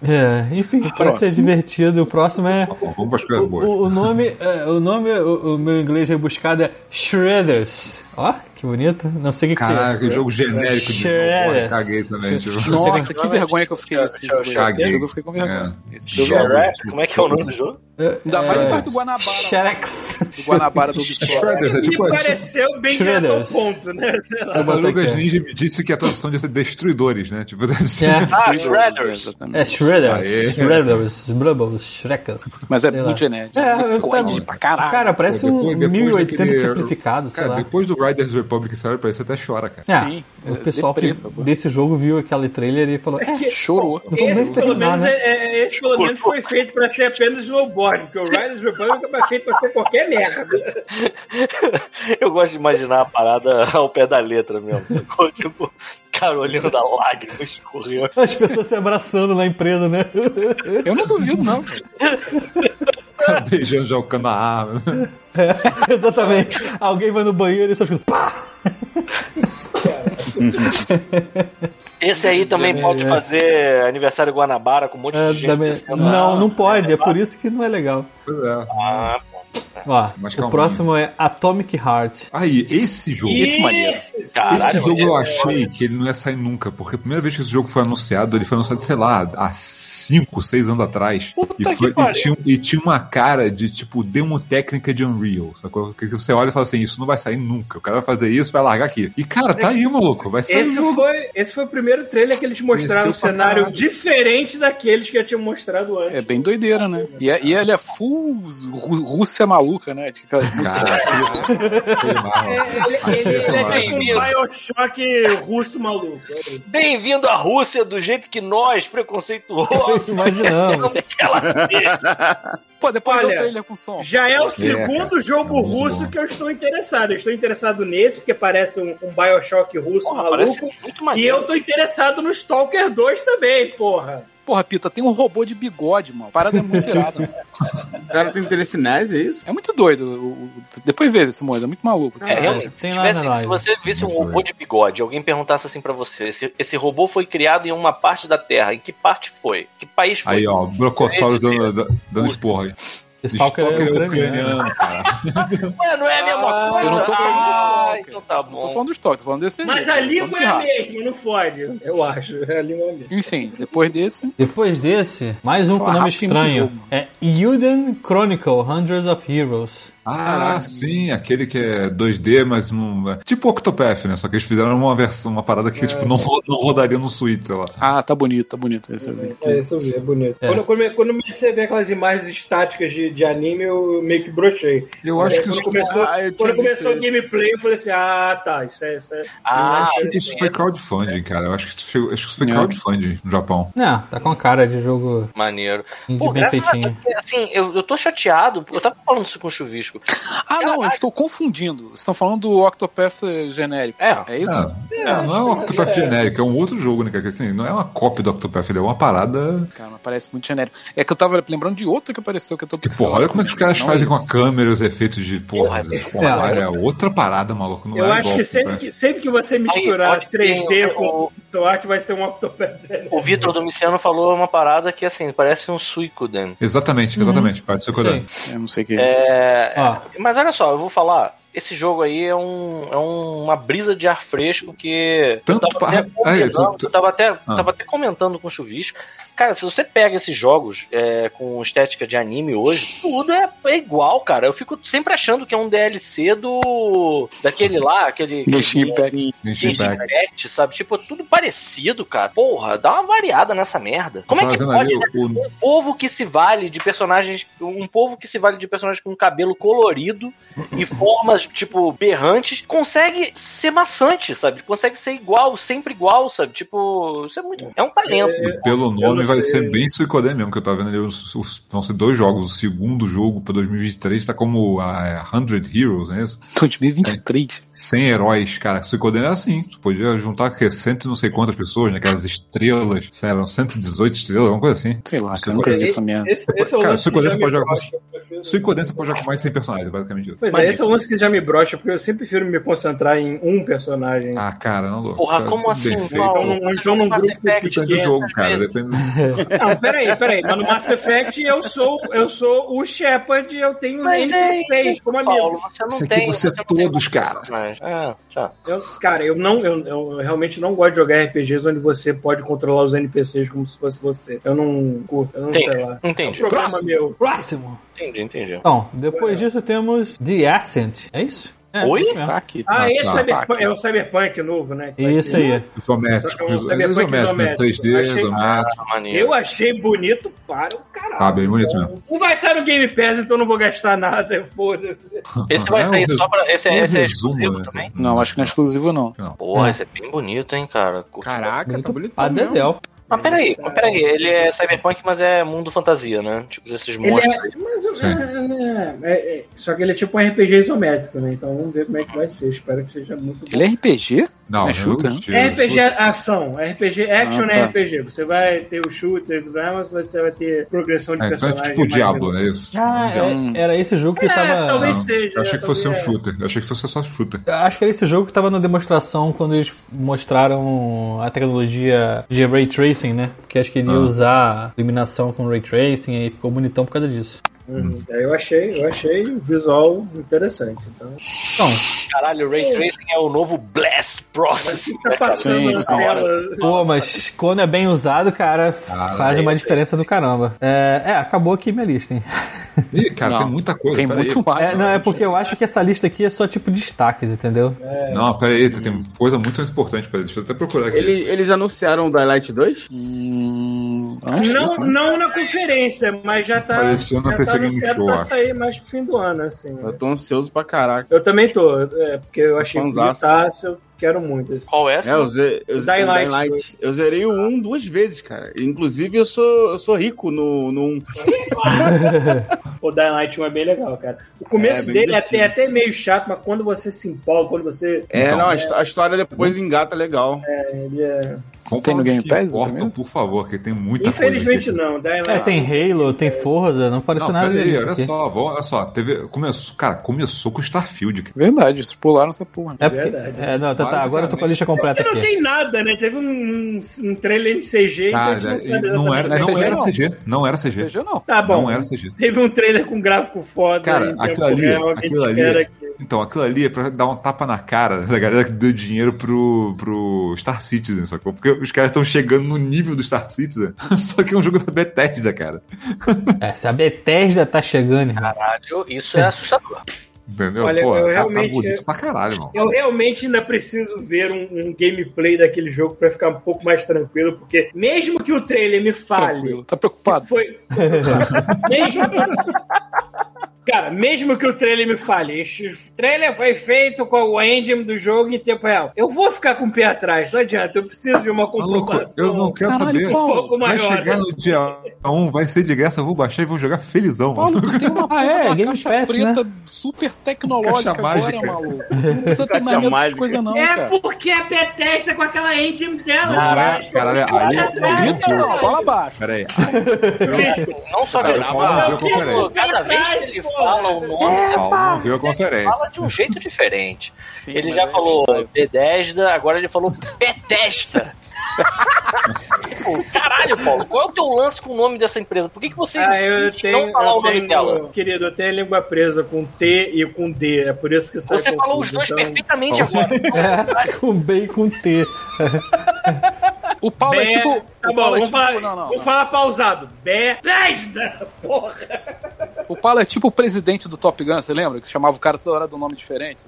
É, enfim, parece ser Próximo. divertido. E o próximo é. Bom, vamos para as O, coisas boas. o- o nome, é, o, nome o, o meu inglês rebuscado é Shredders. Ó, que bonito. Não sei o que, que Caraca, que é. jogo genérico de Shredder. porra, caguei também. Tipo, nossa, que vergonha que eu fiquei nesse jogo. Chaguei. Esse jogo eu fiquei com vergonha. Esse jogo é... Joga. Como é que é o nome do jogo? Ainda mais depois do Guanabara. é, Shrex. Do Guanabara do Ubisoft. Shredders, é Me tipo assim. pareceu bem direto ao Shredders. ponto, né? Sei lá. O Malugas Até que é. Ninja me disse que a tradução devia ser destruidores, né? Tipo, deve ser. É, Ah, Exatamente. é Shredders. Aê. Shredders, Brubbles, Shrekas. Mas é Sei lá. muito genérico. É, muito tá- código pra caralho. Cara, parece Pô, um depois- depois 1080 daquele- simplificado, sei Cara, lá. depois do Riders Republic, sabe? Parece que você até chora, cara. Ah, Sim, o é, pessoal que depressa, pô. desse jogo viu aquele trailer e falou: é, Chorou. não vamos Esse nem pelo, terminar, menos, né? é, é- esse pelo menos foi feito pra ser apenas snowboard, porque o Riders Republic foi feito pra ser qualquer merda. Eu gosto de imaginar a parada ao pé da letra mesmo. Sacou? Tipo, cara olhando a lágrima escorrendo. é- As pessoas se abraçando na empresa, né? Eu não duvido, não. Tá Beijando já o cano na arma. Exatamente. Alguém vai no banheiro e só escuta. Pá! Esse aí também pode fazer aniversário Guanabara com um monte Né, É, de gente. da minha- pensando, Não, "Ah, não pode. É por isso que não é legal. Pois é. ah, Ó, Mas o calma, próximo é Atomic Heart. Aí, esse jogo. Esse maneiro. Caralho, Esse jogo eu maneiro. achei que ele não ia sair nunca, porque a primeira vez que esse jogo foi anunciado, ele foi anunciado, sei lá, há 5, 6 anos atrás. E, que foi- e pariu. tinha, um- e tinha uma cara de, tipo, demo técnica de Unreal, sacou? Que você olha e fala assim, isso não vai sair nunca, o cara vai fazer isso, vai largar aqui. E, cara, tá aí, maluco, vai sair Esse foi, esse foi o primeiro trailer que eles mostraram um Cresceu pra cenário caralho. diferente daqueles que eu tinha mostrado antes. É bem doideira, né? E, é- e ele é full Rú- Rússia maluca, né? Tipo aquelas músicas- Cara, foi mal. Ele, ele- ele é tipo um Maravilha. Bioshock russo maluco. Bem-vindo à Rússia do jeito que nós, preconceituosos, Imaginamos. queremos que ela seja. Pô, depois Olha, deu o trailer com som. Já é o segundo jogo É muito russo bom. que eu estou interessado. Eu estou interessado nesse, porque parece um, um Bioshock russo Porra, maluco. parece muito E maneiro. eu estou interessado no Stalker 2 também, porra. Porra, Pita, tem um robô de bigode, mano. Parada é muito irada. mano. O cara tem telecinese, é isso? É muito doido. o- o- Depois vê esse moço, é muito maluco. É, realmente, se, tem tivesse- nada lá, se né? você visse um robô de bigode, alguém perguntasse assim pra você, esse, esse robô foi criado em uma parte da Terra, em que parte foi? Que país foi? Aí, ó, Brocossauro dando, dando- dando esporra aí. Stalker é Stalker ucraniano. cara. Ué, não é a mesma Ah, coisa? eu não tô falando ah, disso, então tá Não tô bom. falando dos toques, tô falando desse aí. Mas a Tô falando língua de é a rato. mesma, não fode. Eu acho. A língua é a mesma. Enfim, depois desse. Depois desse, mais um Só com nome rápido, muito estranho. jogo. É Yuden Chronicle, Hundreds of Heroes. Ah, sim, aquele que é 2D, mas não. é Tipo Octopath, né? Só que eles fizeram uma versão, uma parada que tipo, não, ro- não rodaria no Switch, sei lá. Ah, tá bonito, tá bonito. Esse eu vi. É, isso eu vi, é bonito. É. Quando, quando, quando eu comecei a ver aquelas imagens estáticas de, de anime, eu meio que brochei. Eu acho Aí, que quando isso, é começou, Ah, eu tinha quando começou o visto gameplay, eu falei assim: ah, tá, isso é. Isso é... Ah, acho que isso foi crowdfunding, cara. Eu acho que isso foi, acho que isso foi É. crowdfunding no Japão. Não, tá com a cara de jogo maneiro. indie Pô, bem graças a feitinho. Deus, assim, eu, eu tô chateado, eu tava falando isso com o Chuvisco. Ah, não, eu estou confundindo. Vocês estão falando do Octopath genérico. É, É isso? Ah, não, não é um Octopath genérico, é um outro jogo, né? cara? Que, assim, não é uma cópia do Octopath, ele é uma parada. Cara, parece muito genérico. É que eu tava lembrando de outro que apareceu que eu tô Que, porra, olha como é que os caras Não é fazem com a isso. câmera os efeitos de porra. Porra, porra, é. é outra parada, maluco. Não Eu é acho igual que ao né? sempre, Octopath. que sempre que você misturar pode ter 3D o- com o- pixel art, vai ser um Octopath. O Vitor Domiciano falou uma parada que, assim, parece um Suicoden. Uhum. Exatamente, exatamente. Parece o que eu Sim. Eu não sei o que. É, Ó. Mas olha só, eu vou falar. Esse jogo aí é, um, é um- uma brisa de ar fresco que Tanto eu tava pra- até comentando, aí, tu- tu- Ah. eu tava até, tava até comentando com o Chuvisco. Cara, se você pega esses jogos é, com estética de anime hoje, tudo é, é igual, cara. Eu fico sempre achando que é um DLC do. daquele lá, aquele. Genshin Impact. Genshin Genshin Impact. Impact, sabe? Tipo, tudo parecido, cara. Porra, dá uma variada nessa merda. Como é Tava que vendo pode, ali o- o- um povo que se vale de personagens. Um povo que se vale de personagens com cabelo colorido e formas, tipo, berrantes, consegue ser maçante, sabe? Consegue ser igual, sempre igual, sabe? Tipo, isso é muito. É um talento. Pelo eu nome não vai sei. ser bem Suicoden mesmo, que eu tava vendo ali. os- os- Vão ser dois jogos. O segundo jogo pra 2023 tá como a 100 Heroes, né? 2023. 100 heróis, cara. Suicoden era assim. Tu podia juntar que, é cento e não sei quantas pessoas, né? Aquelas estrelas. sei lá, Eram 118 estrelas, alguma coisa assim. Sei lá, cara, Suicoden. eu nunca vi essa merda. Esse, esse é o Cara, lance que Suicoden já você me pode jogar com- brocha. Eu prefiro- Suicoden você pode jogar com mais de 100 personagens, basicamente. isso. Pois é, esse é o lance que já me brocha, porque eu sempre prefiro me concentrar em um personagem. Ah, cara, não louco. Porra, Cara, um como assim? defeito. Paulo? Então, Você então joga num Mass grupo Effect Depende do 500 jogo, cara. vezes. Depende Não, peraí, peraí. Mas no Mass Effect eu sou, eu sou o Shepard e eu tenho Mas é NPCs isso, como Paulo, amigos. você não Isso aqui tem. você não tem todos, cara. personagem. Ah, tchau. Eu- cara, eu não, eu, eu realmente não gosto de jogar RPGs onde você pode controlar os NPCs como se fosse você. Eu não curto, eu não Entendi. sei lá. É um Entendi, problema meu. Próximo! entendi, entendi. Então, depois disso temos The Ascent. É isso? É, Oi? isso mesmo. Tá aqui. Ah, Ah, esse tá, cyberpunk, tá. é o Cyberpunk novo, né? que vai É. Isso ter. aí. Isométrico. Só que eu sabia como é que Isométrico, né? isométrico. 3D, Achei- isométrico. Ah, maneiro. Eu achei bonito para o caralho. Tá bem bonito mesmo. Não vai estar no Game Pass, então eu não vou gastar nada, foda-se. Esse vai É um sair resu- só pra. Esse, é- um esse é resumo, exclusivo né? também? Não, acho que não é exclusivo, não. Porra, É. esse é bem bonito, hein, cara. Curti Caraca, tá bonito. A Dedel. Mas peraí, mas peraí, ele é cyberpunk, mas é mundo fantasia, né? Tipo, esses Ele monstros. aí. é, mas, é, é, é, só que ele é tipo um RPG isométrico, né? Então vamos ver como é que vai ser. Espero que seja muito bom. Ele é RPG? Não, É shooter, eu né? tiro, É RPG shooter. ação, é RPG action Ah, é tá. RPG. Você vai ter o shooter e tudo mais, mas você vai ter progressão de É, então é personagem. tipo o mais Diablo, é isso? Ah, Hum. é- Então, era esse jogo que É, tava. talvez Não, seja. Eu achei que fosse um talvez- é. shooter. Eu achei que fosse só shooter. Eu Acho que era esse jogo que tava na demonstração quando eles mostraram a tecnologia de ray tracing, né? Porque acho que ele ia Ah. usar iluminação com ray tracing e ficou bonitão por causa disso. Uhum. Aí Eu achei, eu achei o visual interessante. Então. Então, Caralho, o Ray Tracing é o novo Blast Process. Mas tá passando Sim, na sim. tela. pô, mas quando é bem usado, cara, Ah, faz é uma diferença do caramba. É, é, acabou aqui minha lista, hein? Ih, cara, Não, tem muita coisa. Tem peraí. muito mais. É, não, é porque eu acho que essa lista aqui é só tipo destaques, entendeu? É. Não, pera aí, tem coisa muito importante pra ele. Deixa eu até procurar aqui. Ele- eles anunciaram o Daylight 2? Hum, acho é Não, isso, né? não na conferência, mas já tá, Apareceu na já PC tá Game Show, pra acho. sair mais pro fim do ano, assim. né? Eu tô ansioso pra caraca. Eu também tô, é, porque eu Sou achei fãzaço. bonitaço. Quero muito esse. Qual É, eu, ze eu, Dying Dying Light. Light. eu zerei o 1 duas vezes, cara. Inclusive, eu sou, eu sou rico no, um. no 1. O Dying Light 1 é bem legal, cara. O começo É, bem dele é até, divertido. é até meio chato, mas quando você se empolga, quando você. É, não, a, histó- a história depois engata legal. É, ele é- Compra Tem no os Game que Pass, importam, também? por favor, que tem muita coisa. Infelizmente não, Dying Light. É, tem Halo, tem Forza, não parece Não, nada peraí, disso olha aqui. só, vamos- olha só. Teve, começou, cara, começou com Starfield. cara. Verdade, eles pularam essa porra. É porque, Verdade. é, não, tá, tá, agora eu tô com a lista completa Porque não aqui. tem nada, né? Teve um, um- um trailer de CG, então a gente Cara, não sabe Ah, e não era, exatamente. não Não é era CG, CG. Não era CG. Seja não. Tá bom. Não era CG. Teve um trailer com gráfico foda. Cara, em tempo aquilo ali, real, que a gente aquilo ali, espera que- então, aquilo ali é pra dar um tapa na cara da galera que deu dinheiro pro, pro Star Citizen, sacou? Porque os caras estão chegando no nível do Star Citizen, só que é um jogo da Bethesda, cara. É, se a Bethesda tá chegando, irmão. Caralho, isso é assustador. Entendeu? Olha, Pô, eu tá- realmente- tá bonito pra caralho, mano. Eu realmente ainda preciso ver um, um gameplay daquele jogo pra ficar um pouco mais tranquilo, porque mesmo que o trailer me fale, Tranquilo. Tá preocupado? Foi. mesmo... Cara, mesmo que o trailer me fale, esse trailer foi feito com o engine do jogo em tempo real. Eu vou ficar com o pé atrás, não adianta. Eu preciso de uma Maluco, comprovação Tá eu não quero Caralho, saber. um Paulo, pouco Vai maior. chegar no dia 1, vai ser de graça, eu vou baixar e vou jogar felizão, mano. Paulo, tu tem uma, porra Ah, é, de uma Game caixa Pass, né? preta super tecnológica Caixa agora, mágica. maluco. Não precisa ter mais medo dessas mágica. coisas, não, É cara. porque a Bethesda com aquela engine dela, Caralho, sabe? caralho, aí Olha eu não Grita não, vi. fala baixo. Peraí, Não só Cara, grava, Paulo, cada eu quero ver a vez- cada vez que ele fala o nome, Paulo não viu a ele conferência. fala de um jeito diferente. Sim, Ele mas já é falou isso aí. Bethesda, agora ele falou Bethesda. Tipo, caralho, Paulo, qual é o teu lance com o nome dessa empresa? Por que, que você Ah, eu insiste em não tenho, falar eu o nome dela? tenho, querido, eu tenho a língua presa com T e com D, é por isso que sai Você falou os confuso, dois então- perfeitamente agora. É, com B e com T. O Paulo é Bem, tipo. Tá o bom, Paulo é vamos tipo. falar, Não, não, vamos não. falar pausado. Bethesda, porra. O Paulo é tipo o presidente do Top Gun, você lembra? Que chamava o cara toda hora de um nome diferente.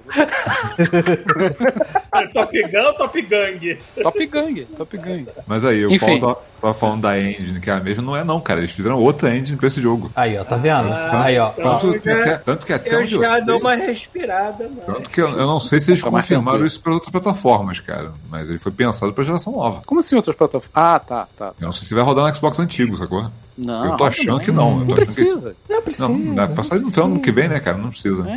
Ah, Top Gun, Top Gang. Top Gang, Top Gang. Mas aí, o Enfim. Paulo tava, tava falando da engine, que é a mesma, não é não, cara. Eles fizeram outra engine pra esse jogo. Aí, ó, tá vendo? Ah, Aí, ó. então. ó. Tanto, eu que já- até, tanto que até Eu onde já sei- dou uma respirada, mano. Tanto que eu, eu não sei se eles Tá mais confirmaram tranquilo. isso para outras plataformas, cara. Mas ele foi pensado pra geração nova. Como assim outras plataformas? Ah, tá, tá. Eu não sei se vai rodar no Xbox antigo, sacou? Não. eu tô achando rapidamente. que não. Eu Não tô achando que isso- precisa. Não precisa. Não, dá pra sair no final do ano que vem, né, cara? Não precisa. É,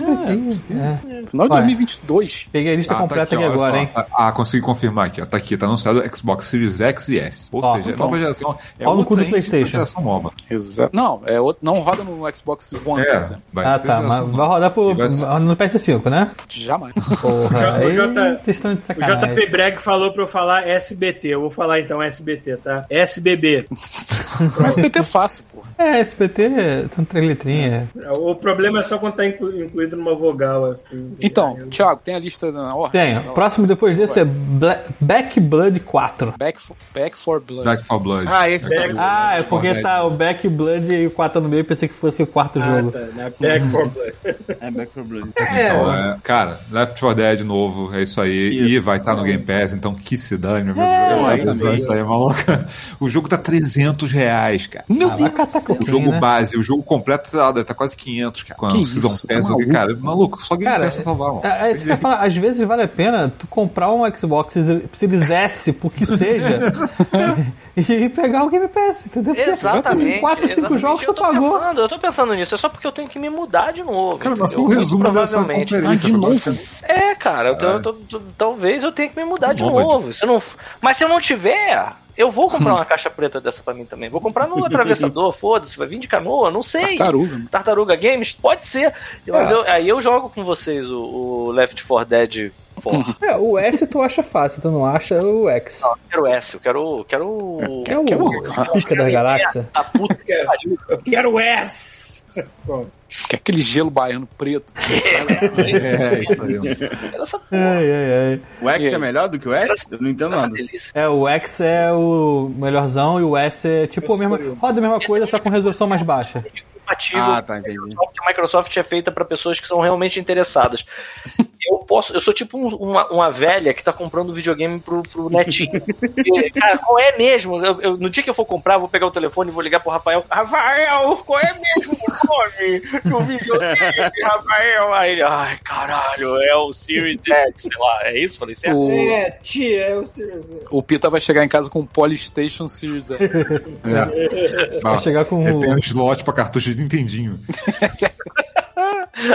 É. final de Olha. 2022. Peguei a lista Ah, completa aqui, ó, olha agora, só. hein? Ah, ah, consegui confirmar aqui. ó. Tá aqui, tá anunciado Xbox Series X e S. Ou Ó, seja, é então. nova geração. É Ó no outra cu do ainda, PlayStation. geração nova. Exato. Não, é outro, não roda no Xbox One. por É, exemplo. vai Ah, ser tá. geração Mas nova. vai rodar pro, E vai ser- no PS5, né? Jamais. Porra, O aí tá. J- vocês estão de O JP sacanagem. Breg falou pra eu falar SBT. Eu vou falar então SBT, tá? SBB. Mas PT é fácil, pô. É, SPT, são três letrinhas. O problema é só quando tá inclu- incluído numa vogal, assim. Então, Thiago, tem a lista na ordem? Tenho. Próximo depois desse é Bla Back Blood 4. Back for, Back for Blood. Dark for Blood. Ah, esse Dark é- for Ah, é Blood. porque tá o Back Blood e o 4 no meio, pensei que fosse o quarto Ah, jogo. tá. Na Back for Blood. É Back for Blood. Então, é, cara, Left 4 Dead novo, é isso aí. E vai estar no Game Pass, então que se dane, meu amigo. Essa aí visão, também. isso aí é maluca. O jogo tá 300 reais, cara. Meu Ah, vai Deus. catar é. O coquinha, jogo né? base, o jogo completo sei lá, deve tá quase 500, cara. Quando Que Season isso, tá Pass, maluco? cara, maluco, só Game Cara, Pass pra salvar, mano. É, é isso que eu ia falar, às vezes vale a pena tu comprar um Xbox Series S, por que seja, e pegar o Game Pass, entendeu? Porque Exatamente. Em 4, 5 exatamente. jogos tu eu tô pagou. Pensando, eu tô pensando nisso, é só porque eu tenho que me mudar de novo. Cara, mas entendeu? foi um Muito resumo dessa provavelmente. conferência. Ah, de cara. novo? É, cara, eu tô- eu tô- tô- talvez eu tenha que me mudar de Nômade. novo. Se eu não, mas se eu não tiver, eu vou comprar uma caixa preta dessa pra mim também. Vou comprar no atravessador, foda-se, vai vir de canoa, não sei. Tartaruga. mano. Tartaruga Games? Pode ser. Mas eu- aí eu jogo com vocês o, o Left 4 Dead. Porra, É, o S tu acha fácil, tu não acha o X. não, eu quero S, eu quero. eu quero É o Que Pica horror. da Galáxia. A puta que pariu. Eu quero S! Que é aquele gelo baiano preto. É, isso aí. mano. Era essa porra. Ai, ai, ai. O X E aí? é melhor do que o S? Eu não entendo Essa nada. delícia. É, o X é o melhorzão e o S é tipo a mesma. Roda a mesma coisa, só com resolução mais baixa. é Compatível Ah, tá, entendi. Microsoft. A Microsoft é feita pra pessoas que são realmente interessadas. Eu posso. Eu sou tipo um- uma, uma velha que tá comprando videogame pro, pro netinho. E, cara, qual é mesmo? Eu- eu- no dia que eu for comprar, eu vou pegar o telefone e vou ligar pro Rafael. Rafael, qual é mesmo o nome do videogame, Rafael? Aí ele, ai, caralho, é o Series X, sei lá. É isso? Falei, certo? O- É, tia, é o Sirius. O Pita vai chegar em casa com o Polystation Series. X. É. Vai chegar com Ele o- tem um slot pra cartucho de Nintendinho.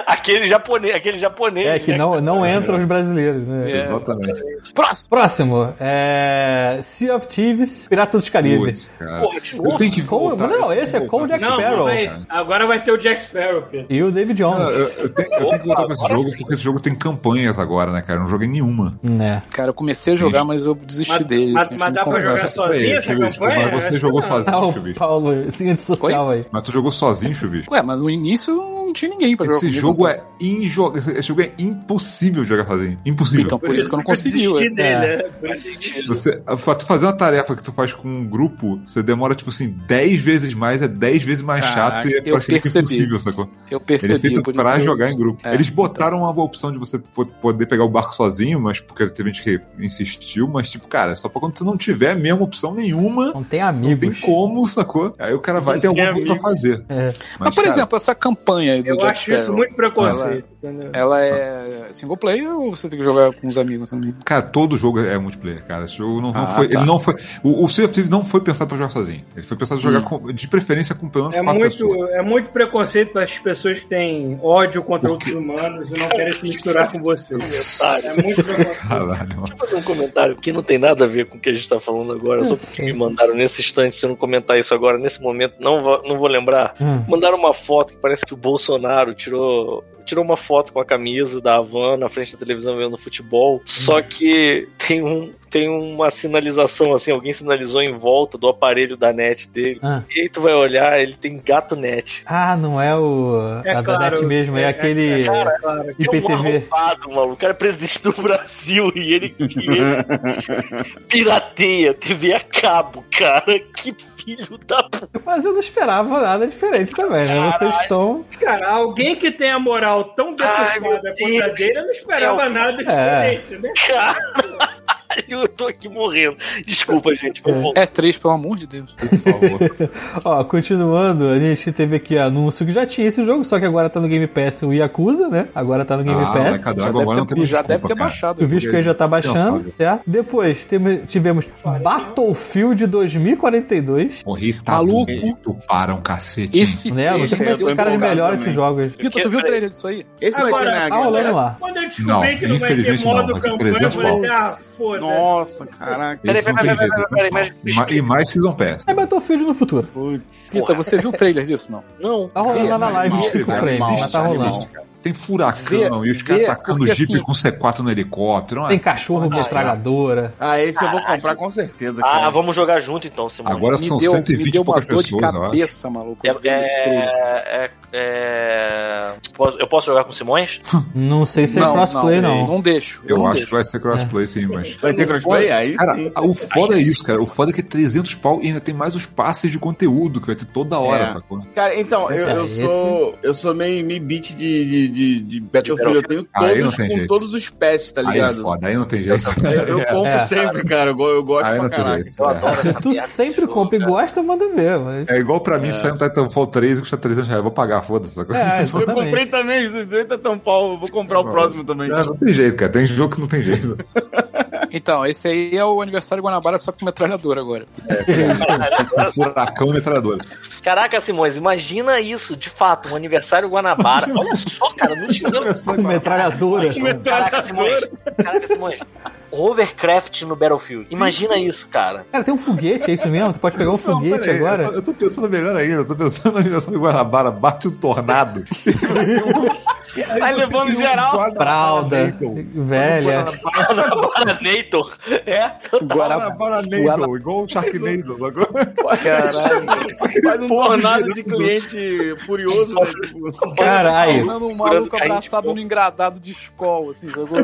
Aquele japonês, aquele japonês. É, que né? não, não entram os brasileiros, né? Exatamente. Próximo! Próximo, é. Sea of Thieves, Pirata dos Caribes. Putz, cara. Porra, de novo? Eu tenho que Como- voltar, não, eu tenho esse é que como voltar. Jack Sparrow. vai- agora vai ter o Jack Sparrow, Pedro. E o David Não, Jones. eu, eu tenho, eu tenho que voltar pra esse Opa, jogo agora porque esse jogo tem campanhas agora, né, cara? Eu não joguei nenhuma. Né. Cara, eu comecei a jogar, mas eu desisti Mas- dele. mas- assim, mas achei dá muito pra complexo. jogar Peraí, sozinho essa Chubisco, campanha? Mas Acho você jogou é que não. Ah, sozinho, o Chubisco. Paulo, seguinte social aí. Mas tu jogou sozinho, Chubisco? Ué, mas no início não tinha ninguém pra jogar Esse comigo, jogo então. é injogável. Esse jogo é impossível de jogar sozinho. Impossível. Então, por isso é, que eu não consegui. desisti ué. dele, né? Por isso que eu desisti. Você, pra tu fazer uma tarefa que tu faz com um grupo, você demora, tipo assim, 10 vezes mais, é 10 vezes mais Caraca, chato e é eu praticamente percebi. impossível, sacou? Eu Ele é percebi, feito por isso. pra eu- jogar em grupo. É, Eles botaram uma opção de você po- poder pegar o barco sozinho, mas porque teve gente que insistiu, mas tipo, cara, só pra quando tu não tiver mesmo opção nenhuma, Não tem não tem amigos. como, sacou? Aí o cara vai ter alguma coisa pra fazer. É. Mas, por exemplo, essa campanha aí do Eu Jack acho isso Sparrow, muito preconceito, entendeu? Ela é single player ou você tem que jogar com os amigos também? Cara, todo jogo é multiplayer, cara. Esse jogo não, não Ah, foi. tá. Ele não foi. O, o Sea of Thieves não foi pensado pra jogar sozinho. Ele foi pensado pra jogar Hum. com- de preferência com pelo menos É quatro pessoas. muito, é muito preconceito para as pessoas que têm ódio contra Por outros humanos e não querem se misturar com você. É muito preconceito. Caralho, mano. Deixa eu fazer um comentário que não tem nada a ver com o que a gente tá falando agora, só porque me mandaram nesse instante, se eu não comentar isso agora, nesse momento, não vou, não vou lembrar. Hum. Mandaram uma foto que parece que o Bolsonaro tirou, tirou uma foto com a camisa da Havan na frente da televisão vendo futebol, só que tem, um, tem uma sinalização assim, alguém sinalizou em volta do aparelho da net dele. Ah. E aí tu vai olhar, ele tem gato net. Ah, não é o. É a da claro, NET mesmo, é, é- é- aquele. é claro. É um IPTV. arrombado, maluco. O cara é presidente do Brasil e ele, e ele pirateia TV a cabo, cara. Que filho da puta. Mas eu não esperava nada diferente também, né? Vocês estão. Cara, alguém que tem a moral tão Ai, meu deturpada contra Deus. dele, eu não esperava É nada É. diferente, né? Eu tô aqui morrendo. Desculpa, gente. Vou voltar. É três, pelo amor de Deus. Por Tipo favor. Ó, continuando, a gente teve aqui anúncio que já tinha esse jogo, só que agora tá no Game Pass o Yakuza, né? Agora tá no Game Ah, Pass. molecada, Já agora não deve ter, tem já deve desculpa, ter cara. baixado. O Visco aí já tá baixando, Nossa. certo? Depois teve- tivemos Battlefield 2042. Morri, tá Maluco. muito para um cacete. hein? Esse Né? Não sei como é que eu tô os caras empolgado melhoram também. esses jogos. Pita, tu viu o trailer disso aí? Esse vai Agora, ser, né? Tá rolando lá. Quando eu descobri Não, que não vai ter infelizmente não, modo vai ser campanha, eu 300 falei assim, pau. ah, foda-se. Nossa, caraca. Esse Peraí, não tem peraí, jeito, peraí, não. peraí, mas- Ma- E mais Season Pass. É Battlefield no futuro. Putz. Pita, você viu o trailer disso? Não. Não. Tá rolando lá na Mas live de existe, 5 é cara, frames, existe, mas tá existe, rolando. cara. Tem furacão Vê- e os caras vê, tacando porque jipe assim- com C4 no helicóptero. Tem ah, cachorro metralhadora. Ah, esse eu vou comprar com certeza, Ah, cara. vamos jogar junto então, Simone. Agora Me são deu, me 120 deu e uma poucas dor de pessoas, eu acho. cabeça, maluco. É, Eu vi esse trailer. é, é, é, posso- Eu posso jogar com o Simões? Não sei se é não, crossplay, não, não. não deixo. Eu, Eu não acho que deixo. vai ser crossplay sim, mas. Vai ter crossplay? Aí Cara, sim. o foda é isso, cara. O foda é que é 300 pau e ainda tem mais os passes de conteúdo que vai ter toda hora, É. sacou? Cara, então, eu, Cara, eu esse- sou. Eu sou meio, meio beat de, de, de, de Battlefield. Eu tenho Aí não todos tem com jeito. todos os pets, tá aí é ligado? foda, aí não tem jeito. Eu, eu compro É. sempre, cara. Eu, go- eu gosto Aí pra não tem caraca. jeito. então. é. Se tu sempre compra e gosta, manda ver. Mas... É igual pra mim, sai um Titanfall 3 e custa 300 reais. Vou pagar, foda-se. sacou? É, Eu comprei exatamente. também, os 80 tão pau. eu Vou comprar o próximo também. Não, não tem jeito, cara. Tem jogo que não tem jeito. Então, esse aí é o aniversário de Guanabara, só com metralhadora agora. Um furacão e metralhadora. Caraca, Simões, imagina isso, de fato, um aniversário Guanabara. Olha só, cara, não tinha. Com metralhadora. é tá? Caraca, Simões. Caraca, Simões. Hovercraft no Battlefield. Imagina isso, cara. Cara, tem um foguete, é isso mesmo? Tu pode pegar um Não, foguete pera aí, agora? Eu tô, eu tô pensando melhor ainda, eu tô pensando no aniversário do Guanabara, bate um tornado. Vai levando um geral. Fralda, velha. Guanabara É. Tá Guara- Guanabananator, igual o Sharknado. sacou? Faz um tornado de cliente furioso. né? Tipo, Cara, aí. Segurando um maluco Segurando abraçado carrinho no engradado de escola, assim, jogou,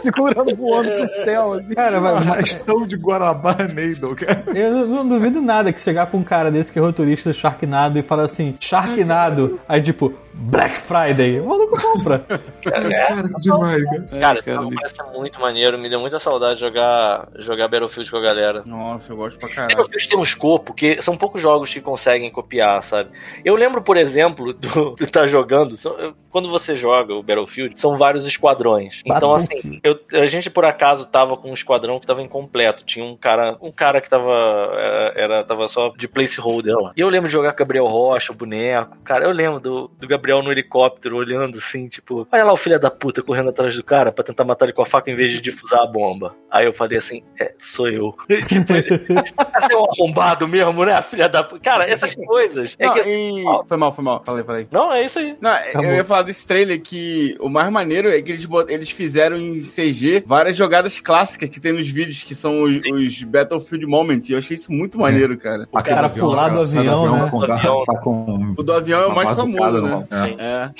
segurando voando pro céu, assim. Cara, mas- Arrastão de Guanabananator, cara. eu não, não duvido nada que chegar pra um cara desse que é roturista do Sharknado e falar assim, Sharknado, aí tipo, Black Friday. O maluco compra. É? Cara, que demais, cara. É, Cara, esse um jogo parece muito maneiro, me deu muita saudade de jogar, jogar Battlefield com a galera. Nossa, eu gosto pra caralho. Battlefield tem um escopo que são poucos jogos que conseguem copiar, sabe? Eu lembro, por exemplo, do de tá jogando, são- quando você joga o Battlefield, são vários esquadrões. Então, assim, eu- a gente por acaso tava com um esquadrão que tava incompleto. Tinha um cara, um cara que tava era, era- tava só de placeholder lá. E eu lembro de jogar com o Gabriel Rocha, o boneco. Cara, eu lembro do, do Gabriel no helicóptero olhando assim, tipo, olha lá o filho da puta correndo atrás do cara pra tentar matar ele com a faca em vez de difusar a bomba. Aí eu falei assim, é, sou eu. tipo, ele- você é um arrombado mesmo, né, filha da puta? Cara, essas coisas. É Não, que assim, e- Foi mal, foi mal. Falei, falei. não, é isso aí. Não, Tá eu ia falar desse trailer que o mais maneiro é que eles, bot- eles fizeram em CG várias jogadas clássicas que tem nos vídeos, que são os, os Battlefield Moments. E eu achei isso muito maneiro, cara. O cara pular do Sai avião, né? com- Avião. tá com- O do avião é o uma mais bazucada famoso, na né? mão. É. É.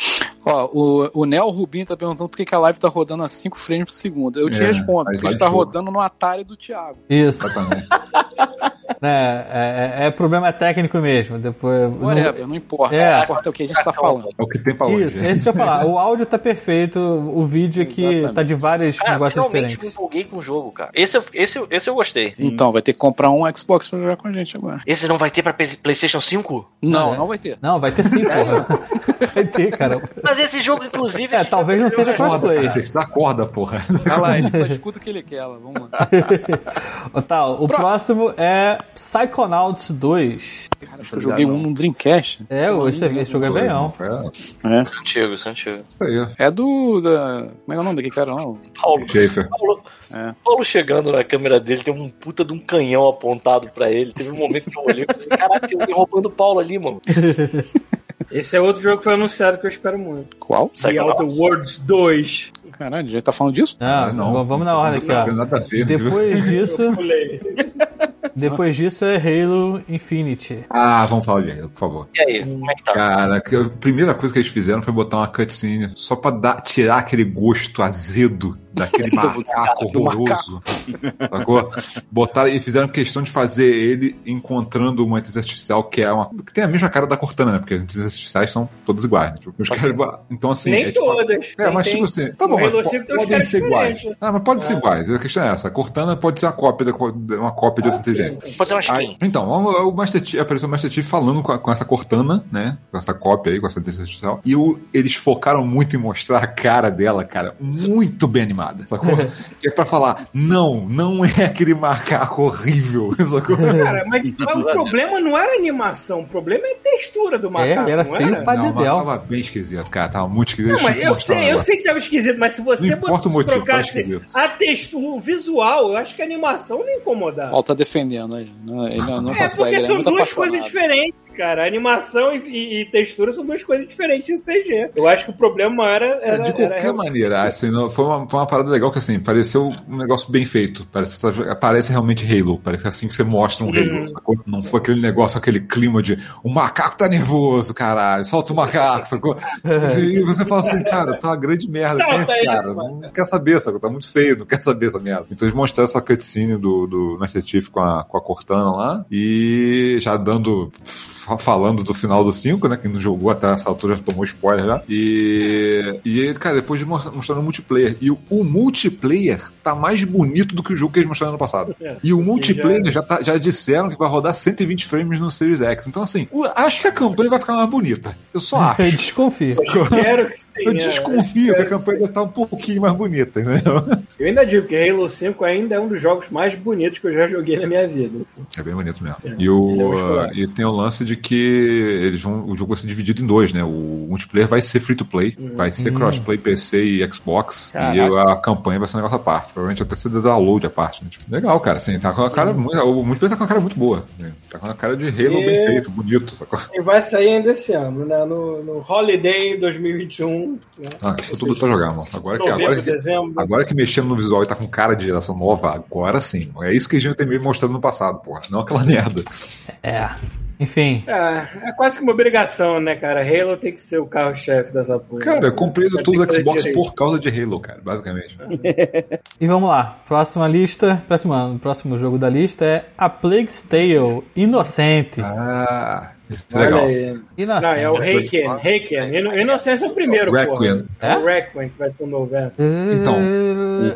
Ó, o, o Neo Rubinho tá perguntando por que, que a live tá rodando a 5 frames por segundo. Eu te É, respondo, mas porque lá está de jogo. rodando no Atari do Thiago. Isso. Exatamente. Né, É, é- é problema técnico mesmo. Depois. Whatever, não, importa. É. Não importa o que a gente tá falando. É o que tem pra hoje. Isso, é isso que eu ia falar. O áudio tá perfeito, o vídeo aqui Exatamente. tá de vários Cara, negócios Ah, finalmente diferentes. me empolguei com o jogo, cara. Esse, eu- esse, eu- esse eu gostei. Então, vai ter que comprar um Xbox pra jogar com a gente agora. Esse não vai ter pra P- PlayStation 5? Não, é. não vai ter. Não, vai ter sim, porra. Vai ter, cara. Mas esse jogo, inclusive. É, talvez não seja crossplay. Você está corda, porra. Vai lá, ele só escuta o que ele quer lá. Vamos Tá lá. Ô, Tal, o próximo é Psychonauts 2. Cara, acho que eu joguei um num Dreamcast. É, esse, esse jogo é velhão. É, Antigo, isso é antigo. isso aí. É do. Da... Como é que é o nome daquele cara lá? O- Paulo. Schaefer. Paulo, É. Paulo chegando na câmera dele, tem um puta de um canhão apontado pra ele. Teve um momento que eu olhei e falei: caraca, tem alguém roubando o Paulo ali, mano. Esse é outro jogo que foi anunciado que eu espero muito. Qual? The Psychonauts. Outer Worlds 2. Caralho, a gente tá falando disso? Não, Ah, v- vamos na ordem aqui, Ah, Não tem ó. nada a ver, né? Depois disso, Pulei. depois disso é Halo Infinity. Ah, vamos falar de Halo, por favor. E aí, como é que tá? Cara, que a primeira coisa que eles fizeram foi botar uma cutscene só pra dar, tirar aquele gosto azedo daquele macaco do horroroso. Sacou? Botaram e fizeram questão de fazer ele encontrando uma inteligência artificial que é uma. que tem a mesma cara da Cortana, né? Porque as inteligências artificiais são todas iguais. né? Tipo, os caras- então, assim. Nem é tipo- todas. É, Tem- mas tem- tipo assim, tá o bom, mas Halo po- Cinco tem uns podem caras ser diferentes. iguais. Ah, mas podem ser iguais. A questão é essa. A Cortana pode ser uma cópia, da, co- uma cópia Ah, de outra inteligência. Pode ser uma Aí, skin. então, o Master Chief, apareceu o Master Chief falando com, a- com essa Cortana, né? Com essa cópia aí, com essa inteligência artificial. E o- eles focaram muito em mostrar a cara dela, cara, muito bem animada, sacou? que é pra falar, não, não é aquele macaco horrível, sacou? Cara, mas, mas o problema não era a animação, o problema é a textura do macaco, É, era não feio era? pra Não, mas dedéu. tava bem esquisito, cara. Tava muito esquisito. Não, mas Eles eu sei, eu mostraram sei que tava esquisito, mas se você Não importa o motivo, tá trocasse esquisito. a textura, o visual, eu acho que a animação não incomodava. Paulo tá defendendo aí. Não, Ele não, não É, consegue, porque ele é são muito duas coisas apaixonado. diferentes, cara. Animação e, e- e textura são duas coisas diferentes em CG. Eu acho que o problema era. É, era de qualquer era- maneira, assim, não- foi, uma, foi uma parada legal que assim, pareceu um negócio bem feito. Parece, parece realmente Halo. Parece assim que você mostra um Uhum. Halo. Sacou? Não foi aquele negócio, aquele clima de o macaco tá nervoso, caralho, solta o macaco, sacou? Tipo assim, E você fala assim, cara, tá uma grande merda, quem é Solta esse cara? isso, mano. Não quer saber, sacou? Tá muito feio, não quer saber essa merda. Então eles mostraram essa cutscene do, do Master Chief com a, com a Cortana lá e já dando fa- falando do final do 5, né? Quem não jogou até essa altura já tomou spoiler já. E, e cara, depois de mos- mostraram o multiplayer. E o, o multiplayer tá mais bonito do que o jogo que eles mostraram no passado. É, E o multiplayer já, tá- já disseram que vai rodar 120 frames no Series X. Então, assim, o- acho que a campanha vai ficar mais bonita. Eu só Eu acho. desconfio. Quero que sim. Eu é. desconfio que a campanha deve estar um pouquinho mais bonita, né? Eu ainda digo que Halo 5 ainda é um dos jogos mais bonitos que eu já joguei na minha vida. assim. É bem bonito mesmo. É, E, ele é o, muscular. e tem o lance de que eles vão, o jogo vai ser dividido em dois, né? O multiplayer vai ser free to play, Uhum. vai ser Hum. crossplay PC e Xbox, e a campanha vai ser um negócio à parte. Provavelmente até ser download à parte. né? Tipo, legal, cara. Assim, tá com uma cara muito, o multiplayer tá com uma cara muito boa. né? Tá com uma cara de Halo E- bem feito, bonito. sacou? E vai sair ainda esse ano, né? No, no Holiday 2021. Né? Ah, isso tudo pra jogar, mano. Agora que, Novembro, agora que, dezembro. agora que mexendo no visual e tá com cara de geração nova, agora sim. É isso que a gente tem meio mostrado no passado, porra. Não aquela merda. É. Enfim. É, é quase que uma obrigação, né, cara? Halo tem que ser o carro-chefe dessa porra. Cara, eu comprei Vai ter todos que os fazer Xbox direito. É. por causa de Halo, cara, basicamente. E vamos lá. Próxima lista. Próximo, próximo jogo da lista é A Plague's Tale Inocente. Ah, Isso é legal. Não, é o Reiken. Reiken. Ino- Inocência é o primeiro, Requiem. porra. É o Requiem que vai ser o novo, é. Então,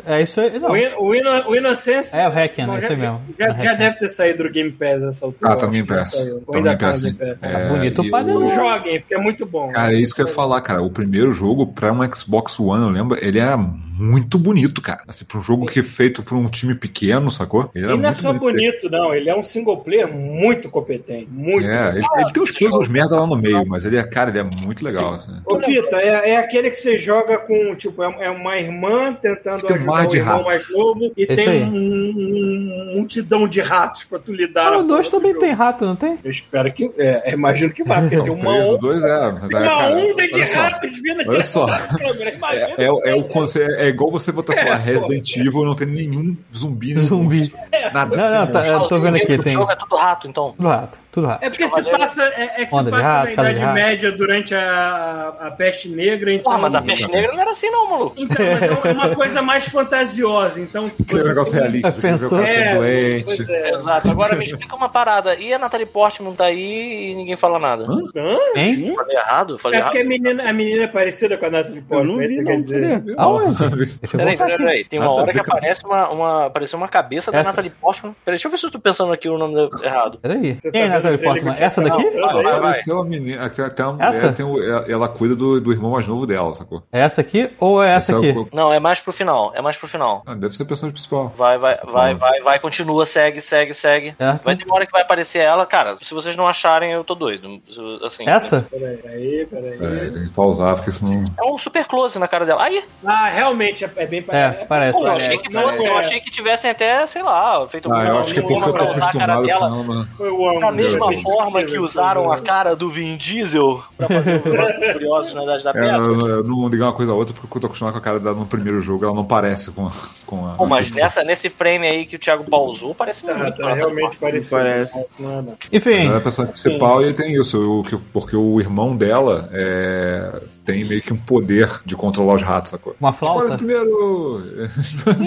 É isso aí. Não. O, In- o, Ino- o Inocência... É o Requiem, Bom, é isso já- aí mesmo. Já, É o já Requiem. deve ter saído do Game Pass essa altura. Ah, tá no acho Game que Pass. já saiu. Ou Tá no ainda Game Pass, tá no sim. Game Pass. É, bonito e pra o- Deus. Joguem, porque é muito bom. Cara, é isso que eu ia falar, cara. O primeiro jogo pra um Xbox One, eu lembro, ele era muito bonito, cara. Assim, pra um jogo que é feito por um time pequeno, sacou? Ele era E não é muito só bonito, não. Ele é um single player muito competente. Muito. É, ele, ele tem uns puzzles merda lá no meio, mas ele é, cara, ele é muito legal, assim. Ô, Pita, é, é aquele que você joga com, tipo, é é uma irmã tentando Tem um mar ajudar o de irmão ratos. mais novo e Esse tem aí. um, um- um multidão de ratos pra tu lidar. Ah, o 2 Pô, também eu- tem rato, não tem? Eu espero que... É, imagino que vá, porque tem Não, uma três, o onda... dois é. Mas é, Uma cara, onda de olha só. ratos vindo aqui olha na só. câmera, imagina É, é, o- é o conce- é igual você botar, sei lá, É, pô. Resident Evil, não tem nenhum zumbi. nenhum Zumbi. monstro, Nada. Não, não, tá, eu tô vendo aqui, O tem jogo isso. é tudo rato, então. Tudo rato, tudo rato. É porque se passa, é, é que se Onda de passa rato, na casa de Idade rato. Média durante a, a peste negra, então. Porra, Ah, mas a peste negra não era assim, não, maluco. Então, mas é uma coisa mais fantasiosa. Então, Que você- Tá negócio realista. você Pensou? vê o cara É, doente. Pois é. Exato. Agora me explica uma parada. E a Natalie Portman tá aí e ninguém fala nada? Hã? Hã? Hein? Falei errado? Tá Falei É porque a errado? menina, a menina é parecida com a Natalie Portman, é isso que quer dizer. Aonde? Aonde? Deixa eu Peraí, voltar peraí, aqui. peraí. Tem uma Nada a hora que ver com- aparece uma, uma, apareceu uma cabeça da Essa- Natalie Portman. Peraí, deixa eu ver se eu tô pensando aqui o nome da- errado. Peraí. Você tá Quem é vendo o Natalie trailer Portman? que eu Essa te- daqui? Não, Vai, vai. Apareceu a menina. Tem, tem uma Essa? mulher, tem o- ela, ela cuida do, do irmão mais novo dela, sacou? É essa aqui ou é essa é o aqui? corpo- Não, é mais pro final. É mais pro final. Ah, deve ser a personagem principal. Vai, vai, vai, vai, vai, continua, segue, segue, segue. Hum. Certo. Vai ter uma hora que vai aparecer ela. Cara, se vocês não acharem, eu tô doido. Assim, Essa? Peraí, peraí. É, tem que pausar, porque senão. É um super close na cara dela. Aí, Ah, realmente é é bem É, parecido. parece. Pô, eu achei é que fosse, eu achei que tivessem até, sei lá, feito Ah, eu acho que é porque eu tô pra usar a cara acostumado com dela. ela, né? mano. Eu amo. Da mesma Eu forma que usaram a cara do Vin Diesel pra fazer um o Velozes e Furiosos na Idade da É, Pedra. eu- eu não ligar uma coisa a outra porque eu tô acostumado com a cara dela no primeiro jogo, ela não parece com a. Com a Pô, mas nessa, nesse frame aí que o Thiago pausou, parece Tá, muito. tá realmente parecido. É, Parece. Não, não. Enfim, Ela é a personagem principal e tem isso, o que- porque o irmão dela é, tem meio que um poder de controlar os ratos, sacou? uma Olha flauta? primeiro! é,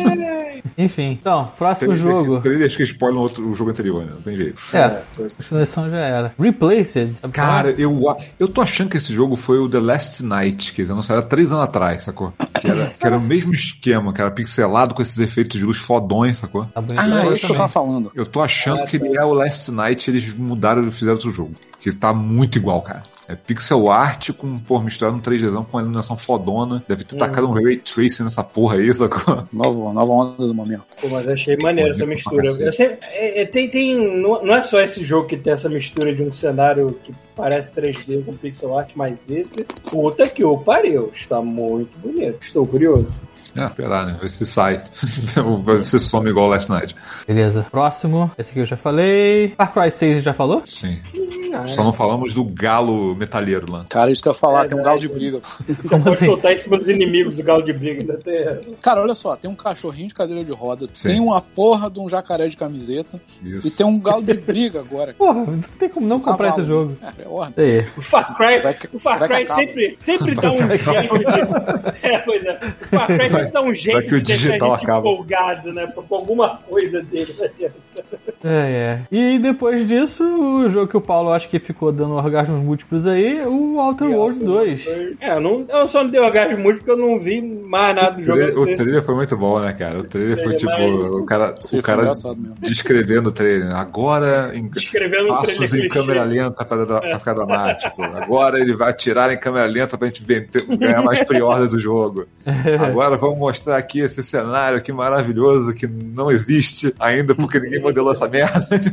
Enfim. Então, próximo Tem- tem- jogo. Trailers que spoilam outro, o jogo anterior, né? Não tem jeito. É, a seleção já era. Replaced. Sabe é? Cara, eu, a- eu tô achando que esse jogo foi o The Last Night, que eles anunciaram há três anos atrás, sacou? Que era, que era o mesmo esquema, que era pixelado com esses efeitos de luz fodões, sacou? Tá bonito. Ah, é eu isso que eu tava falando. Eu tô achando que ele é o Last Night, eles mudaram e fizeram outro jogo. Porque tá muito igual, cara. É pixel art com, pô, misturado um 3Dzão com uma iluminação fodona. Deve ter tacado um ray tracing nessa porra aí, sacou? Nova, nova onda do momento. Pô, mas eu achei maneiro essa mistura. Cacete. Eu sempre- é- é- tem, tem, não não é só esse jogo que tem essa mistura de um cenário que parece 3D com pixel art, mas esse, puta que o pariu, está muito bonito. Estou curioso. É, esperar, né? Ver se sai. Ver se some igual o Last Night. Beleza. Próximo. Esse aqui eu já falei. Far Cry 6 já falou? Sim. Só não falamos do galo metalheiro lá. Cara, isso que eu ia É falar, tem um galo de briga. Você Como pode assim? soltar em cima dos inimigos do galo de briga ainda até. Cara, olha só, tem um cachorrinho de cadeira de roda, Sim. tem uma porra de um jacaré de camiseta Isso. e tem um galo de briga agora. Porra, não tem como não comprar esse Cavalo. jogo. É, é ordem. E aí? O Far Cry, Vai que- o Far vai que Cry acaba. sempre, sempre dá um jeito de. É, pois é. O Far Cry sempre dá um jeito vai que o de deixar digital a gente acaba. empolgado, né? Com alguma coisa dele. não adianta. É, é. E depois disso, o jogo que o Paulo acho que ficou dando orgasmos múltiplos aí, o Outer World 2. É, eu não, eu só não dei orgasmo muito porque eu não vi mais nada do um jogo. O eu não sei se- trailer foi muito bom, né, cara? O trailer foi É, tipo, mas- o cara, Isso o foi cara engraçado mesmo. descrevendo o trailer. né? Agora, em, Descrevendo o passos trailer em câmera clichê. lenta pra, dra- pra ficar dramático. Agora ele vai atirar em câmera lenta pra gente ven- ter- ganhar mais priorda do jogo. Agora vamos mostrar aqui esse cenário aqui maravilhoso que não existe ainda porque ninguém modelou essa merda.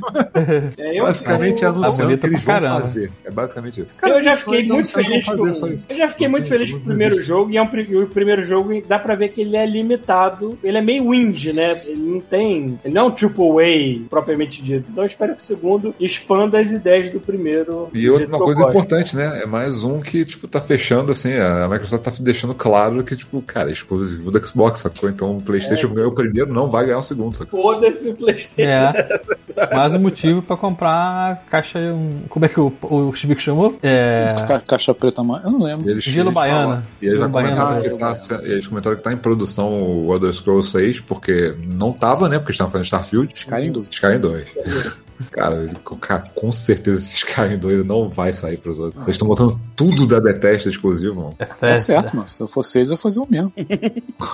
É, eu- basicamente eu- Tá anunciando o bonito que eles pra vão caramba. fazer. É basicamente isso. eu já fiquei eles muito vão feliz com, fazer só isso. eu já fiquei muito Não feliz com tem- o não primeiro existe. jogo e é um, pri- o primeiro jogo e dá pra ver que ele é limitado, ele é meio indie, né? Ele não tem, ele não é um triple A propriamente dito. Então eu espero que o segundo expanda as ideias do primeiro. do E jeito outra que uma eu coisa gosto. importante, né? É mais um que, tipo, tá fechando, assim, a Microsoft tá deixando claro que, tipo, cara, é exclusivo do Xbox, sacou? Então o Playstation É. ganhou o primeiro, não vai ganhar o segundo, sacou? Foda-se o PlayStation. É. Mais um motivo pra comprar a caixa. Um, como é que o, o Chibico chamou? É. Ca- Caixa preta mais. Eu não lembro. Eles, Gelo Baiana. falaram. E eles, já Gelo Baiana. comentaram que Ah, tá, e eles comentaram que tá em produção o Elder Scrolls 6, porque não tava, né? Porque eles estavam fazendo Starfield. Skyrim dois. Skyrim 2. Cara, cara, com certeza esses caras dois não vai sair pros outros. Vocês estão botando tudo da Bethesda exclusivo, mano. É. Tá É. certo, mano. Se eu fosse eles, eu fazia o mesmo.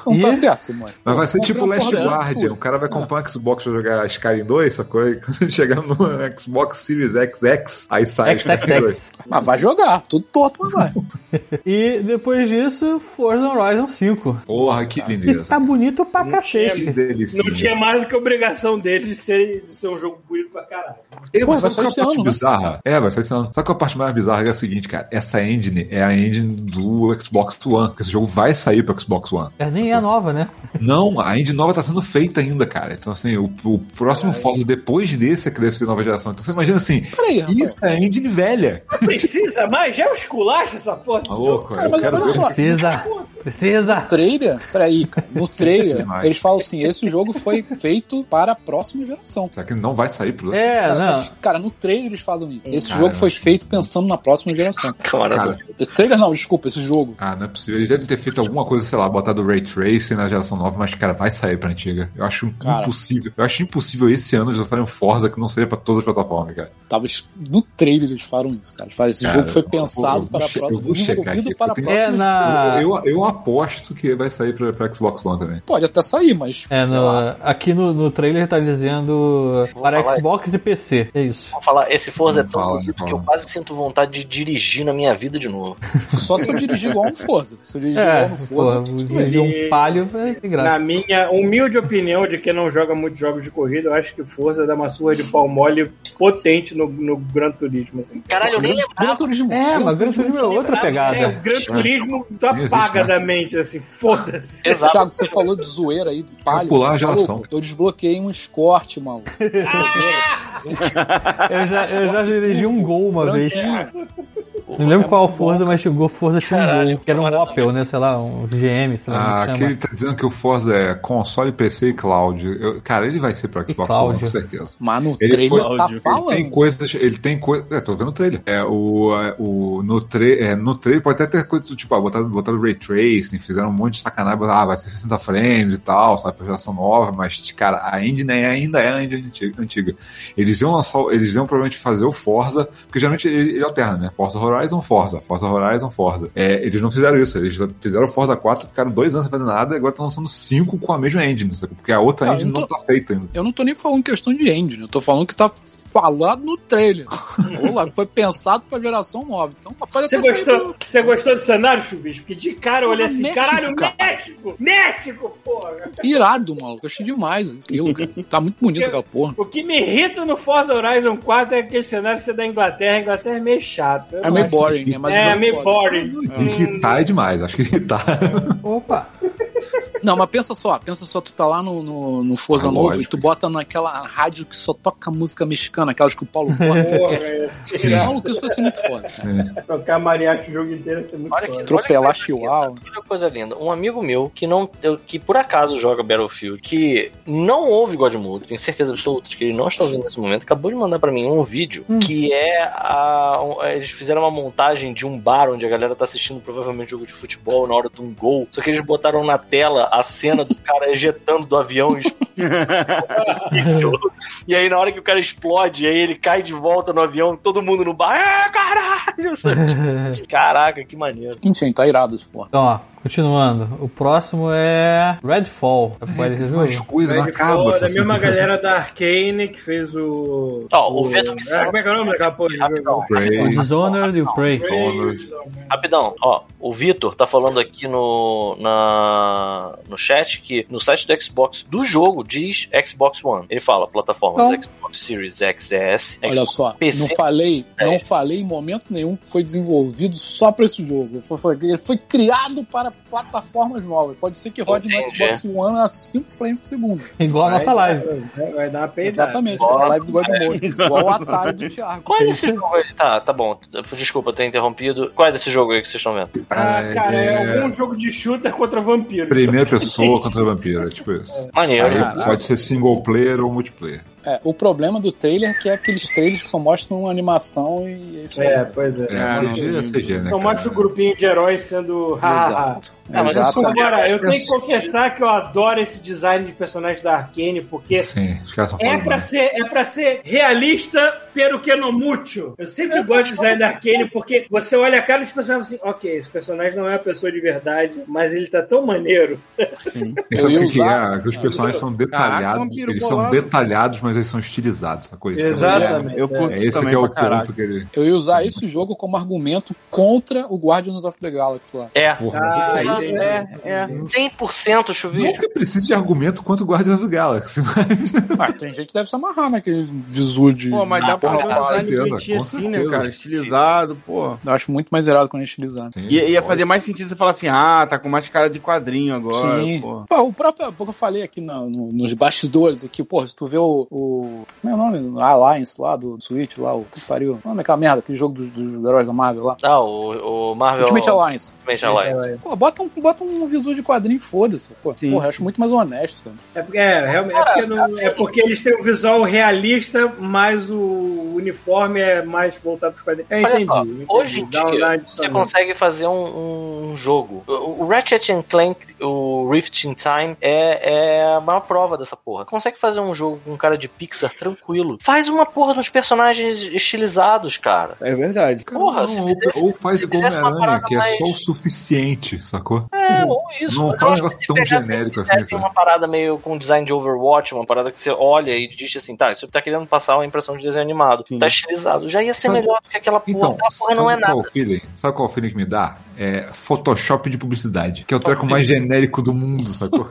Não tá E- certo, Simone. Mas vai ser Compra tipo uma Last porra dessa, Guardian. pô. O cara vai comprar um Xbox pra jogar Skyrim 2, sacou? E quando chegar no Xbox Series XX, aí sai Skyrim 2. Mas vai jogar, tudo torto, mas vai. E depois disso, Forza Horizon 5. Porra, que E lindeza. tá bonito pra cacete. Que delícia. Não tinha mais do que obrigação dele de ser, de ser um jogo bonito pra caralho. E, Pô, mas vai sabe qual é sair a esse parte ano, né? bizarra? É, vai sair esse ano. Só que a parte mais bizarra é a seguinte, cara. Essa engine é a engine do Xbox One. Porque esse jogo vai sair pro Xbox One. É, nem é nova, né? Não, a engine nova tá sendo feita ainda, cara. Então, assim, o, o próximo Forza depois desse é que deve ser nova geração. Então, você imagina assim, Peraí, rapaz. isso é a engine velha. Não precisa mais, já é um esculacho essa porra. Maluco, Cara, eu mas quero olha ver. só. Precisa. Precisa. trailer, peraí, cara, no trailer, Demais. eles falam assim: esse jogo foi feito para a próxima geração. Será que não vai sair pro... Tá É, não. Cara, no trailer eles falam isso. Esse Cara, jogo foi Ah, eu acho- feito pensando na próxima geração. Camarada. Cara, Esse trailer não, desculpa, esse jogo. ah, não é possível. Ele deve ter feito alguma coisa, sei lá, botar do Ray Tracing na geração nova, mas, cara, vai sair pra antiga. Eu acho Cara. impossível. Eu acho impossível esse ano já sair um Forza que não seja pra todas as plataformas, cara. Tava es- no trailer eles falam isso, cara. Eles falam, esse Cara, jogo foi eu pensado vou- eu para a vou che- próxima, eu vou chegar desenvolvido aqui, para a porque próxima. tem- É na. Eu, eu- eu aposto que vai sair pra, pra Xbox One também. Pode até sair, mas É, sei no- lá. aqui no, no trailer tá dizendo Vou para falar. Xbox e PC. É isso. Vamos falar, esse Forza é tão Fala, bonito fala. que eu quase sinto vontade de dirigir na minha vida de novo. só se eu dirigir igual um Forza. Se eu dirigir É, igual um Forza, porra, de um palio vai ter graça. Na minha humilde opinião de quem não joga muitos jogos de corrida, eu acho que Forza dá uma surra de pau mole potente no, no Gran Turismo. Assim. Caralho, eu nem Gran lembrava. Turismo. É, mas Gran Turismo é outra É, o pegada. Gran Turismo tá Não existe apaga mais. da mente, assim, foda-se. Exato. Thiago, você falou de zoeira aí, do palio. pular a geração. Maluco, Eu desbloqueei um escorte, maluco. Eu já, eu já dirigi um gol uma vez. Branquinho. Não lembro É qual muito bom, Forza, mas chegou Forza tinha um Caralho, gol, que era um camarada Opel, né? Sei lá, um GM, sei Ah, lá como que aquele chama. tá dizendo que o Forza é console, PC e cloud. Eu- cara, ele vai ser pra Xbox One, cloud? com certeza. Mas no Ele trailer foi- tá Ele tem falando. coisas, ele tem coisas. É, tô vendo o trailer. É, o, é, o, no, tre, é, no trailer pode até ter coisa do tipo, ah, botaram, botaram Ray Tracing, fizeram um monte de sacanagem, ah, vai ser 60 frames e tal, sabe, pra geração nova, mas, cara, a engine é- ainda é a engine antiga. antiga. Eles iam lançar, o- eles iam provavelmente fazer o Forza, porque geralmente ele, ele alterna, né? Forza Horizon, Forza, Forza Horizon, Forza. É, eles não fizeram isso, eles fizeram o Forza 4, ficaram dois anos sem fazer nada, e agora estão lançando cinco com a mesma engine, sabe? porque a outra Cara, engine eu não tô- tá feita ainda. Eu não tô nem falando questão de engine, eu tô falando que tá falado no trailer. Olá, foi pensado pra geração nova. Então pode Você até sair gostou, do- você gostou do cenário, Chubis? Porque de cara eu olhei Porra, assim, México, caralho, cara. México! México, porra! Irado, maluco. Eu achei demais aquilo, cara. Tá muito bonito aquela porra. O que me irrita no Forza Horizon 4 é aquele cenário ser da Inglaterra. A Inglaterra é meio chato. Eu É não meio acho- boring, né? Mas É, eu meio gosto. boring. Irritar é demais, acho que irritar. Opa! Não, mas pensa só, pensa só, tu tá lá no, no, no Forza Ah, Novo lógico. e tu bota naquela rádio que só toca música mexicana, aquelas que o Paulo Porra, Borges é, quer. Maluco, isso vai ser muito foda, cara. tocar mariachi o jogo inteiro ia ser muito Olha foda. que Atropelar olha que coisa linda, chihuahua. Olha que coisa linda. Um amigo meu que não eu- que por acaso joga Battlefield, que não ouve God Mode, tenho certeza absoluta de que ele não está ouvindo nesse momento, acabou de mandar pra mim um vídeo que é a, um- eles fizeram uma montagem de um bar onde a galera tá assistindo provavelmente jogo de futebol na hora de um gol, só que eles botaram na tela a cena do cara ejetando do avião e explodindo. E aí na hora que o cara explode, aí ele cai de volta no um avião, todo mundo no bar, ah, caralho! sabe? Caraca, que maneiro. Enfim, tá irado esse porra. Então, ó, continuando. O próximo é Redfall. Pode Mas resolver. coisa não Grande acaba. foda, a essa mesma coisa. galera da Arcane que fez o. Ó, o Venom Missão- Ah, como é que é o nome daquela porra de jogo? O Prey, Dishonored e o Prey. Dishonored. Rapidão, ó, o Vitor tá falando aqui no, na, no chat que no site do Xbox do jogo diz Xbox One. Ele fala plataformas Ah. Xbox Series XS, É Olha tipo Xbox só, PC. não falei, É. não falei em momento nenhum que foi desenvolvido só pra esse jogo. Foi- foi- Ele foi criado para plataformas novas. Pode ser que rode no Entendi. Xbox One a 5 frames por segundo. Igual a nossa live. Vai, vai dar uma peidada. Exatamente, na live do Godmode. Igual o Atari do Thiago. Qual é desse jogo aí? Tá, tá bom. Desculpa ter interrompido. Qual é desse jogo aí que vocês estão vendo? Ah, cara, é É, algum jogo de shooter contra vampiro. Primeira pessoa contra vampiro, é tipo isso. Maneiro. Aí pode ser single player ou multiplayer. É, o problema do trailer é que é aqueles trailers que só mostram uma animação e é isso É, mesmo. pois é. Ah, É, CG é CG, né? Então cara? mostra o grupinho de heróis sendo. Ha, ha, ha. Exato. Ah, mas eu Exato. sou- Agora, eu tenho que confessar que eu adoro esse design de personagem da Arkane, porque Sim, os caras são é foda, pra né? ser é para ser realista, pero que não mútil. Eu sempre gosto de design da Arkane porque você olha a cara dos personagens e fala assim, ok, esse personagem não é uma pessoa de verdade, mas ele tá tão maneiro. Isso Eu é ia o que, que usar- é, que os personagens são Caraca, detalhados, vampiro eles são bolado. detalhados, mas eles são estilizados, essa coisa. Exatamente. É, Eu curto é esse também que é o pra caralho. ponto que ele... Eu ia usar esse jogo como argumento contra o Guardians of the Galaxy lá. É. Ah, Porra, mas isso aí- é, é. 100% chuvisco. Nunca precisa de argumento quanto o Guardião do Galaxy. Ah, tem gente que deve se amarrar naquele visu de. Pô, mas dá pra porra, dar um cara. design bonitinho Com assim, né, certeza. cara, estilizado, pô. Eu acho muito mais irado quando é estilizado. E ia fazer mais sentido você falar assim, ah, tá com mais cara de quadrinho agora, Sim. pô. Pô, o próprio, há pouco eu falei aqui na- no- nos bastidores aqui, porra, se tu vê o, o como é o nome? A Alliance lá, do Switch lá, o que pariu. O nome daquela merda, aquele jogo dos, dos heróis da Marvel lá. Ah, o, o Marvel... Ultimate Alliance. Ultimate Alliance. Pô, bota um, bota um visu de quadrinho e foda-se. Pô, Sim. porra, eu acho muito mais honesto. sabe? É porque, é, realmente, é porque não- é porque eles têm um visual realista, mas o uniforme é mais voltado para os quadrinhos. Eu Olha entendi. só, entendi. hoje em Dá uma- né? dá uma dia, você dissonância. consegue fazer um, um jogo. O, o Ratchet and Clank, o Rift in Time, é, é a maior prova dessa porra. Consegue fazer um jogo com cara de Pixar tranquilo. Faz uma porra dos personagens estilizados, cara. É verdade. Porra, Não, se ou, fizesse- ou faz se igual fizesse uma Homem-Aranha, parada que é mais- só o suficiente, sacou? É, ou isso. Não Mas eu faz um acho que negócio se tão pegasse- genérico fizesse assim, sabe? uma parada meio com design de Overwatch, uma parada que você olha e diz assim, tá, isso tá querendo passar uma impressão de desenho animado. Tá estilizado. Já ia ser Sabe- melhor do que aquela porra. Então, aquela porra sabe não é qual nada. o feeling? Sabe qual o feeling que me dá? É Photoshop de publicidade, que é o treco mais genérico do mundo, sacou?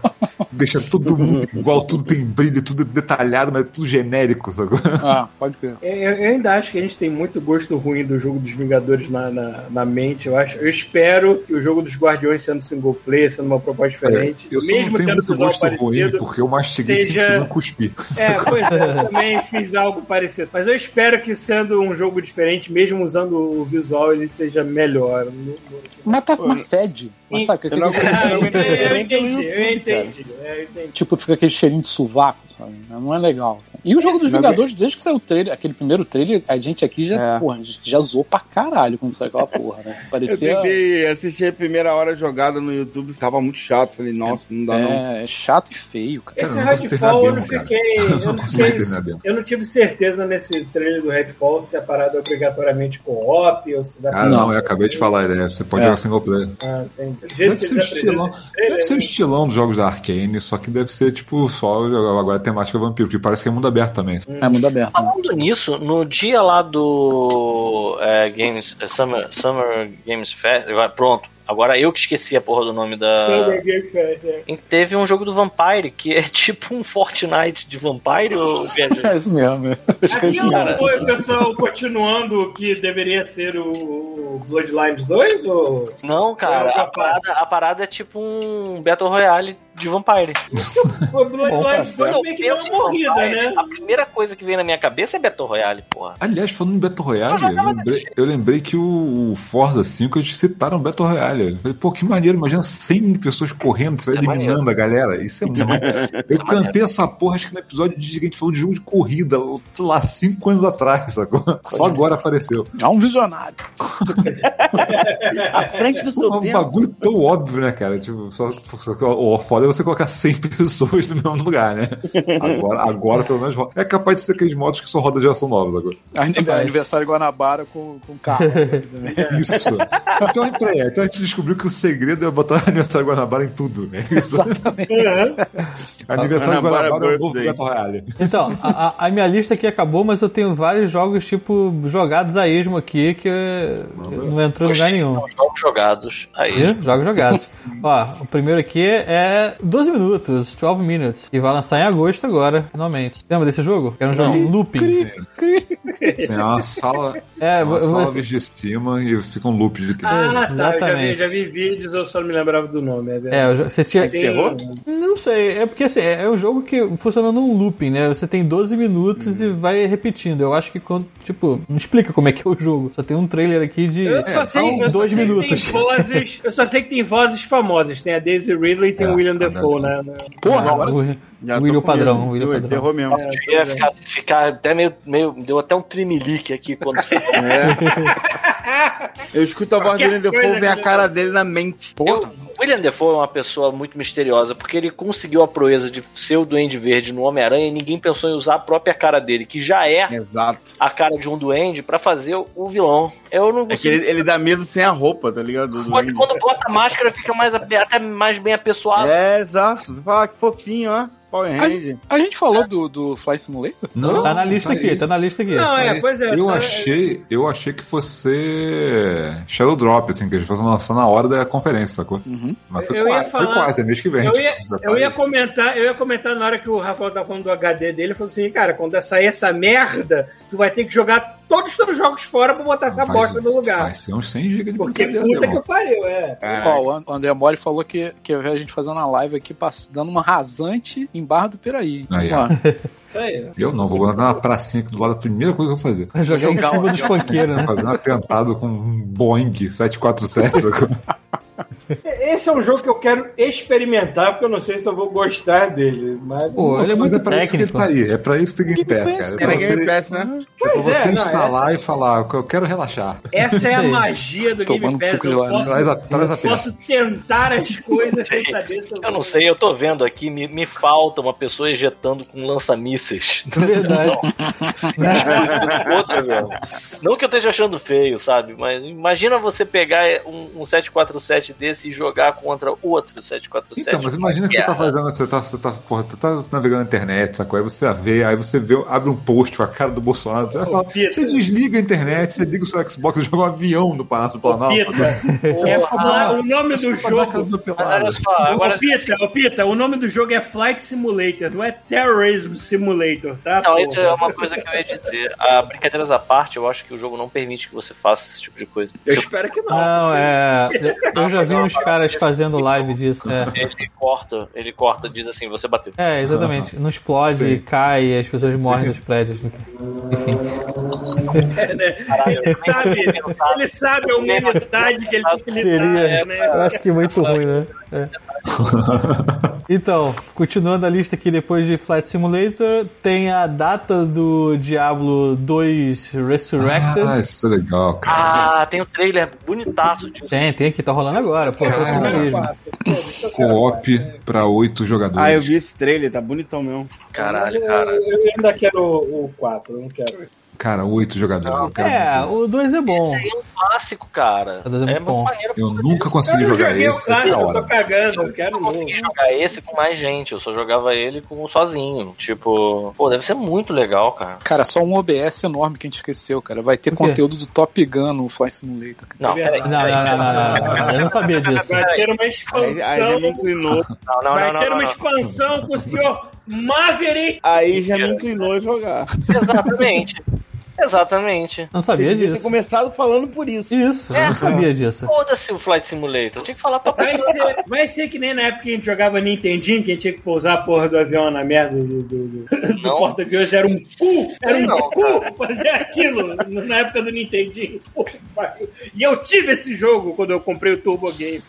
Deixa todo mundo igual, tudo tem brilho, tudo detalhado, mas é tudo genérico, sacou? Ah, pode crer. Eu, eu ainda acho que a gente tem muito gosto ruim do jogo dos Vingadores na, na, na mente. Eu, acho, eu espero que o jogo dos Guardiões sendo single player, sendo uma proposta diferente, Eu só mesmo não tenho tendo um muito visual gosto ruim, parecido. porque eu mastiguei seja- seja... e cuspi. É, pois é, eu também fiz algo parecido. Mas eu espero que sendo um jogo diferente, mesmo usando o visual, ele seja melhor. Mas tá uma fede. Mas sabe o que é Eu não- eu aquele- entendi, eu entendi, eu entendi. eu entendi. Tipo, fica aquele cheirinho de sovaco, sabe? Não é legal. sabe? E o jogo dos Esse Vingadores, desde que saiu o trailer, aquele primeiro trailer, a gente aqui já, porra, a gente já zoou pra caralho quando saiu aquela porra, né? Parecia. Eu tentei assistir a primeira hora jogada no YouTube, tava muito chato. Falei, nossa, não dá não. É, é chato e feio, cara. Esse Redfall eu não fiquei. Eu não, consigo fiquei- entender demo. eu não tive certeza nesse trailer do Redfall se a parada é obrigatoriamente co-op ou se dá Ah, não, eu acabei de falar a ideia. Você pode É. jogar single player. Ah, entendi. Do jeito Deve que ser, o eles apresentam estilão, esse trailer, né? deve ser o estilão dos jogos da Arkane, só que deve ser tipo só agora a temática vampiro, porque parece que é mundo aberto também. É mundo aberto. Falando nisso, no dia lá do é, Games é, Summer, Summer Games Fest, agora, pronto. Agora eu que esqueci a porra do nome da. Summer Game Fest, é. Teve um jogo do Vampire que é tipo um Fortnite de Vampire ou É isso mesmo. é. Aqui Cara. né? não foi, pessoal, continuando o que deveria ser o o Bloodlines 2? Ou... Não, cara, a parada, a parada é tipo um Battle Royale de Vampire. O Bloodlines Quando 2 eu É, meio que deu penso uma em morrida, Vampire, né? A primeira coisa que vem na minha cabeça é Battle Royale, porra. Aliás, falando em Battle Royale, eu lembrei, eu lembrei que o, o Forza 5 eles citaram Battle Royale. Eu falei, pô, que maneiro, imagina 100 pessoas correndo, você vai Isso é eliminando maneiro. a galera. Isso é muito maneiro. Eu cantei essa porra, acho que no episódio de que a gente falou de jogo de corrida, sei lá, 5 anos atrás, sacou? Só agora apareceu. É um visionário. À frente do seu É um tempo. bagulho tão óbvio, né, cara? Tipo, só, só, só- o foda é você colocar 100 pessoas no mesmo lugar, né? Agora, agora pelo menos, roda. é capaz de ser aqueles motos que só roda geração novas agora. Anive- Aniversário Guanabara com, com carro. Isso. Então, é pra- é, então a gente descobriu que o segredo é botar aniversário Guanabara em tudo, né? Isso. É. Aniversário Guanabara, Guanabara é o novo Birthday. Battle Royale. Então, a, a- a minha lista aqui acabou, mas eu tenho vários jogos, tipo, jogados a esmo aqui, que eh, não entrou em lugar nenhum. São jogos jogados. Aí. Ih, Jogos jogados. Ó, o primeiro aqui é 12 minutos, 12 minutes, e vai lançar em agosto agora, finalmente. Lembra desse jogo? Era um Não. jogo em looping. É uma sala, É, é uma vo- sala você- de cima e fica um loop de tempo. Ah, tá, eu já vi, Exatamente. já vi vídeos, eu só não me lembrava do nome. É, É, verdade. o jo- você tinha. Tem- um- Não sei, é porque assim, é é um jogo que funciona num looping, né? Você tem 12 minutos e vai repetindo. Eu acho que quando, tipo, não explica como é que é o jogo. Só tem um trailer aqui de Eu só sei, são eu só dois sei que minutos. tem vozes, eu só sei que tem vozes famosas. Tem a Daisy Ridley e tem É, o William é Defoe, né? Porra, Ah, agora o- sim. Já o tô William com Padrão, medo. o William Deu- Padrão. Derrou mesmo. É, Eu ia ficar, ficar até meio, meio. Deu até um tremelique aqui quando você É. Eu escuto a voz Qualquer dele e coisa depois vem a que- cara dele na mente. Porra. Eu- William Defoe é uma pessoa muito misteriosa, porque ele conseguiu a proeza de ser o Duende Verde no Homem-Aranha e ninguém pensou em usar a própria cara dele, que já é Exato. a cara de um duende, pra fazer o vilão. Eu não É que ele, ele dá medo sem a roupa, tá ligado? Do Quando, duende. quando bota a máscara, fica mais, ape- até mais bem apessoado. É, exato. Você fala, ah, que fofinho, ó. Power Ranger. A gente falou do, do Fly Simulator? Não, tá na lista peraí. aqui, tá na lista aqui. Não, é, pois é. Eu tá- achei, eu achei que fosse Shadow Drop, assim, que eles fossem lançar na hora da conferência, sacou? Mas foi, Uhum. Eu ia quase, foi falar- quase, é mês que vem. Eu tipo, ia, já tá eu ia aí. comentar, eu ia comentar na hora que o Rafael tava falando do HD dele, eu falei assim, cara, quando sair essa merda, tu vai ter que jogar todos os teus jogos fora pra botar essa Vai- bosta no lugar. Vai ser uns 100 GB de Porque brincadeira, puta que irmão. eu pariu, é. Ó, o An- o André Mori falou que, que ia ver a gente fazendo uma live aqui, pass- dando uma rasante em Barra do Piraí. Aí, Ó, Isso aí. Eu não, vou botar uma pracinha aqui do lado, a primeira coisa que eu vou fazer. Jogar em Jogar cima um- dos funkeiros, Vou né? fazer um atentado com um Boeing 747, sacou? Esse é um jogo que eu quero experimentar, porque eu não sei se eu vou gostar dele. Mas. Pô, ele é Mas muito é pra isso que ele técnico. tá aí, é pra isso que tem Game Pass, cara. É na pra Game você, Pass, né? é pra Pois é, você não, instalar e falar, eu quero relaxar. Essa é a magia do Game Tomando Pass. suco de Eu laranja. posso, Traz a, traz a eu peça. posso tentar as coisas sem saber se Eu não sei, eu tô vendo aqui, me, me falta uma pessoa ejetando com lança-mísseis. Verdade. Outra, velho. Não que eu esteja achando feio, sabe? Mas imagina você pegar um, um 747 desse e jogar contra outro 747. Então, mas imagina que você tá é tipo Guerra. fazendo, você tá, você tá, porra, tu tá navegando na internet, sacou? Aí você vê, aí você vê, abre um post com a cara do Bolsonaro, você, vai falar, Pita. você desliga a internet, você liga o seu Xbox e joga um avião no Palácio do Planalto. Pita, Porra. é Fla- o nome do Só pra dar jogo. aquela Mas desapelada. olha só, agora. Ô, Pita, ô, Pita, o nome do jogo é Flight Simulator, não é Terrorism Simulator, tá? Não, porra? isso é uma coisa que eu ia dizer. Ah, brincadeiras à parte, eu acho que o jogo não permite que você faça esse tipo de coisa. Eu Você- espero que não. Ah, Não, é. Eu já vi uns caras fazendo live disso. É. Ele corta, ele corta, diz assim, você bateu. É, exatamente. Não explode, Sim. cai e as pessoas morrem nos prédios. Enfim. Ele é um sabe, ele sabe a humanidade que ele tem que Seria. lidar, né? Eu acho que muito ruim, né? É. Então, continuando a lista aqui depois de Flight Simulator, tem a data do Diablo 2 Resurrected. Ah, isso é legal, cara. Ah, tem um trailer bonitaço disso. tem, tem aqui, tá rolando agora. Pô, Cara. profissionalismo. Co-op pra oito jogadores. Ah, eu vi esse trailer, tá bonitão mesmo. Caralho, cara. Eu, ainda quero o 4, eu não quero. Cara, oito jogadores. eu quero É, muito isso. o 2 é bom. Esse aí é um clássico, cara. É Tá dando muito bom. maneiro. Eu nunca consegui Eu não jogar joguei o esse clássico, essa é eu tô hora. cagando, eu Eu quero um não consegui novo. jogar esse com mais gente, eu só jogava ele com sozinho. Tipo, pô, deve ser muito legal, cara. Cara, só um OBS enorme que a gente esqueceu, cara. Vai ter O quê? conteúdo do Top Gun no Fly Simulator. cara. Não, peraí, Não, não, peraí. não, não, não, não. Eu não sabia disso. Vai ter uma Aí, aí já me expansão, inclinou. Não, não, não, vai ter não, uma não. expansão com o senhor Maverick. Aí já me inclinou a jogar. Exatamente. Exatamente. Não Você sabia devia ter disso. começado falando por isso. Isso, eu não sabia disso. Foda-se o Flight Simulator. Eu tinha que falar pra Vai ser, vai ser que nem na época que a gente jogava Nintendinho, que a gente tinha que pousar a porra do avião na merda do, do, do- do Não. porta-aviões, era um cu, era um Não, cu fazer aquilo na época do Nintendinho. Puta que pariu. E eu tive esse jogo quando eu comprei o Turbo Game.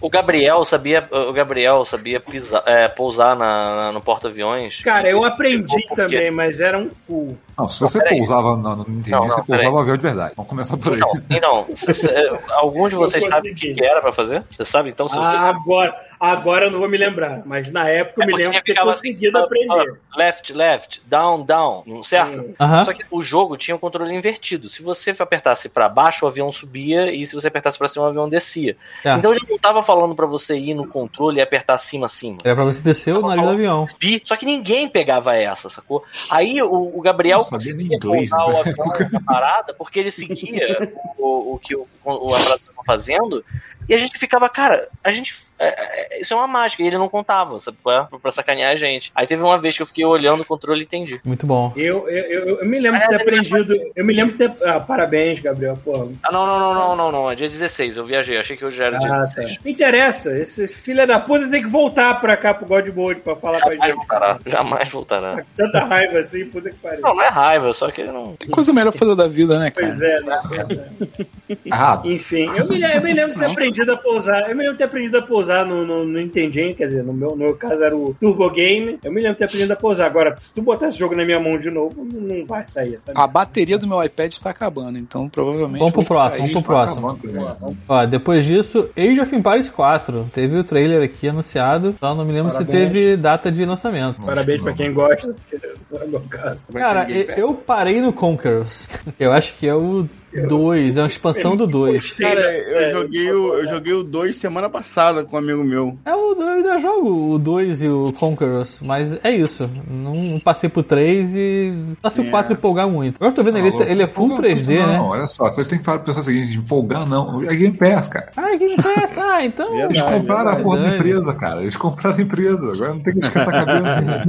O Gabriel sabia, o Gabriel sabia pisar, é, pousar na, na- no porta-aviões. Cara, eu aprendi Porque- também, mas era um cu. Não, se você peraí. pousava na- no Nintendo, Não, não, você peraí. pousava o avião de verdade. Vamos começar por aí. Não, então, cê- cê- algum de Eu vocês sabe o consegui. que que era pra fazer? Você sabe? Então, se você Ah, agora, agora eu não vou me lembrar, mas na época eu me porque lembro de ter É, ficava conseguido assim, aprender. ah, Left, left, down, down, não- certo? Aham. Só que o jogo tinha um controle invertido. Se você apertasse pra baixo, o avião subia, e se você apertasse pra cima, o avião descia. É. Então ele não tava falando pra você ir no controle e apertar cima, cima. Era pra você descer o nariz do avião. Subir, Só que ninguém pegava essa, sacou? Aí o, o Gabriel Não sabia nem conseguia inglês, né? pousar o avião na parada porque ele seguia o, o que o, o abraço estava fazendo e a gente ficava, cara, a gente. é, é, isso é uma mágica, e ele não contava, sabe? é? Pra, pra sacanear a gente. Aí teve uma vez que eu fiquei olhando o controle e entendi. Muito bom. Eu, eu, eu, eu me lembro de ter Ah, ele já aprendido. Eu me lembro de ter. Ah, parabéns, Gabriel. Pô, Ah, não, não, não, não, não, não. É dia 16, eu viajei, achei que hoje já era dia Ah, tá. 16. Não interessa. Esse filho da puta tem que voltar pra cá pro God Mode pra falar com a Jamais gente. voltará, jamais voltará. Tanta raiva assim, puta que pariu. Não, não é raiva, só que ele não. Tem coisa melhor pra fazer da vida, né, cara? Pois é, né? Errado. Enfim, eu me, lem- eu me lembro de ter aprendido aprendido a pousar. Eu me lembro de ter aprendido a pousar no, no, no Nintendinho, quer dizer, no meu, no meu caso era o Turbo Game. Eu me lembro de ter aprendido a pousar. Agora, se tu botar esse jogo na minha mão de novo, não- não vai sair, sabe? A bateria do meu iPad está acabando, então provavelmente. Vamos pro vai próximo, cair. vamos pro próximo. Ó, depois disso, Age of Empires 4. Teve o trailer aqui anunciado, só não me lembro se Parabéns. teve data de lançamento. Parabéns pra quem gosta, porque não é o meu caso. Cara, e- eu parei no Conquerors. Eu acho que é o 2, é uma expansão do 2. Cara, eu joguei, o, eu joguei o 2 semana passada com um amigo meu. É o eu ainda jogo o 2 e o Conquerors, mas é isso. Não passei pro 3 e. Só se o 4 empolgar muito. Agora eu tô vendo, ele, ele é full 3D, não, né? olha só, você tem que falar pro pessoal o seguinte: empolgar não. É Game Pass, cara. Ah, que interessa? Ah, então. Eles compraram a porra da empresa, cara. Eles compraram a empresa. Agora não tem que esquentar a cabeça. né?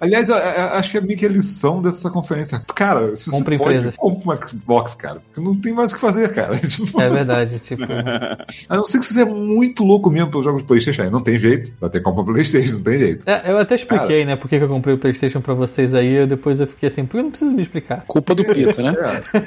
Aliás, eu- eu- eu acho que é meio que a lição dessa conferência. Cara, se Compra você pode, empresas. compra uma Xbox, cara. Porque não tem mais o que fazer, cara. Tipo, É verdade, tipo. A não ser que você é muito louco mesmo pelos jogos de Playstation. Aí não tem jeito. Vai ter que comprar o Playstation, não tem jeito. É, eu até expliquei, né, por que que eu comprei o PlayStation pra vocês aí. Eu depois eu fiquei assim, por que eu não preciso me explicar? Culpa do Pito, né?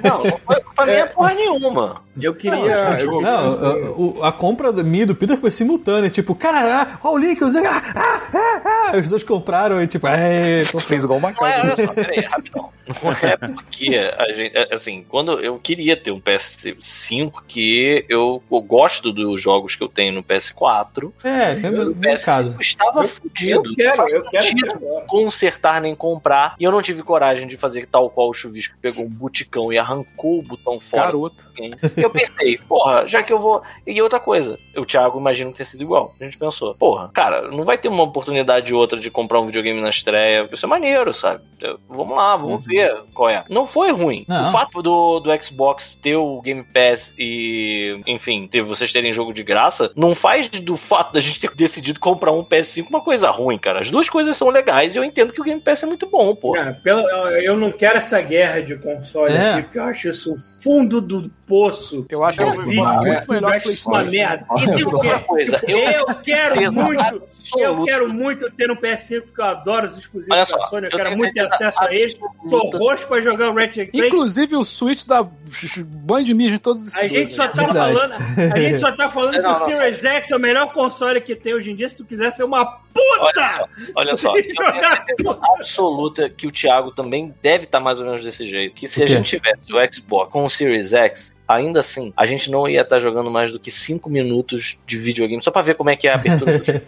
Não, não foi culpa minha porra nenhuma. Eu queria. eu queria- Não, a- o- a, compra do- minha e do Peter foi simultânea. Tipo, cara, ah, olha o link, eu- ah, ah, ah, ah. os dois compraram e tipo, é, Fez igual uma Não é, cara. olha só, peraí, rapidão. Não é porque a gente. é, Assim, quando eu queria ter um PS5, que eu, eu gosto dos jogos que eu tenho no PS4. é, é O meu, meu PS5 caso. estava Eu fudido. não quero, faz eu quero. sentido ter agora. consertar nem comprar. E eu não tive coragem de fazer tal qual o chuvisco pegou um buticão e arrancou o botão fora. Garoto. Sim. Eu pensei, porra, já que eu vou. E outra coisa, o Thiago imagino que tenha sido igual. A gente pensou, porra, cara, não vai ter uma oportunidade ou outra de comprar um videogame na estreia. Isso é maneiro, sabe? Eu- Vamos lá, vamos ver qual é. Não foi ruim. Não. O fato do, do Xbox ter o Game Pass e, enfim, ter, vocês terem jogo de graça, não faz do fato da gente ter decidido comprar um PS5 uma coisa ruim, cara. As duas coisas são legais e eu entendo que o Game Pass é muito bom, pô. Não, pela- eu não quero essa guerra de console É. aqui, porque eu acho isso o fundo do poço. Eu É acho Eu um ele vi, é muito eu melhor que acho isso uma PlayStation. merda. E Olha tem só. outra coisa, eu, Eu quero Certeza. muito, eu absoluta- quero muito ter um PS5, porque eu adoro os exclusivos Olha da só, Sony, eu, eu quero tenho muito ter certeza acesso a eles. Tô absoluta. roxo pra jogar o Ratchet and Clank. Inclusive o Switch da Band Mídia em todos esses A gente dois, só né? tá Verdade. falando, a gente só tá falando é Não, que não, o Series X é o melhor console que tem hoje em dia, se tu quiser ser uma puta! Olha só, eu tenho Jogar certeza absoluta que o Thiago também deve estar mais ou menos desse jeito. Que se O a quê? gente tivesse o Xbox com o Series X, ainda assim, a gente não ia estar jogando mais do que 5 minutos de videogame, só pra ver como é que é a abertura do jogo.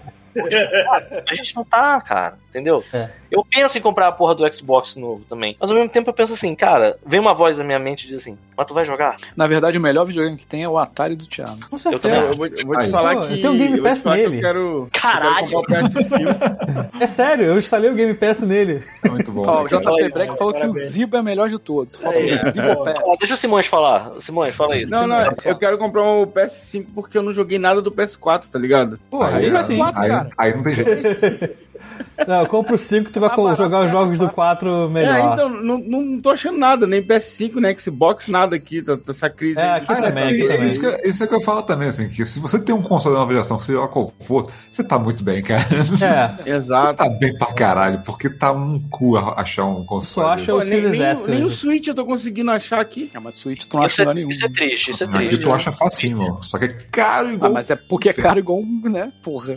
A gente não tá, cara, entendeu? É. Eu penso em comprar a porra do Xbox novo também. Mas ao mesmo tempo eu penso assim, cara, vem uma voz na minha mente e diz assim, mas tu vai jogar? Na verdade, o melhor videogame que tem é o Atari do Thiago. Com Eu também certeza. Cara, eu vou, eu vou te Aí. falar Pô, que. tem um Game eu vou te Pass falar que nele. Eu quero, Caralho! eu quero comprar um o PS5. É sério, eu instalei o Game Pass nele. É muito bom. Ó, o né, cara? JP Breck Olha, falou que o parabéns. Zibo é melhor de todos. Falou Aí, que o Zibo é péssimo. Ó, um Deixa o Simões falar. Simões, fala isso. Não, não, eu quero comprar um PS5 porque eu não joguei nada do PS4, tá ligado? Pô, aí, é sim. quatro, aí, cara. aí não tem jeito. Não, eu compro o 5 tu vai Tá co- barato, jogar os é, jogos do fácil. 4 É, melhor. então, não, não tô achando nada, nem PS5, nem Xbox, nada aqui, tá, tá essa crise. É, aí. aqui Cara, também, aqui isso, também. isso que, isso é que eu falo também, assim, que se você tem um console de nova geração, seja lá qual for, você tá muito bem, cara. É, Exato. Tá bem pra caralho, porque tá um cu a- achar um console. só acha Pô, o nem, Series nem, S. né? o- nem o hoje. Switch eu tô conseguindo achar aqui. É, mas Switch tu não Isso acha lugar é, nenhum. isso é triste, isso é Aqui triste. tu acha facinho, mano. Só que é caro Ah, igual. mas é porque é caro igual, um, né? Porra.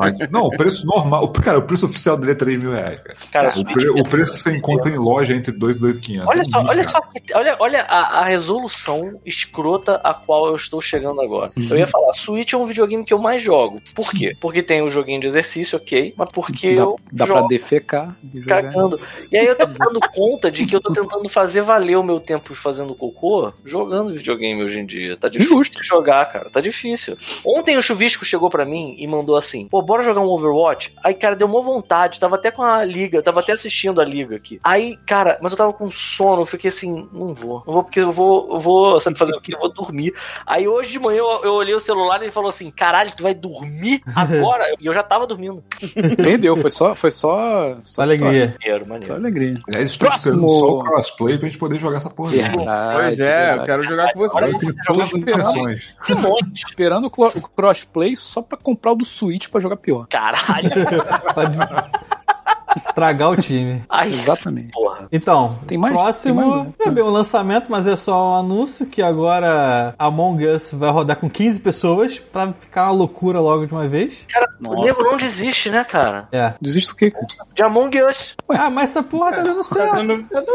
Aqui- Não, o preço normal. o- Cara, o preço oficial dele é 3 mil reais. cara. Cara, O, Switch pre- o é preço que você encontra em loja entre 2 e 2,500. um Olha só, olha só, que- olha, olha a, a resolução escrota a qual eu estou chegando agora. Uhum. Eu ia falar, Switch é um videogame que eu mais jogo. Por quê? Porque tem o joguinho de exercício, ok, mas porque eu Dá, dá pra jogo defecar. e jogar. cagando. E aí eu tô dando conta de que eu tô tentando fazer valer o meu tempo fazendo cocô jogando videogame hoje em dia. Tá difícil Justo. jogar, cara, tá difícil. Ontem o Chuvisco chegou pra mim e mandou assim, pô, bora jogar um Overwatch? Aí, cara, deu uma vontade, tava até com a liga, tava até assistindo a liga aqui. Aí, cara, mas eu tava com sono, eu fiquei assim, não vou, não vou porque eu vou, eu vou sabe fazer o quê? Eu vou dormir. Aí hoje de manhã eu, eu olhei o celular e ele falou assim, caralho, tu vai dormir agora? E eu já tava dormindo. Entendeu? Foi só. Foi só, só Só alegria. Maneiro, Só maneiro. alegria. Aliás, estou Próximo. esperando só o crossplay pra gente poder jogar essa porra. né? Ah, pois é, eu quero jogar com Olha você. aí. Tem todas as versões. Esperando o, clo- o crossplay só pra comprar o do Switch pra jogar pior. Tá. Caralho, Pra de- tragar o time. aí Exatamente. Porra, Porra. Então, Tem mais? próximo Tem mais, né? é bem um lançamento, mas é só um anúncio que agora a Among Us vai rodar com 15 pessoas pra ficar uma loucura logo de uma vez. Cara, o nego não desiste, né, cara? É. Desiste do quê? De Among Us. Ah, mas essa porra tá dando certo.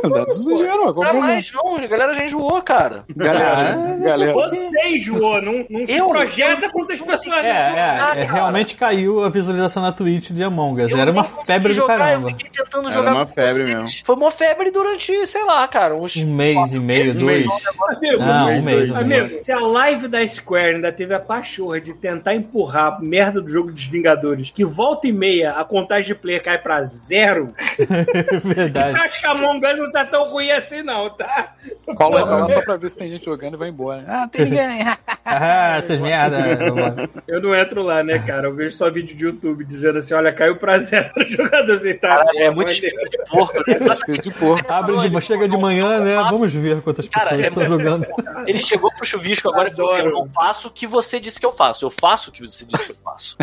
Dá desespero, qual o Pra problema? Tá mais, não. A galera já enjoou, cara. Ah, Galera, galera. Você enjoou, não, não se É. Eu? projeta contra as pessoas. É, é, é, cara. realmente caiu a visualização na Twitch de Among Us. Eu Era uma nem consegui febre do jogar, caramba. Eu fiquei tentando Era jogar uma com febre vocês. mesmo. Foi uma febre durante, sei lá, cara, uns... Um mês e meio, Um mês. dois. Amigo, Não, um mês, mês. dois. um mês. Amigo, se a live da Square ainda teve a pachorra de tentar empurrar a merda do jogo dos Vingadores, que volta e meia a contagem de player cai pra zero, Verdade. acho que a Among Us não tá tão ruim assim não, tá? Qual vai falar só pra ver se tem gente jogando e vai embora. Ah, tem ninguém. Ah, essas merda. Eu não entro lá, Ah. né, cara? Eu vejo só vídeo de YouTube dizendo assim, olha, caiu pra zero o jogador assim, tá? Caralho, é muito espírito de porco, né? Filho de porco. Abre de, chega de manhã, né? Vamos ver quantas Cara, pessoas é- estão jogando. Ele chegou pro chuvisco agora e falou assim: Eu não faço o que você disse que eu faço, eu faço o que você disse que eu faço.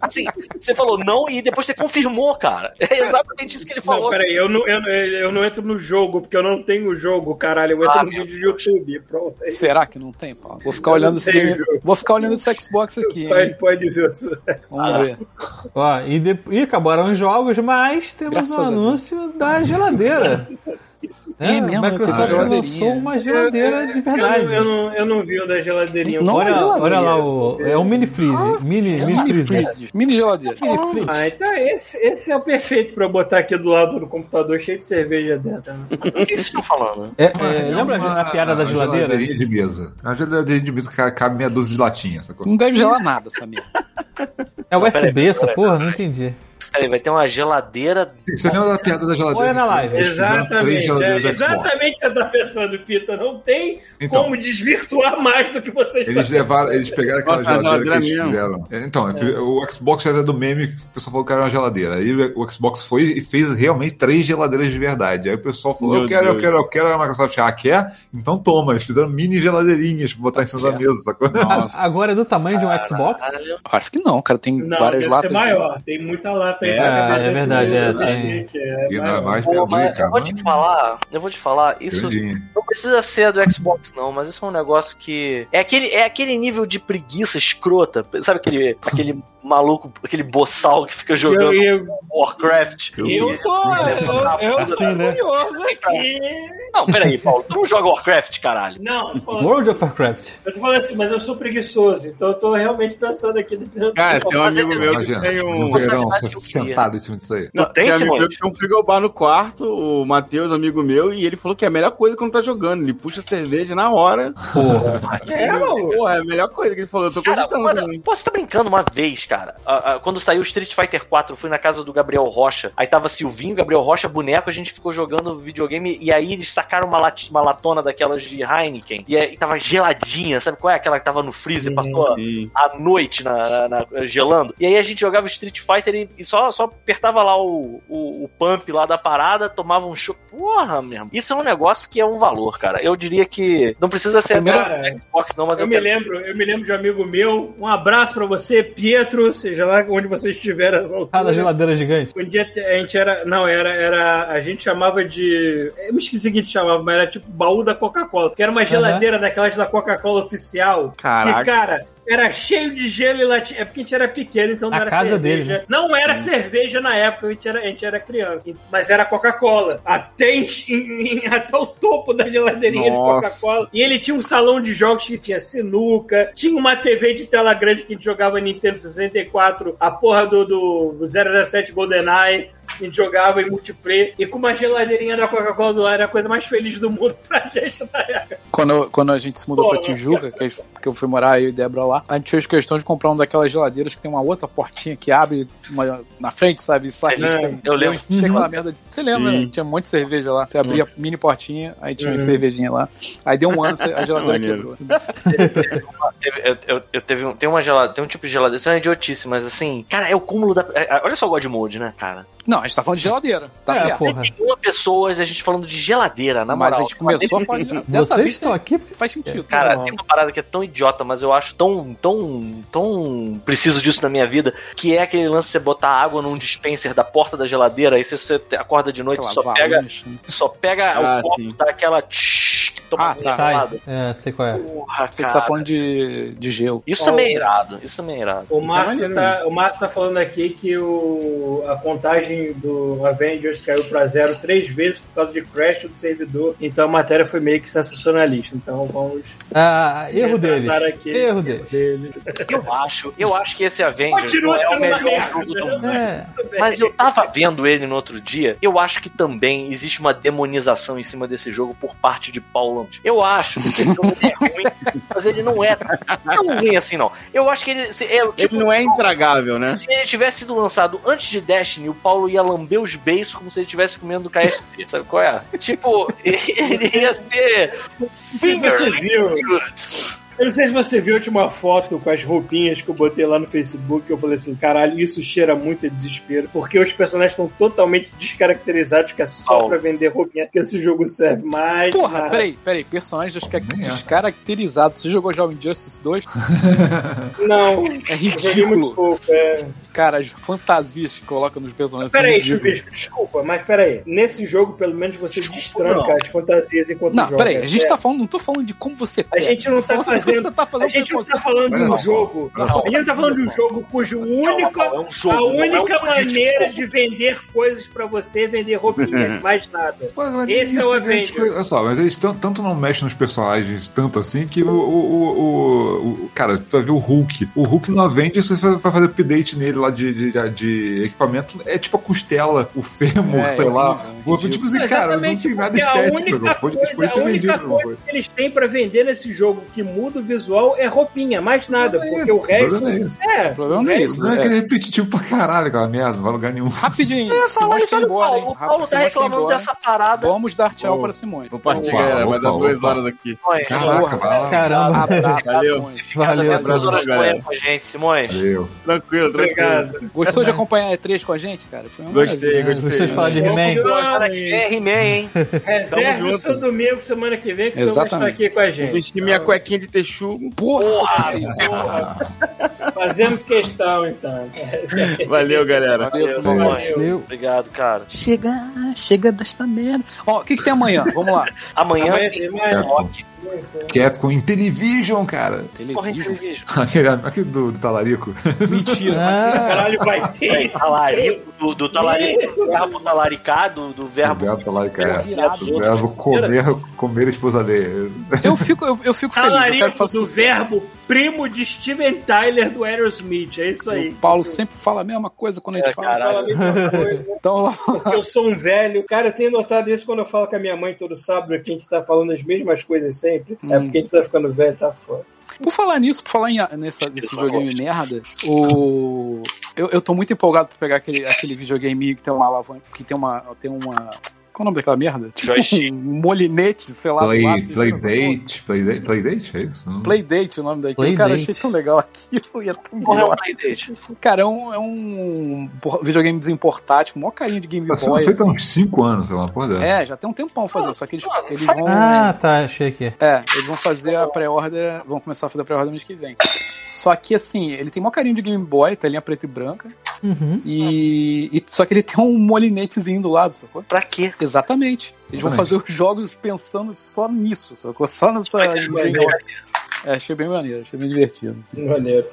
assim, você falou não e depois você confirmou, cara. É exatamente isso que ele Não, falou. peraí, eu não, eu, não- eu não entro no jogo, porque eu não tenho o jogo, caralho. Eu entro Ah, no meu vídeo de YouTube. Pronto. Será que não tem, Paulo? Vou ficar Eu olhando não esse sei, game- viu? Vou ficar olhando esse Xbox aqui, hein? Pode, pode ver isso. Ah, Vamos ver. Ó, e, de... e acabaram os jogos, mas temos Graças o a Deus. anúncio da geladeira. É mesmo, A Microsoft tem uma lançou geladeirinha. uma geladeira de verdade. Eu, não- eu não, eu não vi o da geladeirinha. Não, Olha, uma olha geladeira. lá, o... é um mini freezer. Mini, mini Mini freezer. fridge. Mini geladeira. Mini freezer. Ah, então esse, esse é o perfeito pra eu botar aqui do lado do computador, cheio de cerveja dentro. né? O que vocês estão falando? É, Ah, é, lembra uma- a piada da uma geladeira? geladeirinha de mesa. A geladeirinha de mesa que cabe meia dúzia de latinha, sacou? Não deve gelar nada essa merda. É Peraí, USB essa peraí. porra? Não entendi. Peraí, vai ter uma geladeira. Você lembra da piada da geladeira? Olha na live. Eles fizeram três Exatamente. É, geladeiras da Xbox. exatamente o que você tá pensando, Pita. Não tem Então. como desvirtuar mais do que você está Eles levaram, eles pegaram aquela Nossa, a geladeira, geladeira que eles fizeram. É, Então, o Xbox era do meme que o pessoal falou que era uma geladeira. Aí o Xbox foi e fez realmente três geladeiras de verdade. Aí o pessoal falou: Meu Eu quero, Deus. eu quero, eu quero. A Microsoft, ah, quer? Então toma. Eles fizeram mini geladeirinhas pra botar em É. cima da mesa, sacou? Nossa. Agora é do tamanho de um Xbox? Acho que não, cara. Tem Não, várias deve latas. né? ser maior. Tem muita lata aí. É, pra caber é dentro verdade, do- é, da tem. gente, é, E vai, nada mais Pô, perdoe, mas eu cara. vou te falar, eu vou te falar, isso Grandinha. não precisa ser do Xbox, não, mas isso é um negócio que. É aquele, é aquele nível de preguiça escrota. Sabe aquele, aquele maluco, aquele boçal que fica Eu, jogando eu, Warcraft? eu tô, eu, eu Assim, tô né? curioso aqui. Não, peraí, Paulo, tu não joga Warcraft, caralho. Não, eu tô falando- World of Warcraft. eu tô falando assim, mas eu sou preguiçoso, então eu tô realmente pensando aqui. dentro- Cara, tem um Mas amigo é- meu que Imagina, tem no um. verão, Nossa, você eu queria. sentado em cima disso aí. Não tem, um amigo Simone? meu que tem um frigobar no quarto, o Matheus, amigo meu, e ele falou que é a melhor coisa quando tá jogando. Ele puxa a cerveja na hora. Porra. É, maluco. Pô, é a melhor coisa que ele falou. Eu tô Cara, cogitando mano, também. pô, você tá brincando uma vez, cara. Ah, ah, quando saiu Street Fighter 4, eu fui na casa do Gabriel Rocha. Aí tava Silvinho, Gabriel Rocha, boneco, a gente ficou jogando videogame e aí eles sacaram uma, lati- uma latona daquelas de Heineken. E aí tava geladinha, sabe qual é? Aquela que tava no freezer, passou a- Sim. a noite na, na- gelando. E aí a gente jogava Street Fighter e, e só, só apertava lá o, o, o pump lá da parada, tomava um show. Porra, meu irmão. Isso é um negócio que é um valor, cara. Eu diria que não precisa ser Primeiro- até Xbox, não, mas eu, Eu me quero. lembro, eu me lembro de um amigo meu. Um abraço pra você, Pietro, seja lá onde você estiver nessa Ah, da altura. geladeira gigante. Um dia a gente era. Não, era, era. A gente chamava de. Eu me esqueci o que a gente chamava, mas era tipo baú da Coca-Cola. Que era uma geladeira daquelas da Coca-Cola oficial. Caraca. Que, cara, era cheio de gelo e latinha. É porque a gente era pequeno, então não A era casa cerveja. dele, né? Não era cerveja na época, a gente era, a gente era criança. Mas era Coca-Cola. Até, em- em- até o topo da geladeirinha Nossa. de Coca-Cola. E ele tinha um salão de jogos que tinha sinuca, tinha uma TV de tela grande que a gente jogava Nintendo 64, a porra do, do 007 GoldenEye. A gente jogava em multiplayer e com uma geladeirinha da Coca-Cola do lado era a coisa mais feliz do mundo pra gente na época. Quando, eu- quando a gente se mudou Porra. pra Tijuca, que, que eu fui morar eu e Débora lá, a gente fez questão de comprar uma daquelas geladeiras que tem uma outra portinha que abre uma- na frente, sabe? E sai. É, eu lembro. Tinha aquela merda de. Você lembra, né? Tinha um monte de cerveja lá. Você abria a mini portinha, aí tinha uma cervejinha lá. Aí deu um ano, a geladeira Maneiro. quebrou. assim. Teve- eu, eu, eu teve um, tem uma gelada, tem um tipo de geladeira, isso é uma idiotice, mas assim, cara, é o cúmulo da. é- é- olha só o God Mode, né, cara? Não, a gente tá falando de geladeira. Tá É, certo. porra. Uma pessoa, a gente falando de geladeira, na Mas moral. a gente começou a falar de geladeira. Dessa Vocês vez né, estão aqui porque faz sentido. Cara, Não. tem uma parada que é tão idiota, mas eu acho tão, tão, tão preciso disso na minha vida, que é aquele lance de você botar água num dispenser da porta da geladeira, aí você, você acorda de noite e Aquela só avalanche, pega, né? só pega Ah, o copo sim. daquela tsh, que toma Ah, tá. gelada. Sai. É, sei qual é. Porra, Você que tá cara. falando de, de gelo. Isso Ó, também é o- irado, isso também é irado. O Isso é Márcio, maneiro, tá, o Márcio tá falando aqui que o, a contagem do Avengers caiu pra zero três vezes por causa de crash do servidor. Então a matéria foi meio que sensacionalista. Então vamos. Ah, se erro retratar deles. aqui. Erro deles. dele. Eu acho, eu acho que esse Avengers Continua não é sendo o melhor uma merda, jogo do né? mundo. É. Mas eu tava vendo ele no outro dia. Eu acho que também existe uma demonização em cima desse jogo por parte de Paulo. Antunes. Eu acho que esse jogo ele é ruim, mas ele não é tão ruim assim, não. Eu acho que ele. se- é, tipo, Ele não é intragável, né? Se ele tivesse sido lançado antes de Destiny, o Paulo ia lamber os beijos como se ele estivesse comendo KFC, sabe qual é? Tipo, ele ia ser. Finger Você viu? Eu não sei se você viu a última foto com as roupinhas que eu botei lá no Facebook. Eu falei assim: caralho, isso cheira muito a desespero. Porque os personagens estão totalmente descaracterizados, que é só Paulo. pra vender roupinha. Que esse jogo serve mais. Porra, nada. peraí, peraí. Personagens desca- Nem é. descaracterizados. Você jogou Jovem Justice 2? É Não, eu joguei muito ridículo. pouco. É. Cara, as fantasias que colocam nos personagens. são Peraí, ridículas. Chuvisco, desculpa, mas peraí. Nesse jogo, pelo menos, você destranca não. as fantasias enquanto Não, joga. peraí, a gente é. tá falando, não tô falando de como você A pega. gente não tá Tô falando de como fazendo. Você tá A fazendo gente não tá preconceito. falando de Olha um só, jogo. olha A gente não tá falando de um jogo cujo único. é um jogo, a não é um única jogo de maneira jogo. de vender coisas pra você é vender roupinhas, mais nada. Pô, mas Esse isso é o que eles- Avenger. Olha só, mas eles tan- tanto não mexem nos personagens tanto assim que o. o, o, o- o- cara, tu vai ver o Hulk. O Hulk no Avenger, você vai vai fazer update nele lá de, de, de equipamento. É tipo a costela, o fêmur, É, sei é lá. horrível, O outro, ridículo. tipo assim, cara, não tem nada porque a estético. única não. Pode, coisa, pode a ser única vendido. não coisa que eles têm pra vender nesse jogo que muda o visual é roupinha, mais nada. Não é Porque esse, o resto. problema é esse. É. O problema não é isso. Não é né? que é repetitivo pra caralho aquela merda, não vai a lugar nenhum. Rapidinho, Eu ia falar Simões isso, quer ir olha o embora, hein? Paulo. O Paulo Simões tá quer ir reclamando embora. dessa parada. Vamos dar tchau Ô. para Simões. Vou partir, Opa, galera. Vai dar opa, duas opa. horas aqui. É, Simões. Caraca, vai lá. Caramba. Abraço, Valeu. Simões. Cada Valeu. vez duas horas galera. com a gente, Simões. Valeu. Tranquilo, tranquilo. Gostou de acompanhar a E3 com a gente, cara? Foi uma Gostei, maravilha. gostei. Vocês falam de He-Man? Cara, que é He-Man, hein? Reserve Tamo o junto. seu domingo, semana que vem, que o senhor vai estar Exatamente. aqui com a gente. Vesti minha cuequinha de texugo. Porra! Fazemos questão, então. É, isso aí. Valeu, galera. Valeu, Simões. Simões. Valeu. Obrigado, cara. Chega, chega desta merda. Ó, o que, que tem amanhã? Vamos lá. Amanhã, Amanhã tem tem mais. Loki. Capcom é Intellivision, cara. Corre em Televisão. vídeo. Aquele, aquele do, do talarico. É. Mentira. Ah, Caralho, vai ter. Talarico, do, do talarico, do verbo talaricar, do, do verbo Obrigado, talarico. é. Virado. Eu vou comer, comer a esposa dele. Eu fico, eu, eu fico feliz. Eu quero que Talarico faça do sucesso. verbo primo de Steven Tyler do Aerosmith. É isso aí. O Paulo sempre fala a mesma coisa quando a gente É, fala. cara. Fala a mesma coisa, Então, porque eu sou um velho. Cara, eu tenho notado isso quando eu falo com a minha mãe todo sábado, que a gente tá falando as mesmas coisas sempre. É Hum. porque a gente tá ficando velho, tá foda. Por falar nisso, por falar em, nessa, nesse videogame merda, o. Eu, eu tô muito empolgado pra pegar aquele, aquele videogame que tem uma alavanca. Que tem uma. Tem uma. Qual é o nome daquela merda? Tipo, Joystick. um molinete, sei lá, Play, do lado, vocês viram essa Playdate. Playdate? Playdate? É isso? porra? Playdate, o nome daquilo. Playdate. Cara, eu achei tão legal aquilo. E é tão Porra, é um legal. Playdate. Cara, é um, é um por- videogamezinho portátil, com o maior carinho de Game Tá sendo Boy. feito há assim. uns 5 anos, sei lá, porra dessa. É, já tem um tempão fazer, só que eles, eles vão. ah, tá, achei aqui. É, eles vão fazer a pré-order, vão começar a fazer a pré-order mês que vem. Só que assim, ele tem maior carinho de Game Boy, tá, telinha preta e branca, Uhum. e, e- só que ele tem um molinetezinho do lado, sacou? Pra quê? Exatamente. Eles vão fazer Exatamente. os jogos pensando só nisso, sacou? Só nessa. Vai ter jogo. É, achei bem maneiro, achei bem divertido. Maneiro.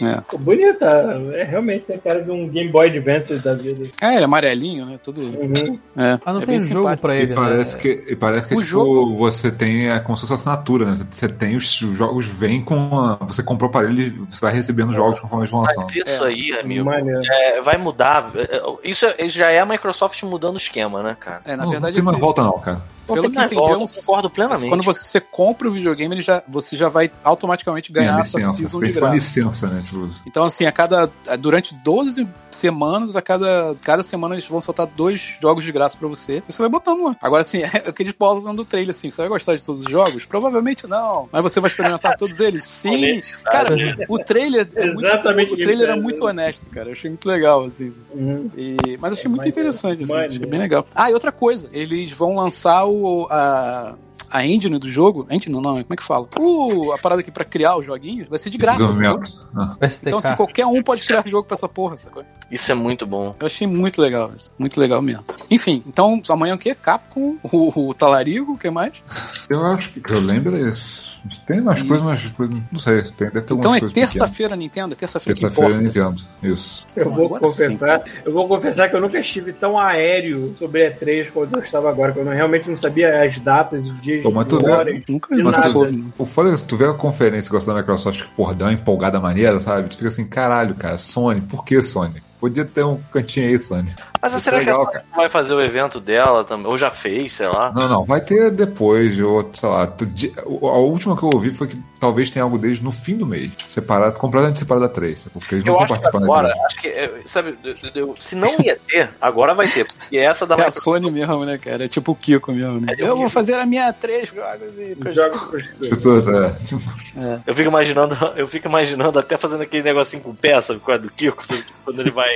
É. Ficou Bonita. É realmente tem cara de um Game Boy Advance da vida. É, ele é amarelinho, né? Tudo. Uhum. É, Ah, não é tem bem jogo simpático. pra E ele, parece né? que, e parece que O tipo, jogo- você tem a, como se fosse assinatura, né? Você- Você tem os, os jogos, vem com. a- você comprou o aparelho e você vai recebendo os jogos conforme eles vão lançando. Mas isso É. aí, amigo, Maneiro. é, vai mudar. É, é, Isso, é- isso já é a Microsoft mudando o esquema, né, cara? É, na Não, verdade, não tem mais esse- volta, não, cara. Não Pelo tem que mais entendi, é um- volta, eu concordo plenamente. quando você compra o videogame, ele já, você já vai automaticamente ganhar Tem a essa licença. season Você de tem que ter uma graça. licença, né? né? Tipo, Então, assim, a cada. Durante 12 semanas, a cada, cada semana eles vão soltar dois jogos de graça pra você. E você vai botando lá. Agora, assim, é o que eles postam no trailer, assim. Você vai gostar de todos os jogos? Provavelmente não. Mas você vai experimentar todos eles? Sim. Honestidade, Cara, né? o trailer. É Exatamente Muito, o trailer isso, era né? muito honesto, cara. Eu achei muito legal, assim. Uhum. E- mas eu achei muito maneiro, interessante, assim, achei maneiro. bem legal. Ah, e outra coisa, eles vão lançar o. A... A engine do jogo, a engine não, não, como é que fala? O, a parada aqui pra criar os joguinhos vai ser de graça, assim? sacou? desenvolvimento. Ah. STK. Então, assim, qualquer um pode criar jogo pra essa porra, sacou? Isso é muito bom. Eu achei muito legal isso, muito legal mesmo. Enfim, então amanhã o quê? Capcom, o, o Talarigo, o que mais? Eu acho que que eu lembro é isso. Tem umas E- coisas, mas coisa- não sei, tem, deve ter Então algumas é coisas pequenas. terça-feira, Nintendo, é terça-feira que Terça-feira importa. eu entendo. Isso. Eu vou Agora confessar, eu vou confessar que eu nunca estive tão aéreo sobre E3 quando eu estava agora, que eu não- realmente não sabia as datas, os dias, Pô, mas e tu vê- horas. Nunca De nunca nada. soube. O foda é que se tu vê a conferência que gosta da Microsoft, que porra, dá uma empolgada maneira, sabe? Tu fica assim, caralho, cara, Sony, por que Sony? Podia ter um cantinho aí, Sony. Mas Isso será é legal, que a Sony vai fazer o evento dela também? Ou já fez, sei lá. Não, não, vai ter depois, ou sei lá. tu- di- o- A última que eu ouvi foi que talvez tenha algo deles no fim do mês, separado, completamente separado da 3, porque eles não Eu estão acho que participando agora, da acho que, é, sabe, eu- eu- se não ia ter, agora vai ter. Porque essa da É a Microsoft Sony mesmo, né, cara? É tipo o Kiko mesmo, né? um. É, eu Eu vou vi. fazer a minha três jogos e. Os jogos pros- As pessoas, é, Eu fico imaginando, eu fico imaginando até fazendo aquele negocinho com peça, com a do Kiko, sabe? quando ele vai.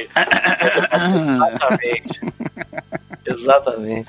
Exatamente. Exatamente.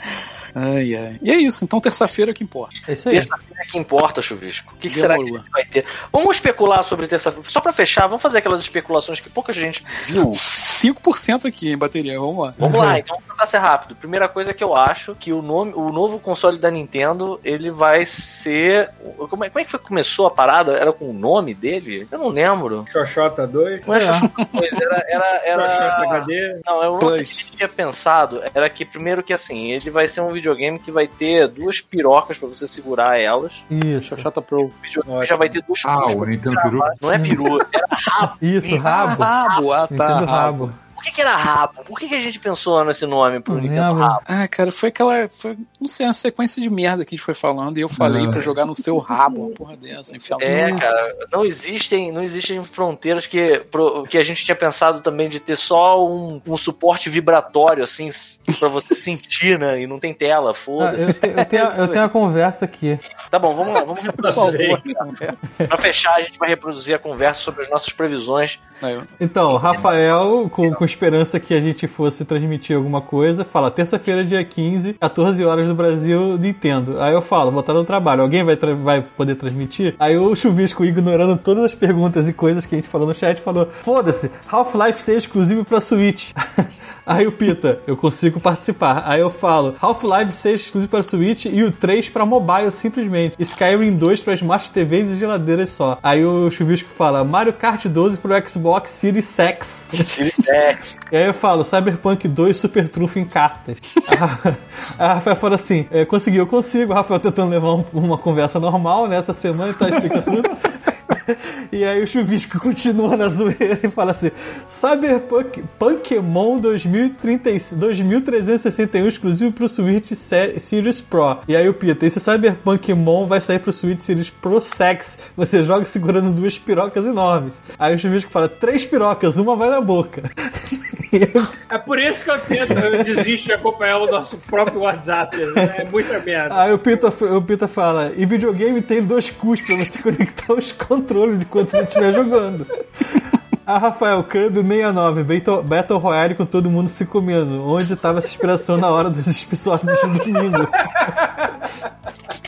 Ai, ai. E é isso, então terça-feira é o que importa. É isso aí. Terça-feira que importa, Chuvisco. O que, que será que Demorou. vai ter? Vamos especular sobre terça-feira. Só pra fechar, vamos fazer aquelas especulações que pouca gente viu. 5% aqui em bateria, vamos lá. Vamos lá, então vamos tentar ser rápido. Primeira coisa que eu acho que o, nome, o novo console da Nintendo, ele vai ser. Como é, como é que foi que começou a parada? Era com o nome dele? Eu não lembro. Xoxota 2, Não era, Pois era, era, Xoxota era, HD, Não, eu não sei o Plus. que eu tinha pensado. Era que, primeiro, que assim, ele vai ser um videogame que vai ter duas pirocas pra você segurar elas. Isso. Xoxota Pro. O videogame Ótimo. já vai ter dois Ah, cubos o pra Nintendo Peru. gravar. Não é peru. Era- Isso, Ah, rabo. rabo, ah tá. Nintendo Rabo. rabo. Por que, que era rabo? Por que, que a gente pensou nesse nome pro Não Nintendo lembro. Rabo? Ah, cara, foi aquela. Foi, não sei, uma sequência de merda que a gente foi falando e eu falei Ah. pra jogar no seu rabo, uma porra dessa. Enfiar no É, seu- cara, não existem, não existem fronteiras que, pro- que a gente tinha pensado também de ter só um, um suporte vibratório, assim, s- pra você sentir, né? E não tem tela, Ah, eu, foda-se. te- eu É tenho, eu tenho uma conversa aqui. Ah. Tá bom, vamos lá, vamos Por favor, reproduzir. cara. Pra fechar, a gente vai reproduzir a conversa sobre as nossas previsões É. Aí eu- Então, Rafael, com, com esperança que a gente fosse transmitir alguma coisa, fala terça-feira, dia 15, 14 horas do Brasil, Nintendo. Aí eu falo, botaram no trabalho, alguém vai, tra- vai poder transmitir? Aí o Chuvisco, ignorando todas as perguntas e coisas que a gente falou no chat, falou: foda-se, Half-Life 6 exclusivo pra Switch. Aí o Pita, eu consigo participar. Aí eu falo, Half-Life 6 exclusivo para Switch e o 3 para mobile simplesmente. Skyrim 2 para Smart TVs e geladeiras só. Aí o Chuvisco fala, Mario Kart 12 pro Xbox Series X. Series X. E aí eu falo, Cyberpunk 2 super trunfo em cartas. a Rafael fala assim, é, consegui, eu consigo. O Rafael tentando levar um- uma conversa normal nessa semana, então explica tudo. E aí o chuvisco continua na zoeira e fala assim: Cyberpunk Pokémon 2030 2361 exclusivo pro Switch Se- Series Pro. E aí o Pita, esse Cyberpunkmon vai sair pro Switch Series Pro Sex. Você joga segurando duas pirocas enormes. Aí o chuvisco fala: três pirocas, uma vai na boca. É por isso que eu tento, eu desisto de acompanhar o nosso próprio WhatsApp. né? É muita merda. Aí o Pita, o Pita fala: e videogame tem dois cus pra você conectar os controles enquanto você estiver jogando. A Rafael Kirby 69, Beto- Battle Royale com todo mundo se comendo. Onde tava essa inspiração na hora dos episódios do domingo?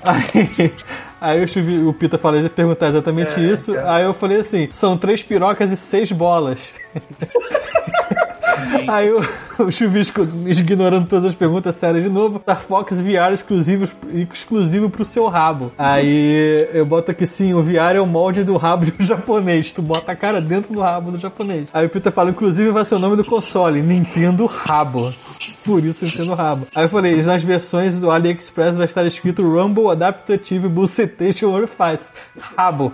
Aí, aí eu chuvi, o Pita falou ia perguntar exatamente isso. Aí eu falei assim: são três pirocas e seis bolas. Aí o, o Chuvisco, ignorando todas as perguntas sérias de novo, Star Fox VR exclusivo, exclusivo pro seu rabo. Aí eu boto aqui sim, o VR é o molde do rabo de um japonês. Tu bota a cara dentro do rabo do japonês. Aí o Peter fala, inclusive vai ser o nome do console, Nintendo Rabo. Por isso Nintendo Rabo. Aí eu falei, nas versões do AliExpress vai estar escrito Rumble Adaptative Bucetation Orifice. Rabo.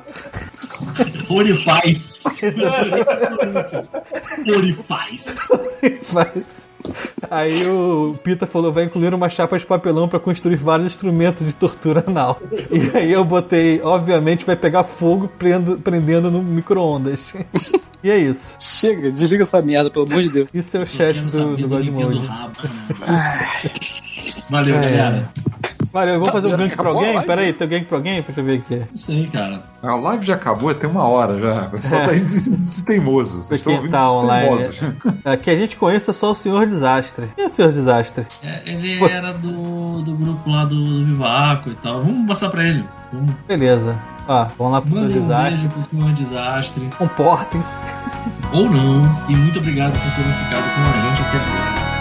Orifaz. Orifaz. Mas... Aí o Pita falou, vai incluir uma chapa de papelão pra construir vários instrumentos de tortura anal. E aí eu botei, obviamente vai pegar fogo prendo- prendendo no micro-ondas. E é isso. Chega, desliga essa merda, pelo amor de Deus. Isso é o chat do, do God Mode. né, Valeu, É. galera. Valeu, eu vou Tá, fazer um já gank pra acabou a alguém? live? Peraí, tem gank pra alguém? Deixa eu ver aqui. Não sei, cara. A live já acabou, tem uma hora já. O pessoal tá aí teimoso. Vocês estão Quem ouvindo É. tá esses online? teimosos. É, que a gente conheça só o Senhor Desastre. E o Senhor Desastre? É, Ele era do, do grupo lá do, do Vivaco e tal. Vamos passar pra ele. Vamos. Beleza. Ó, vamos lá pro Senhor Mandem um Desastre. beijo pro senhor desastre. Comportem-se. Ou não. E muito obrigado por terem ficado com a gente até agora.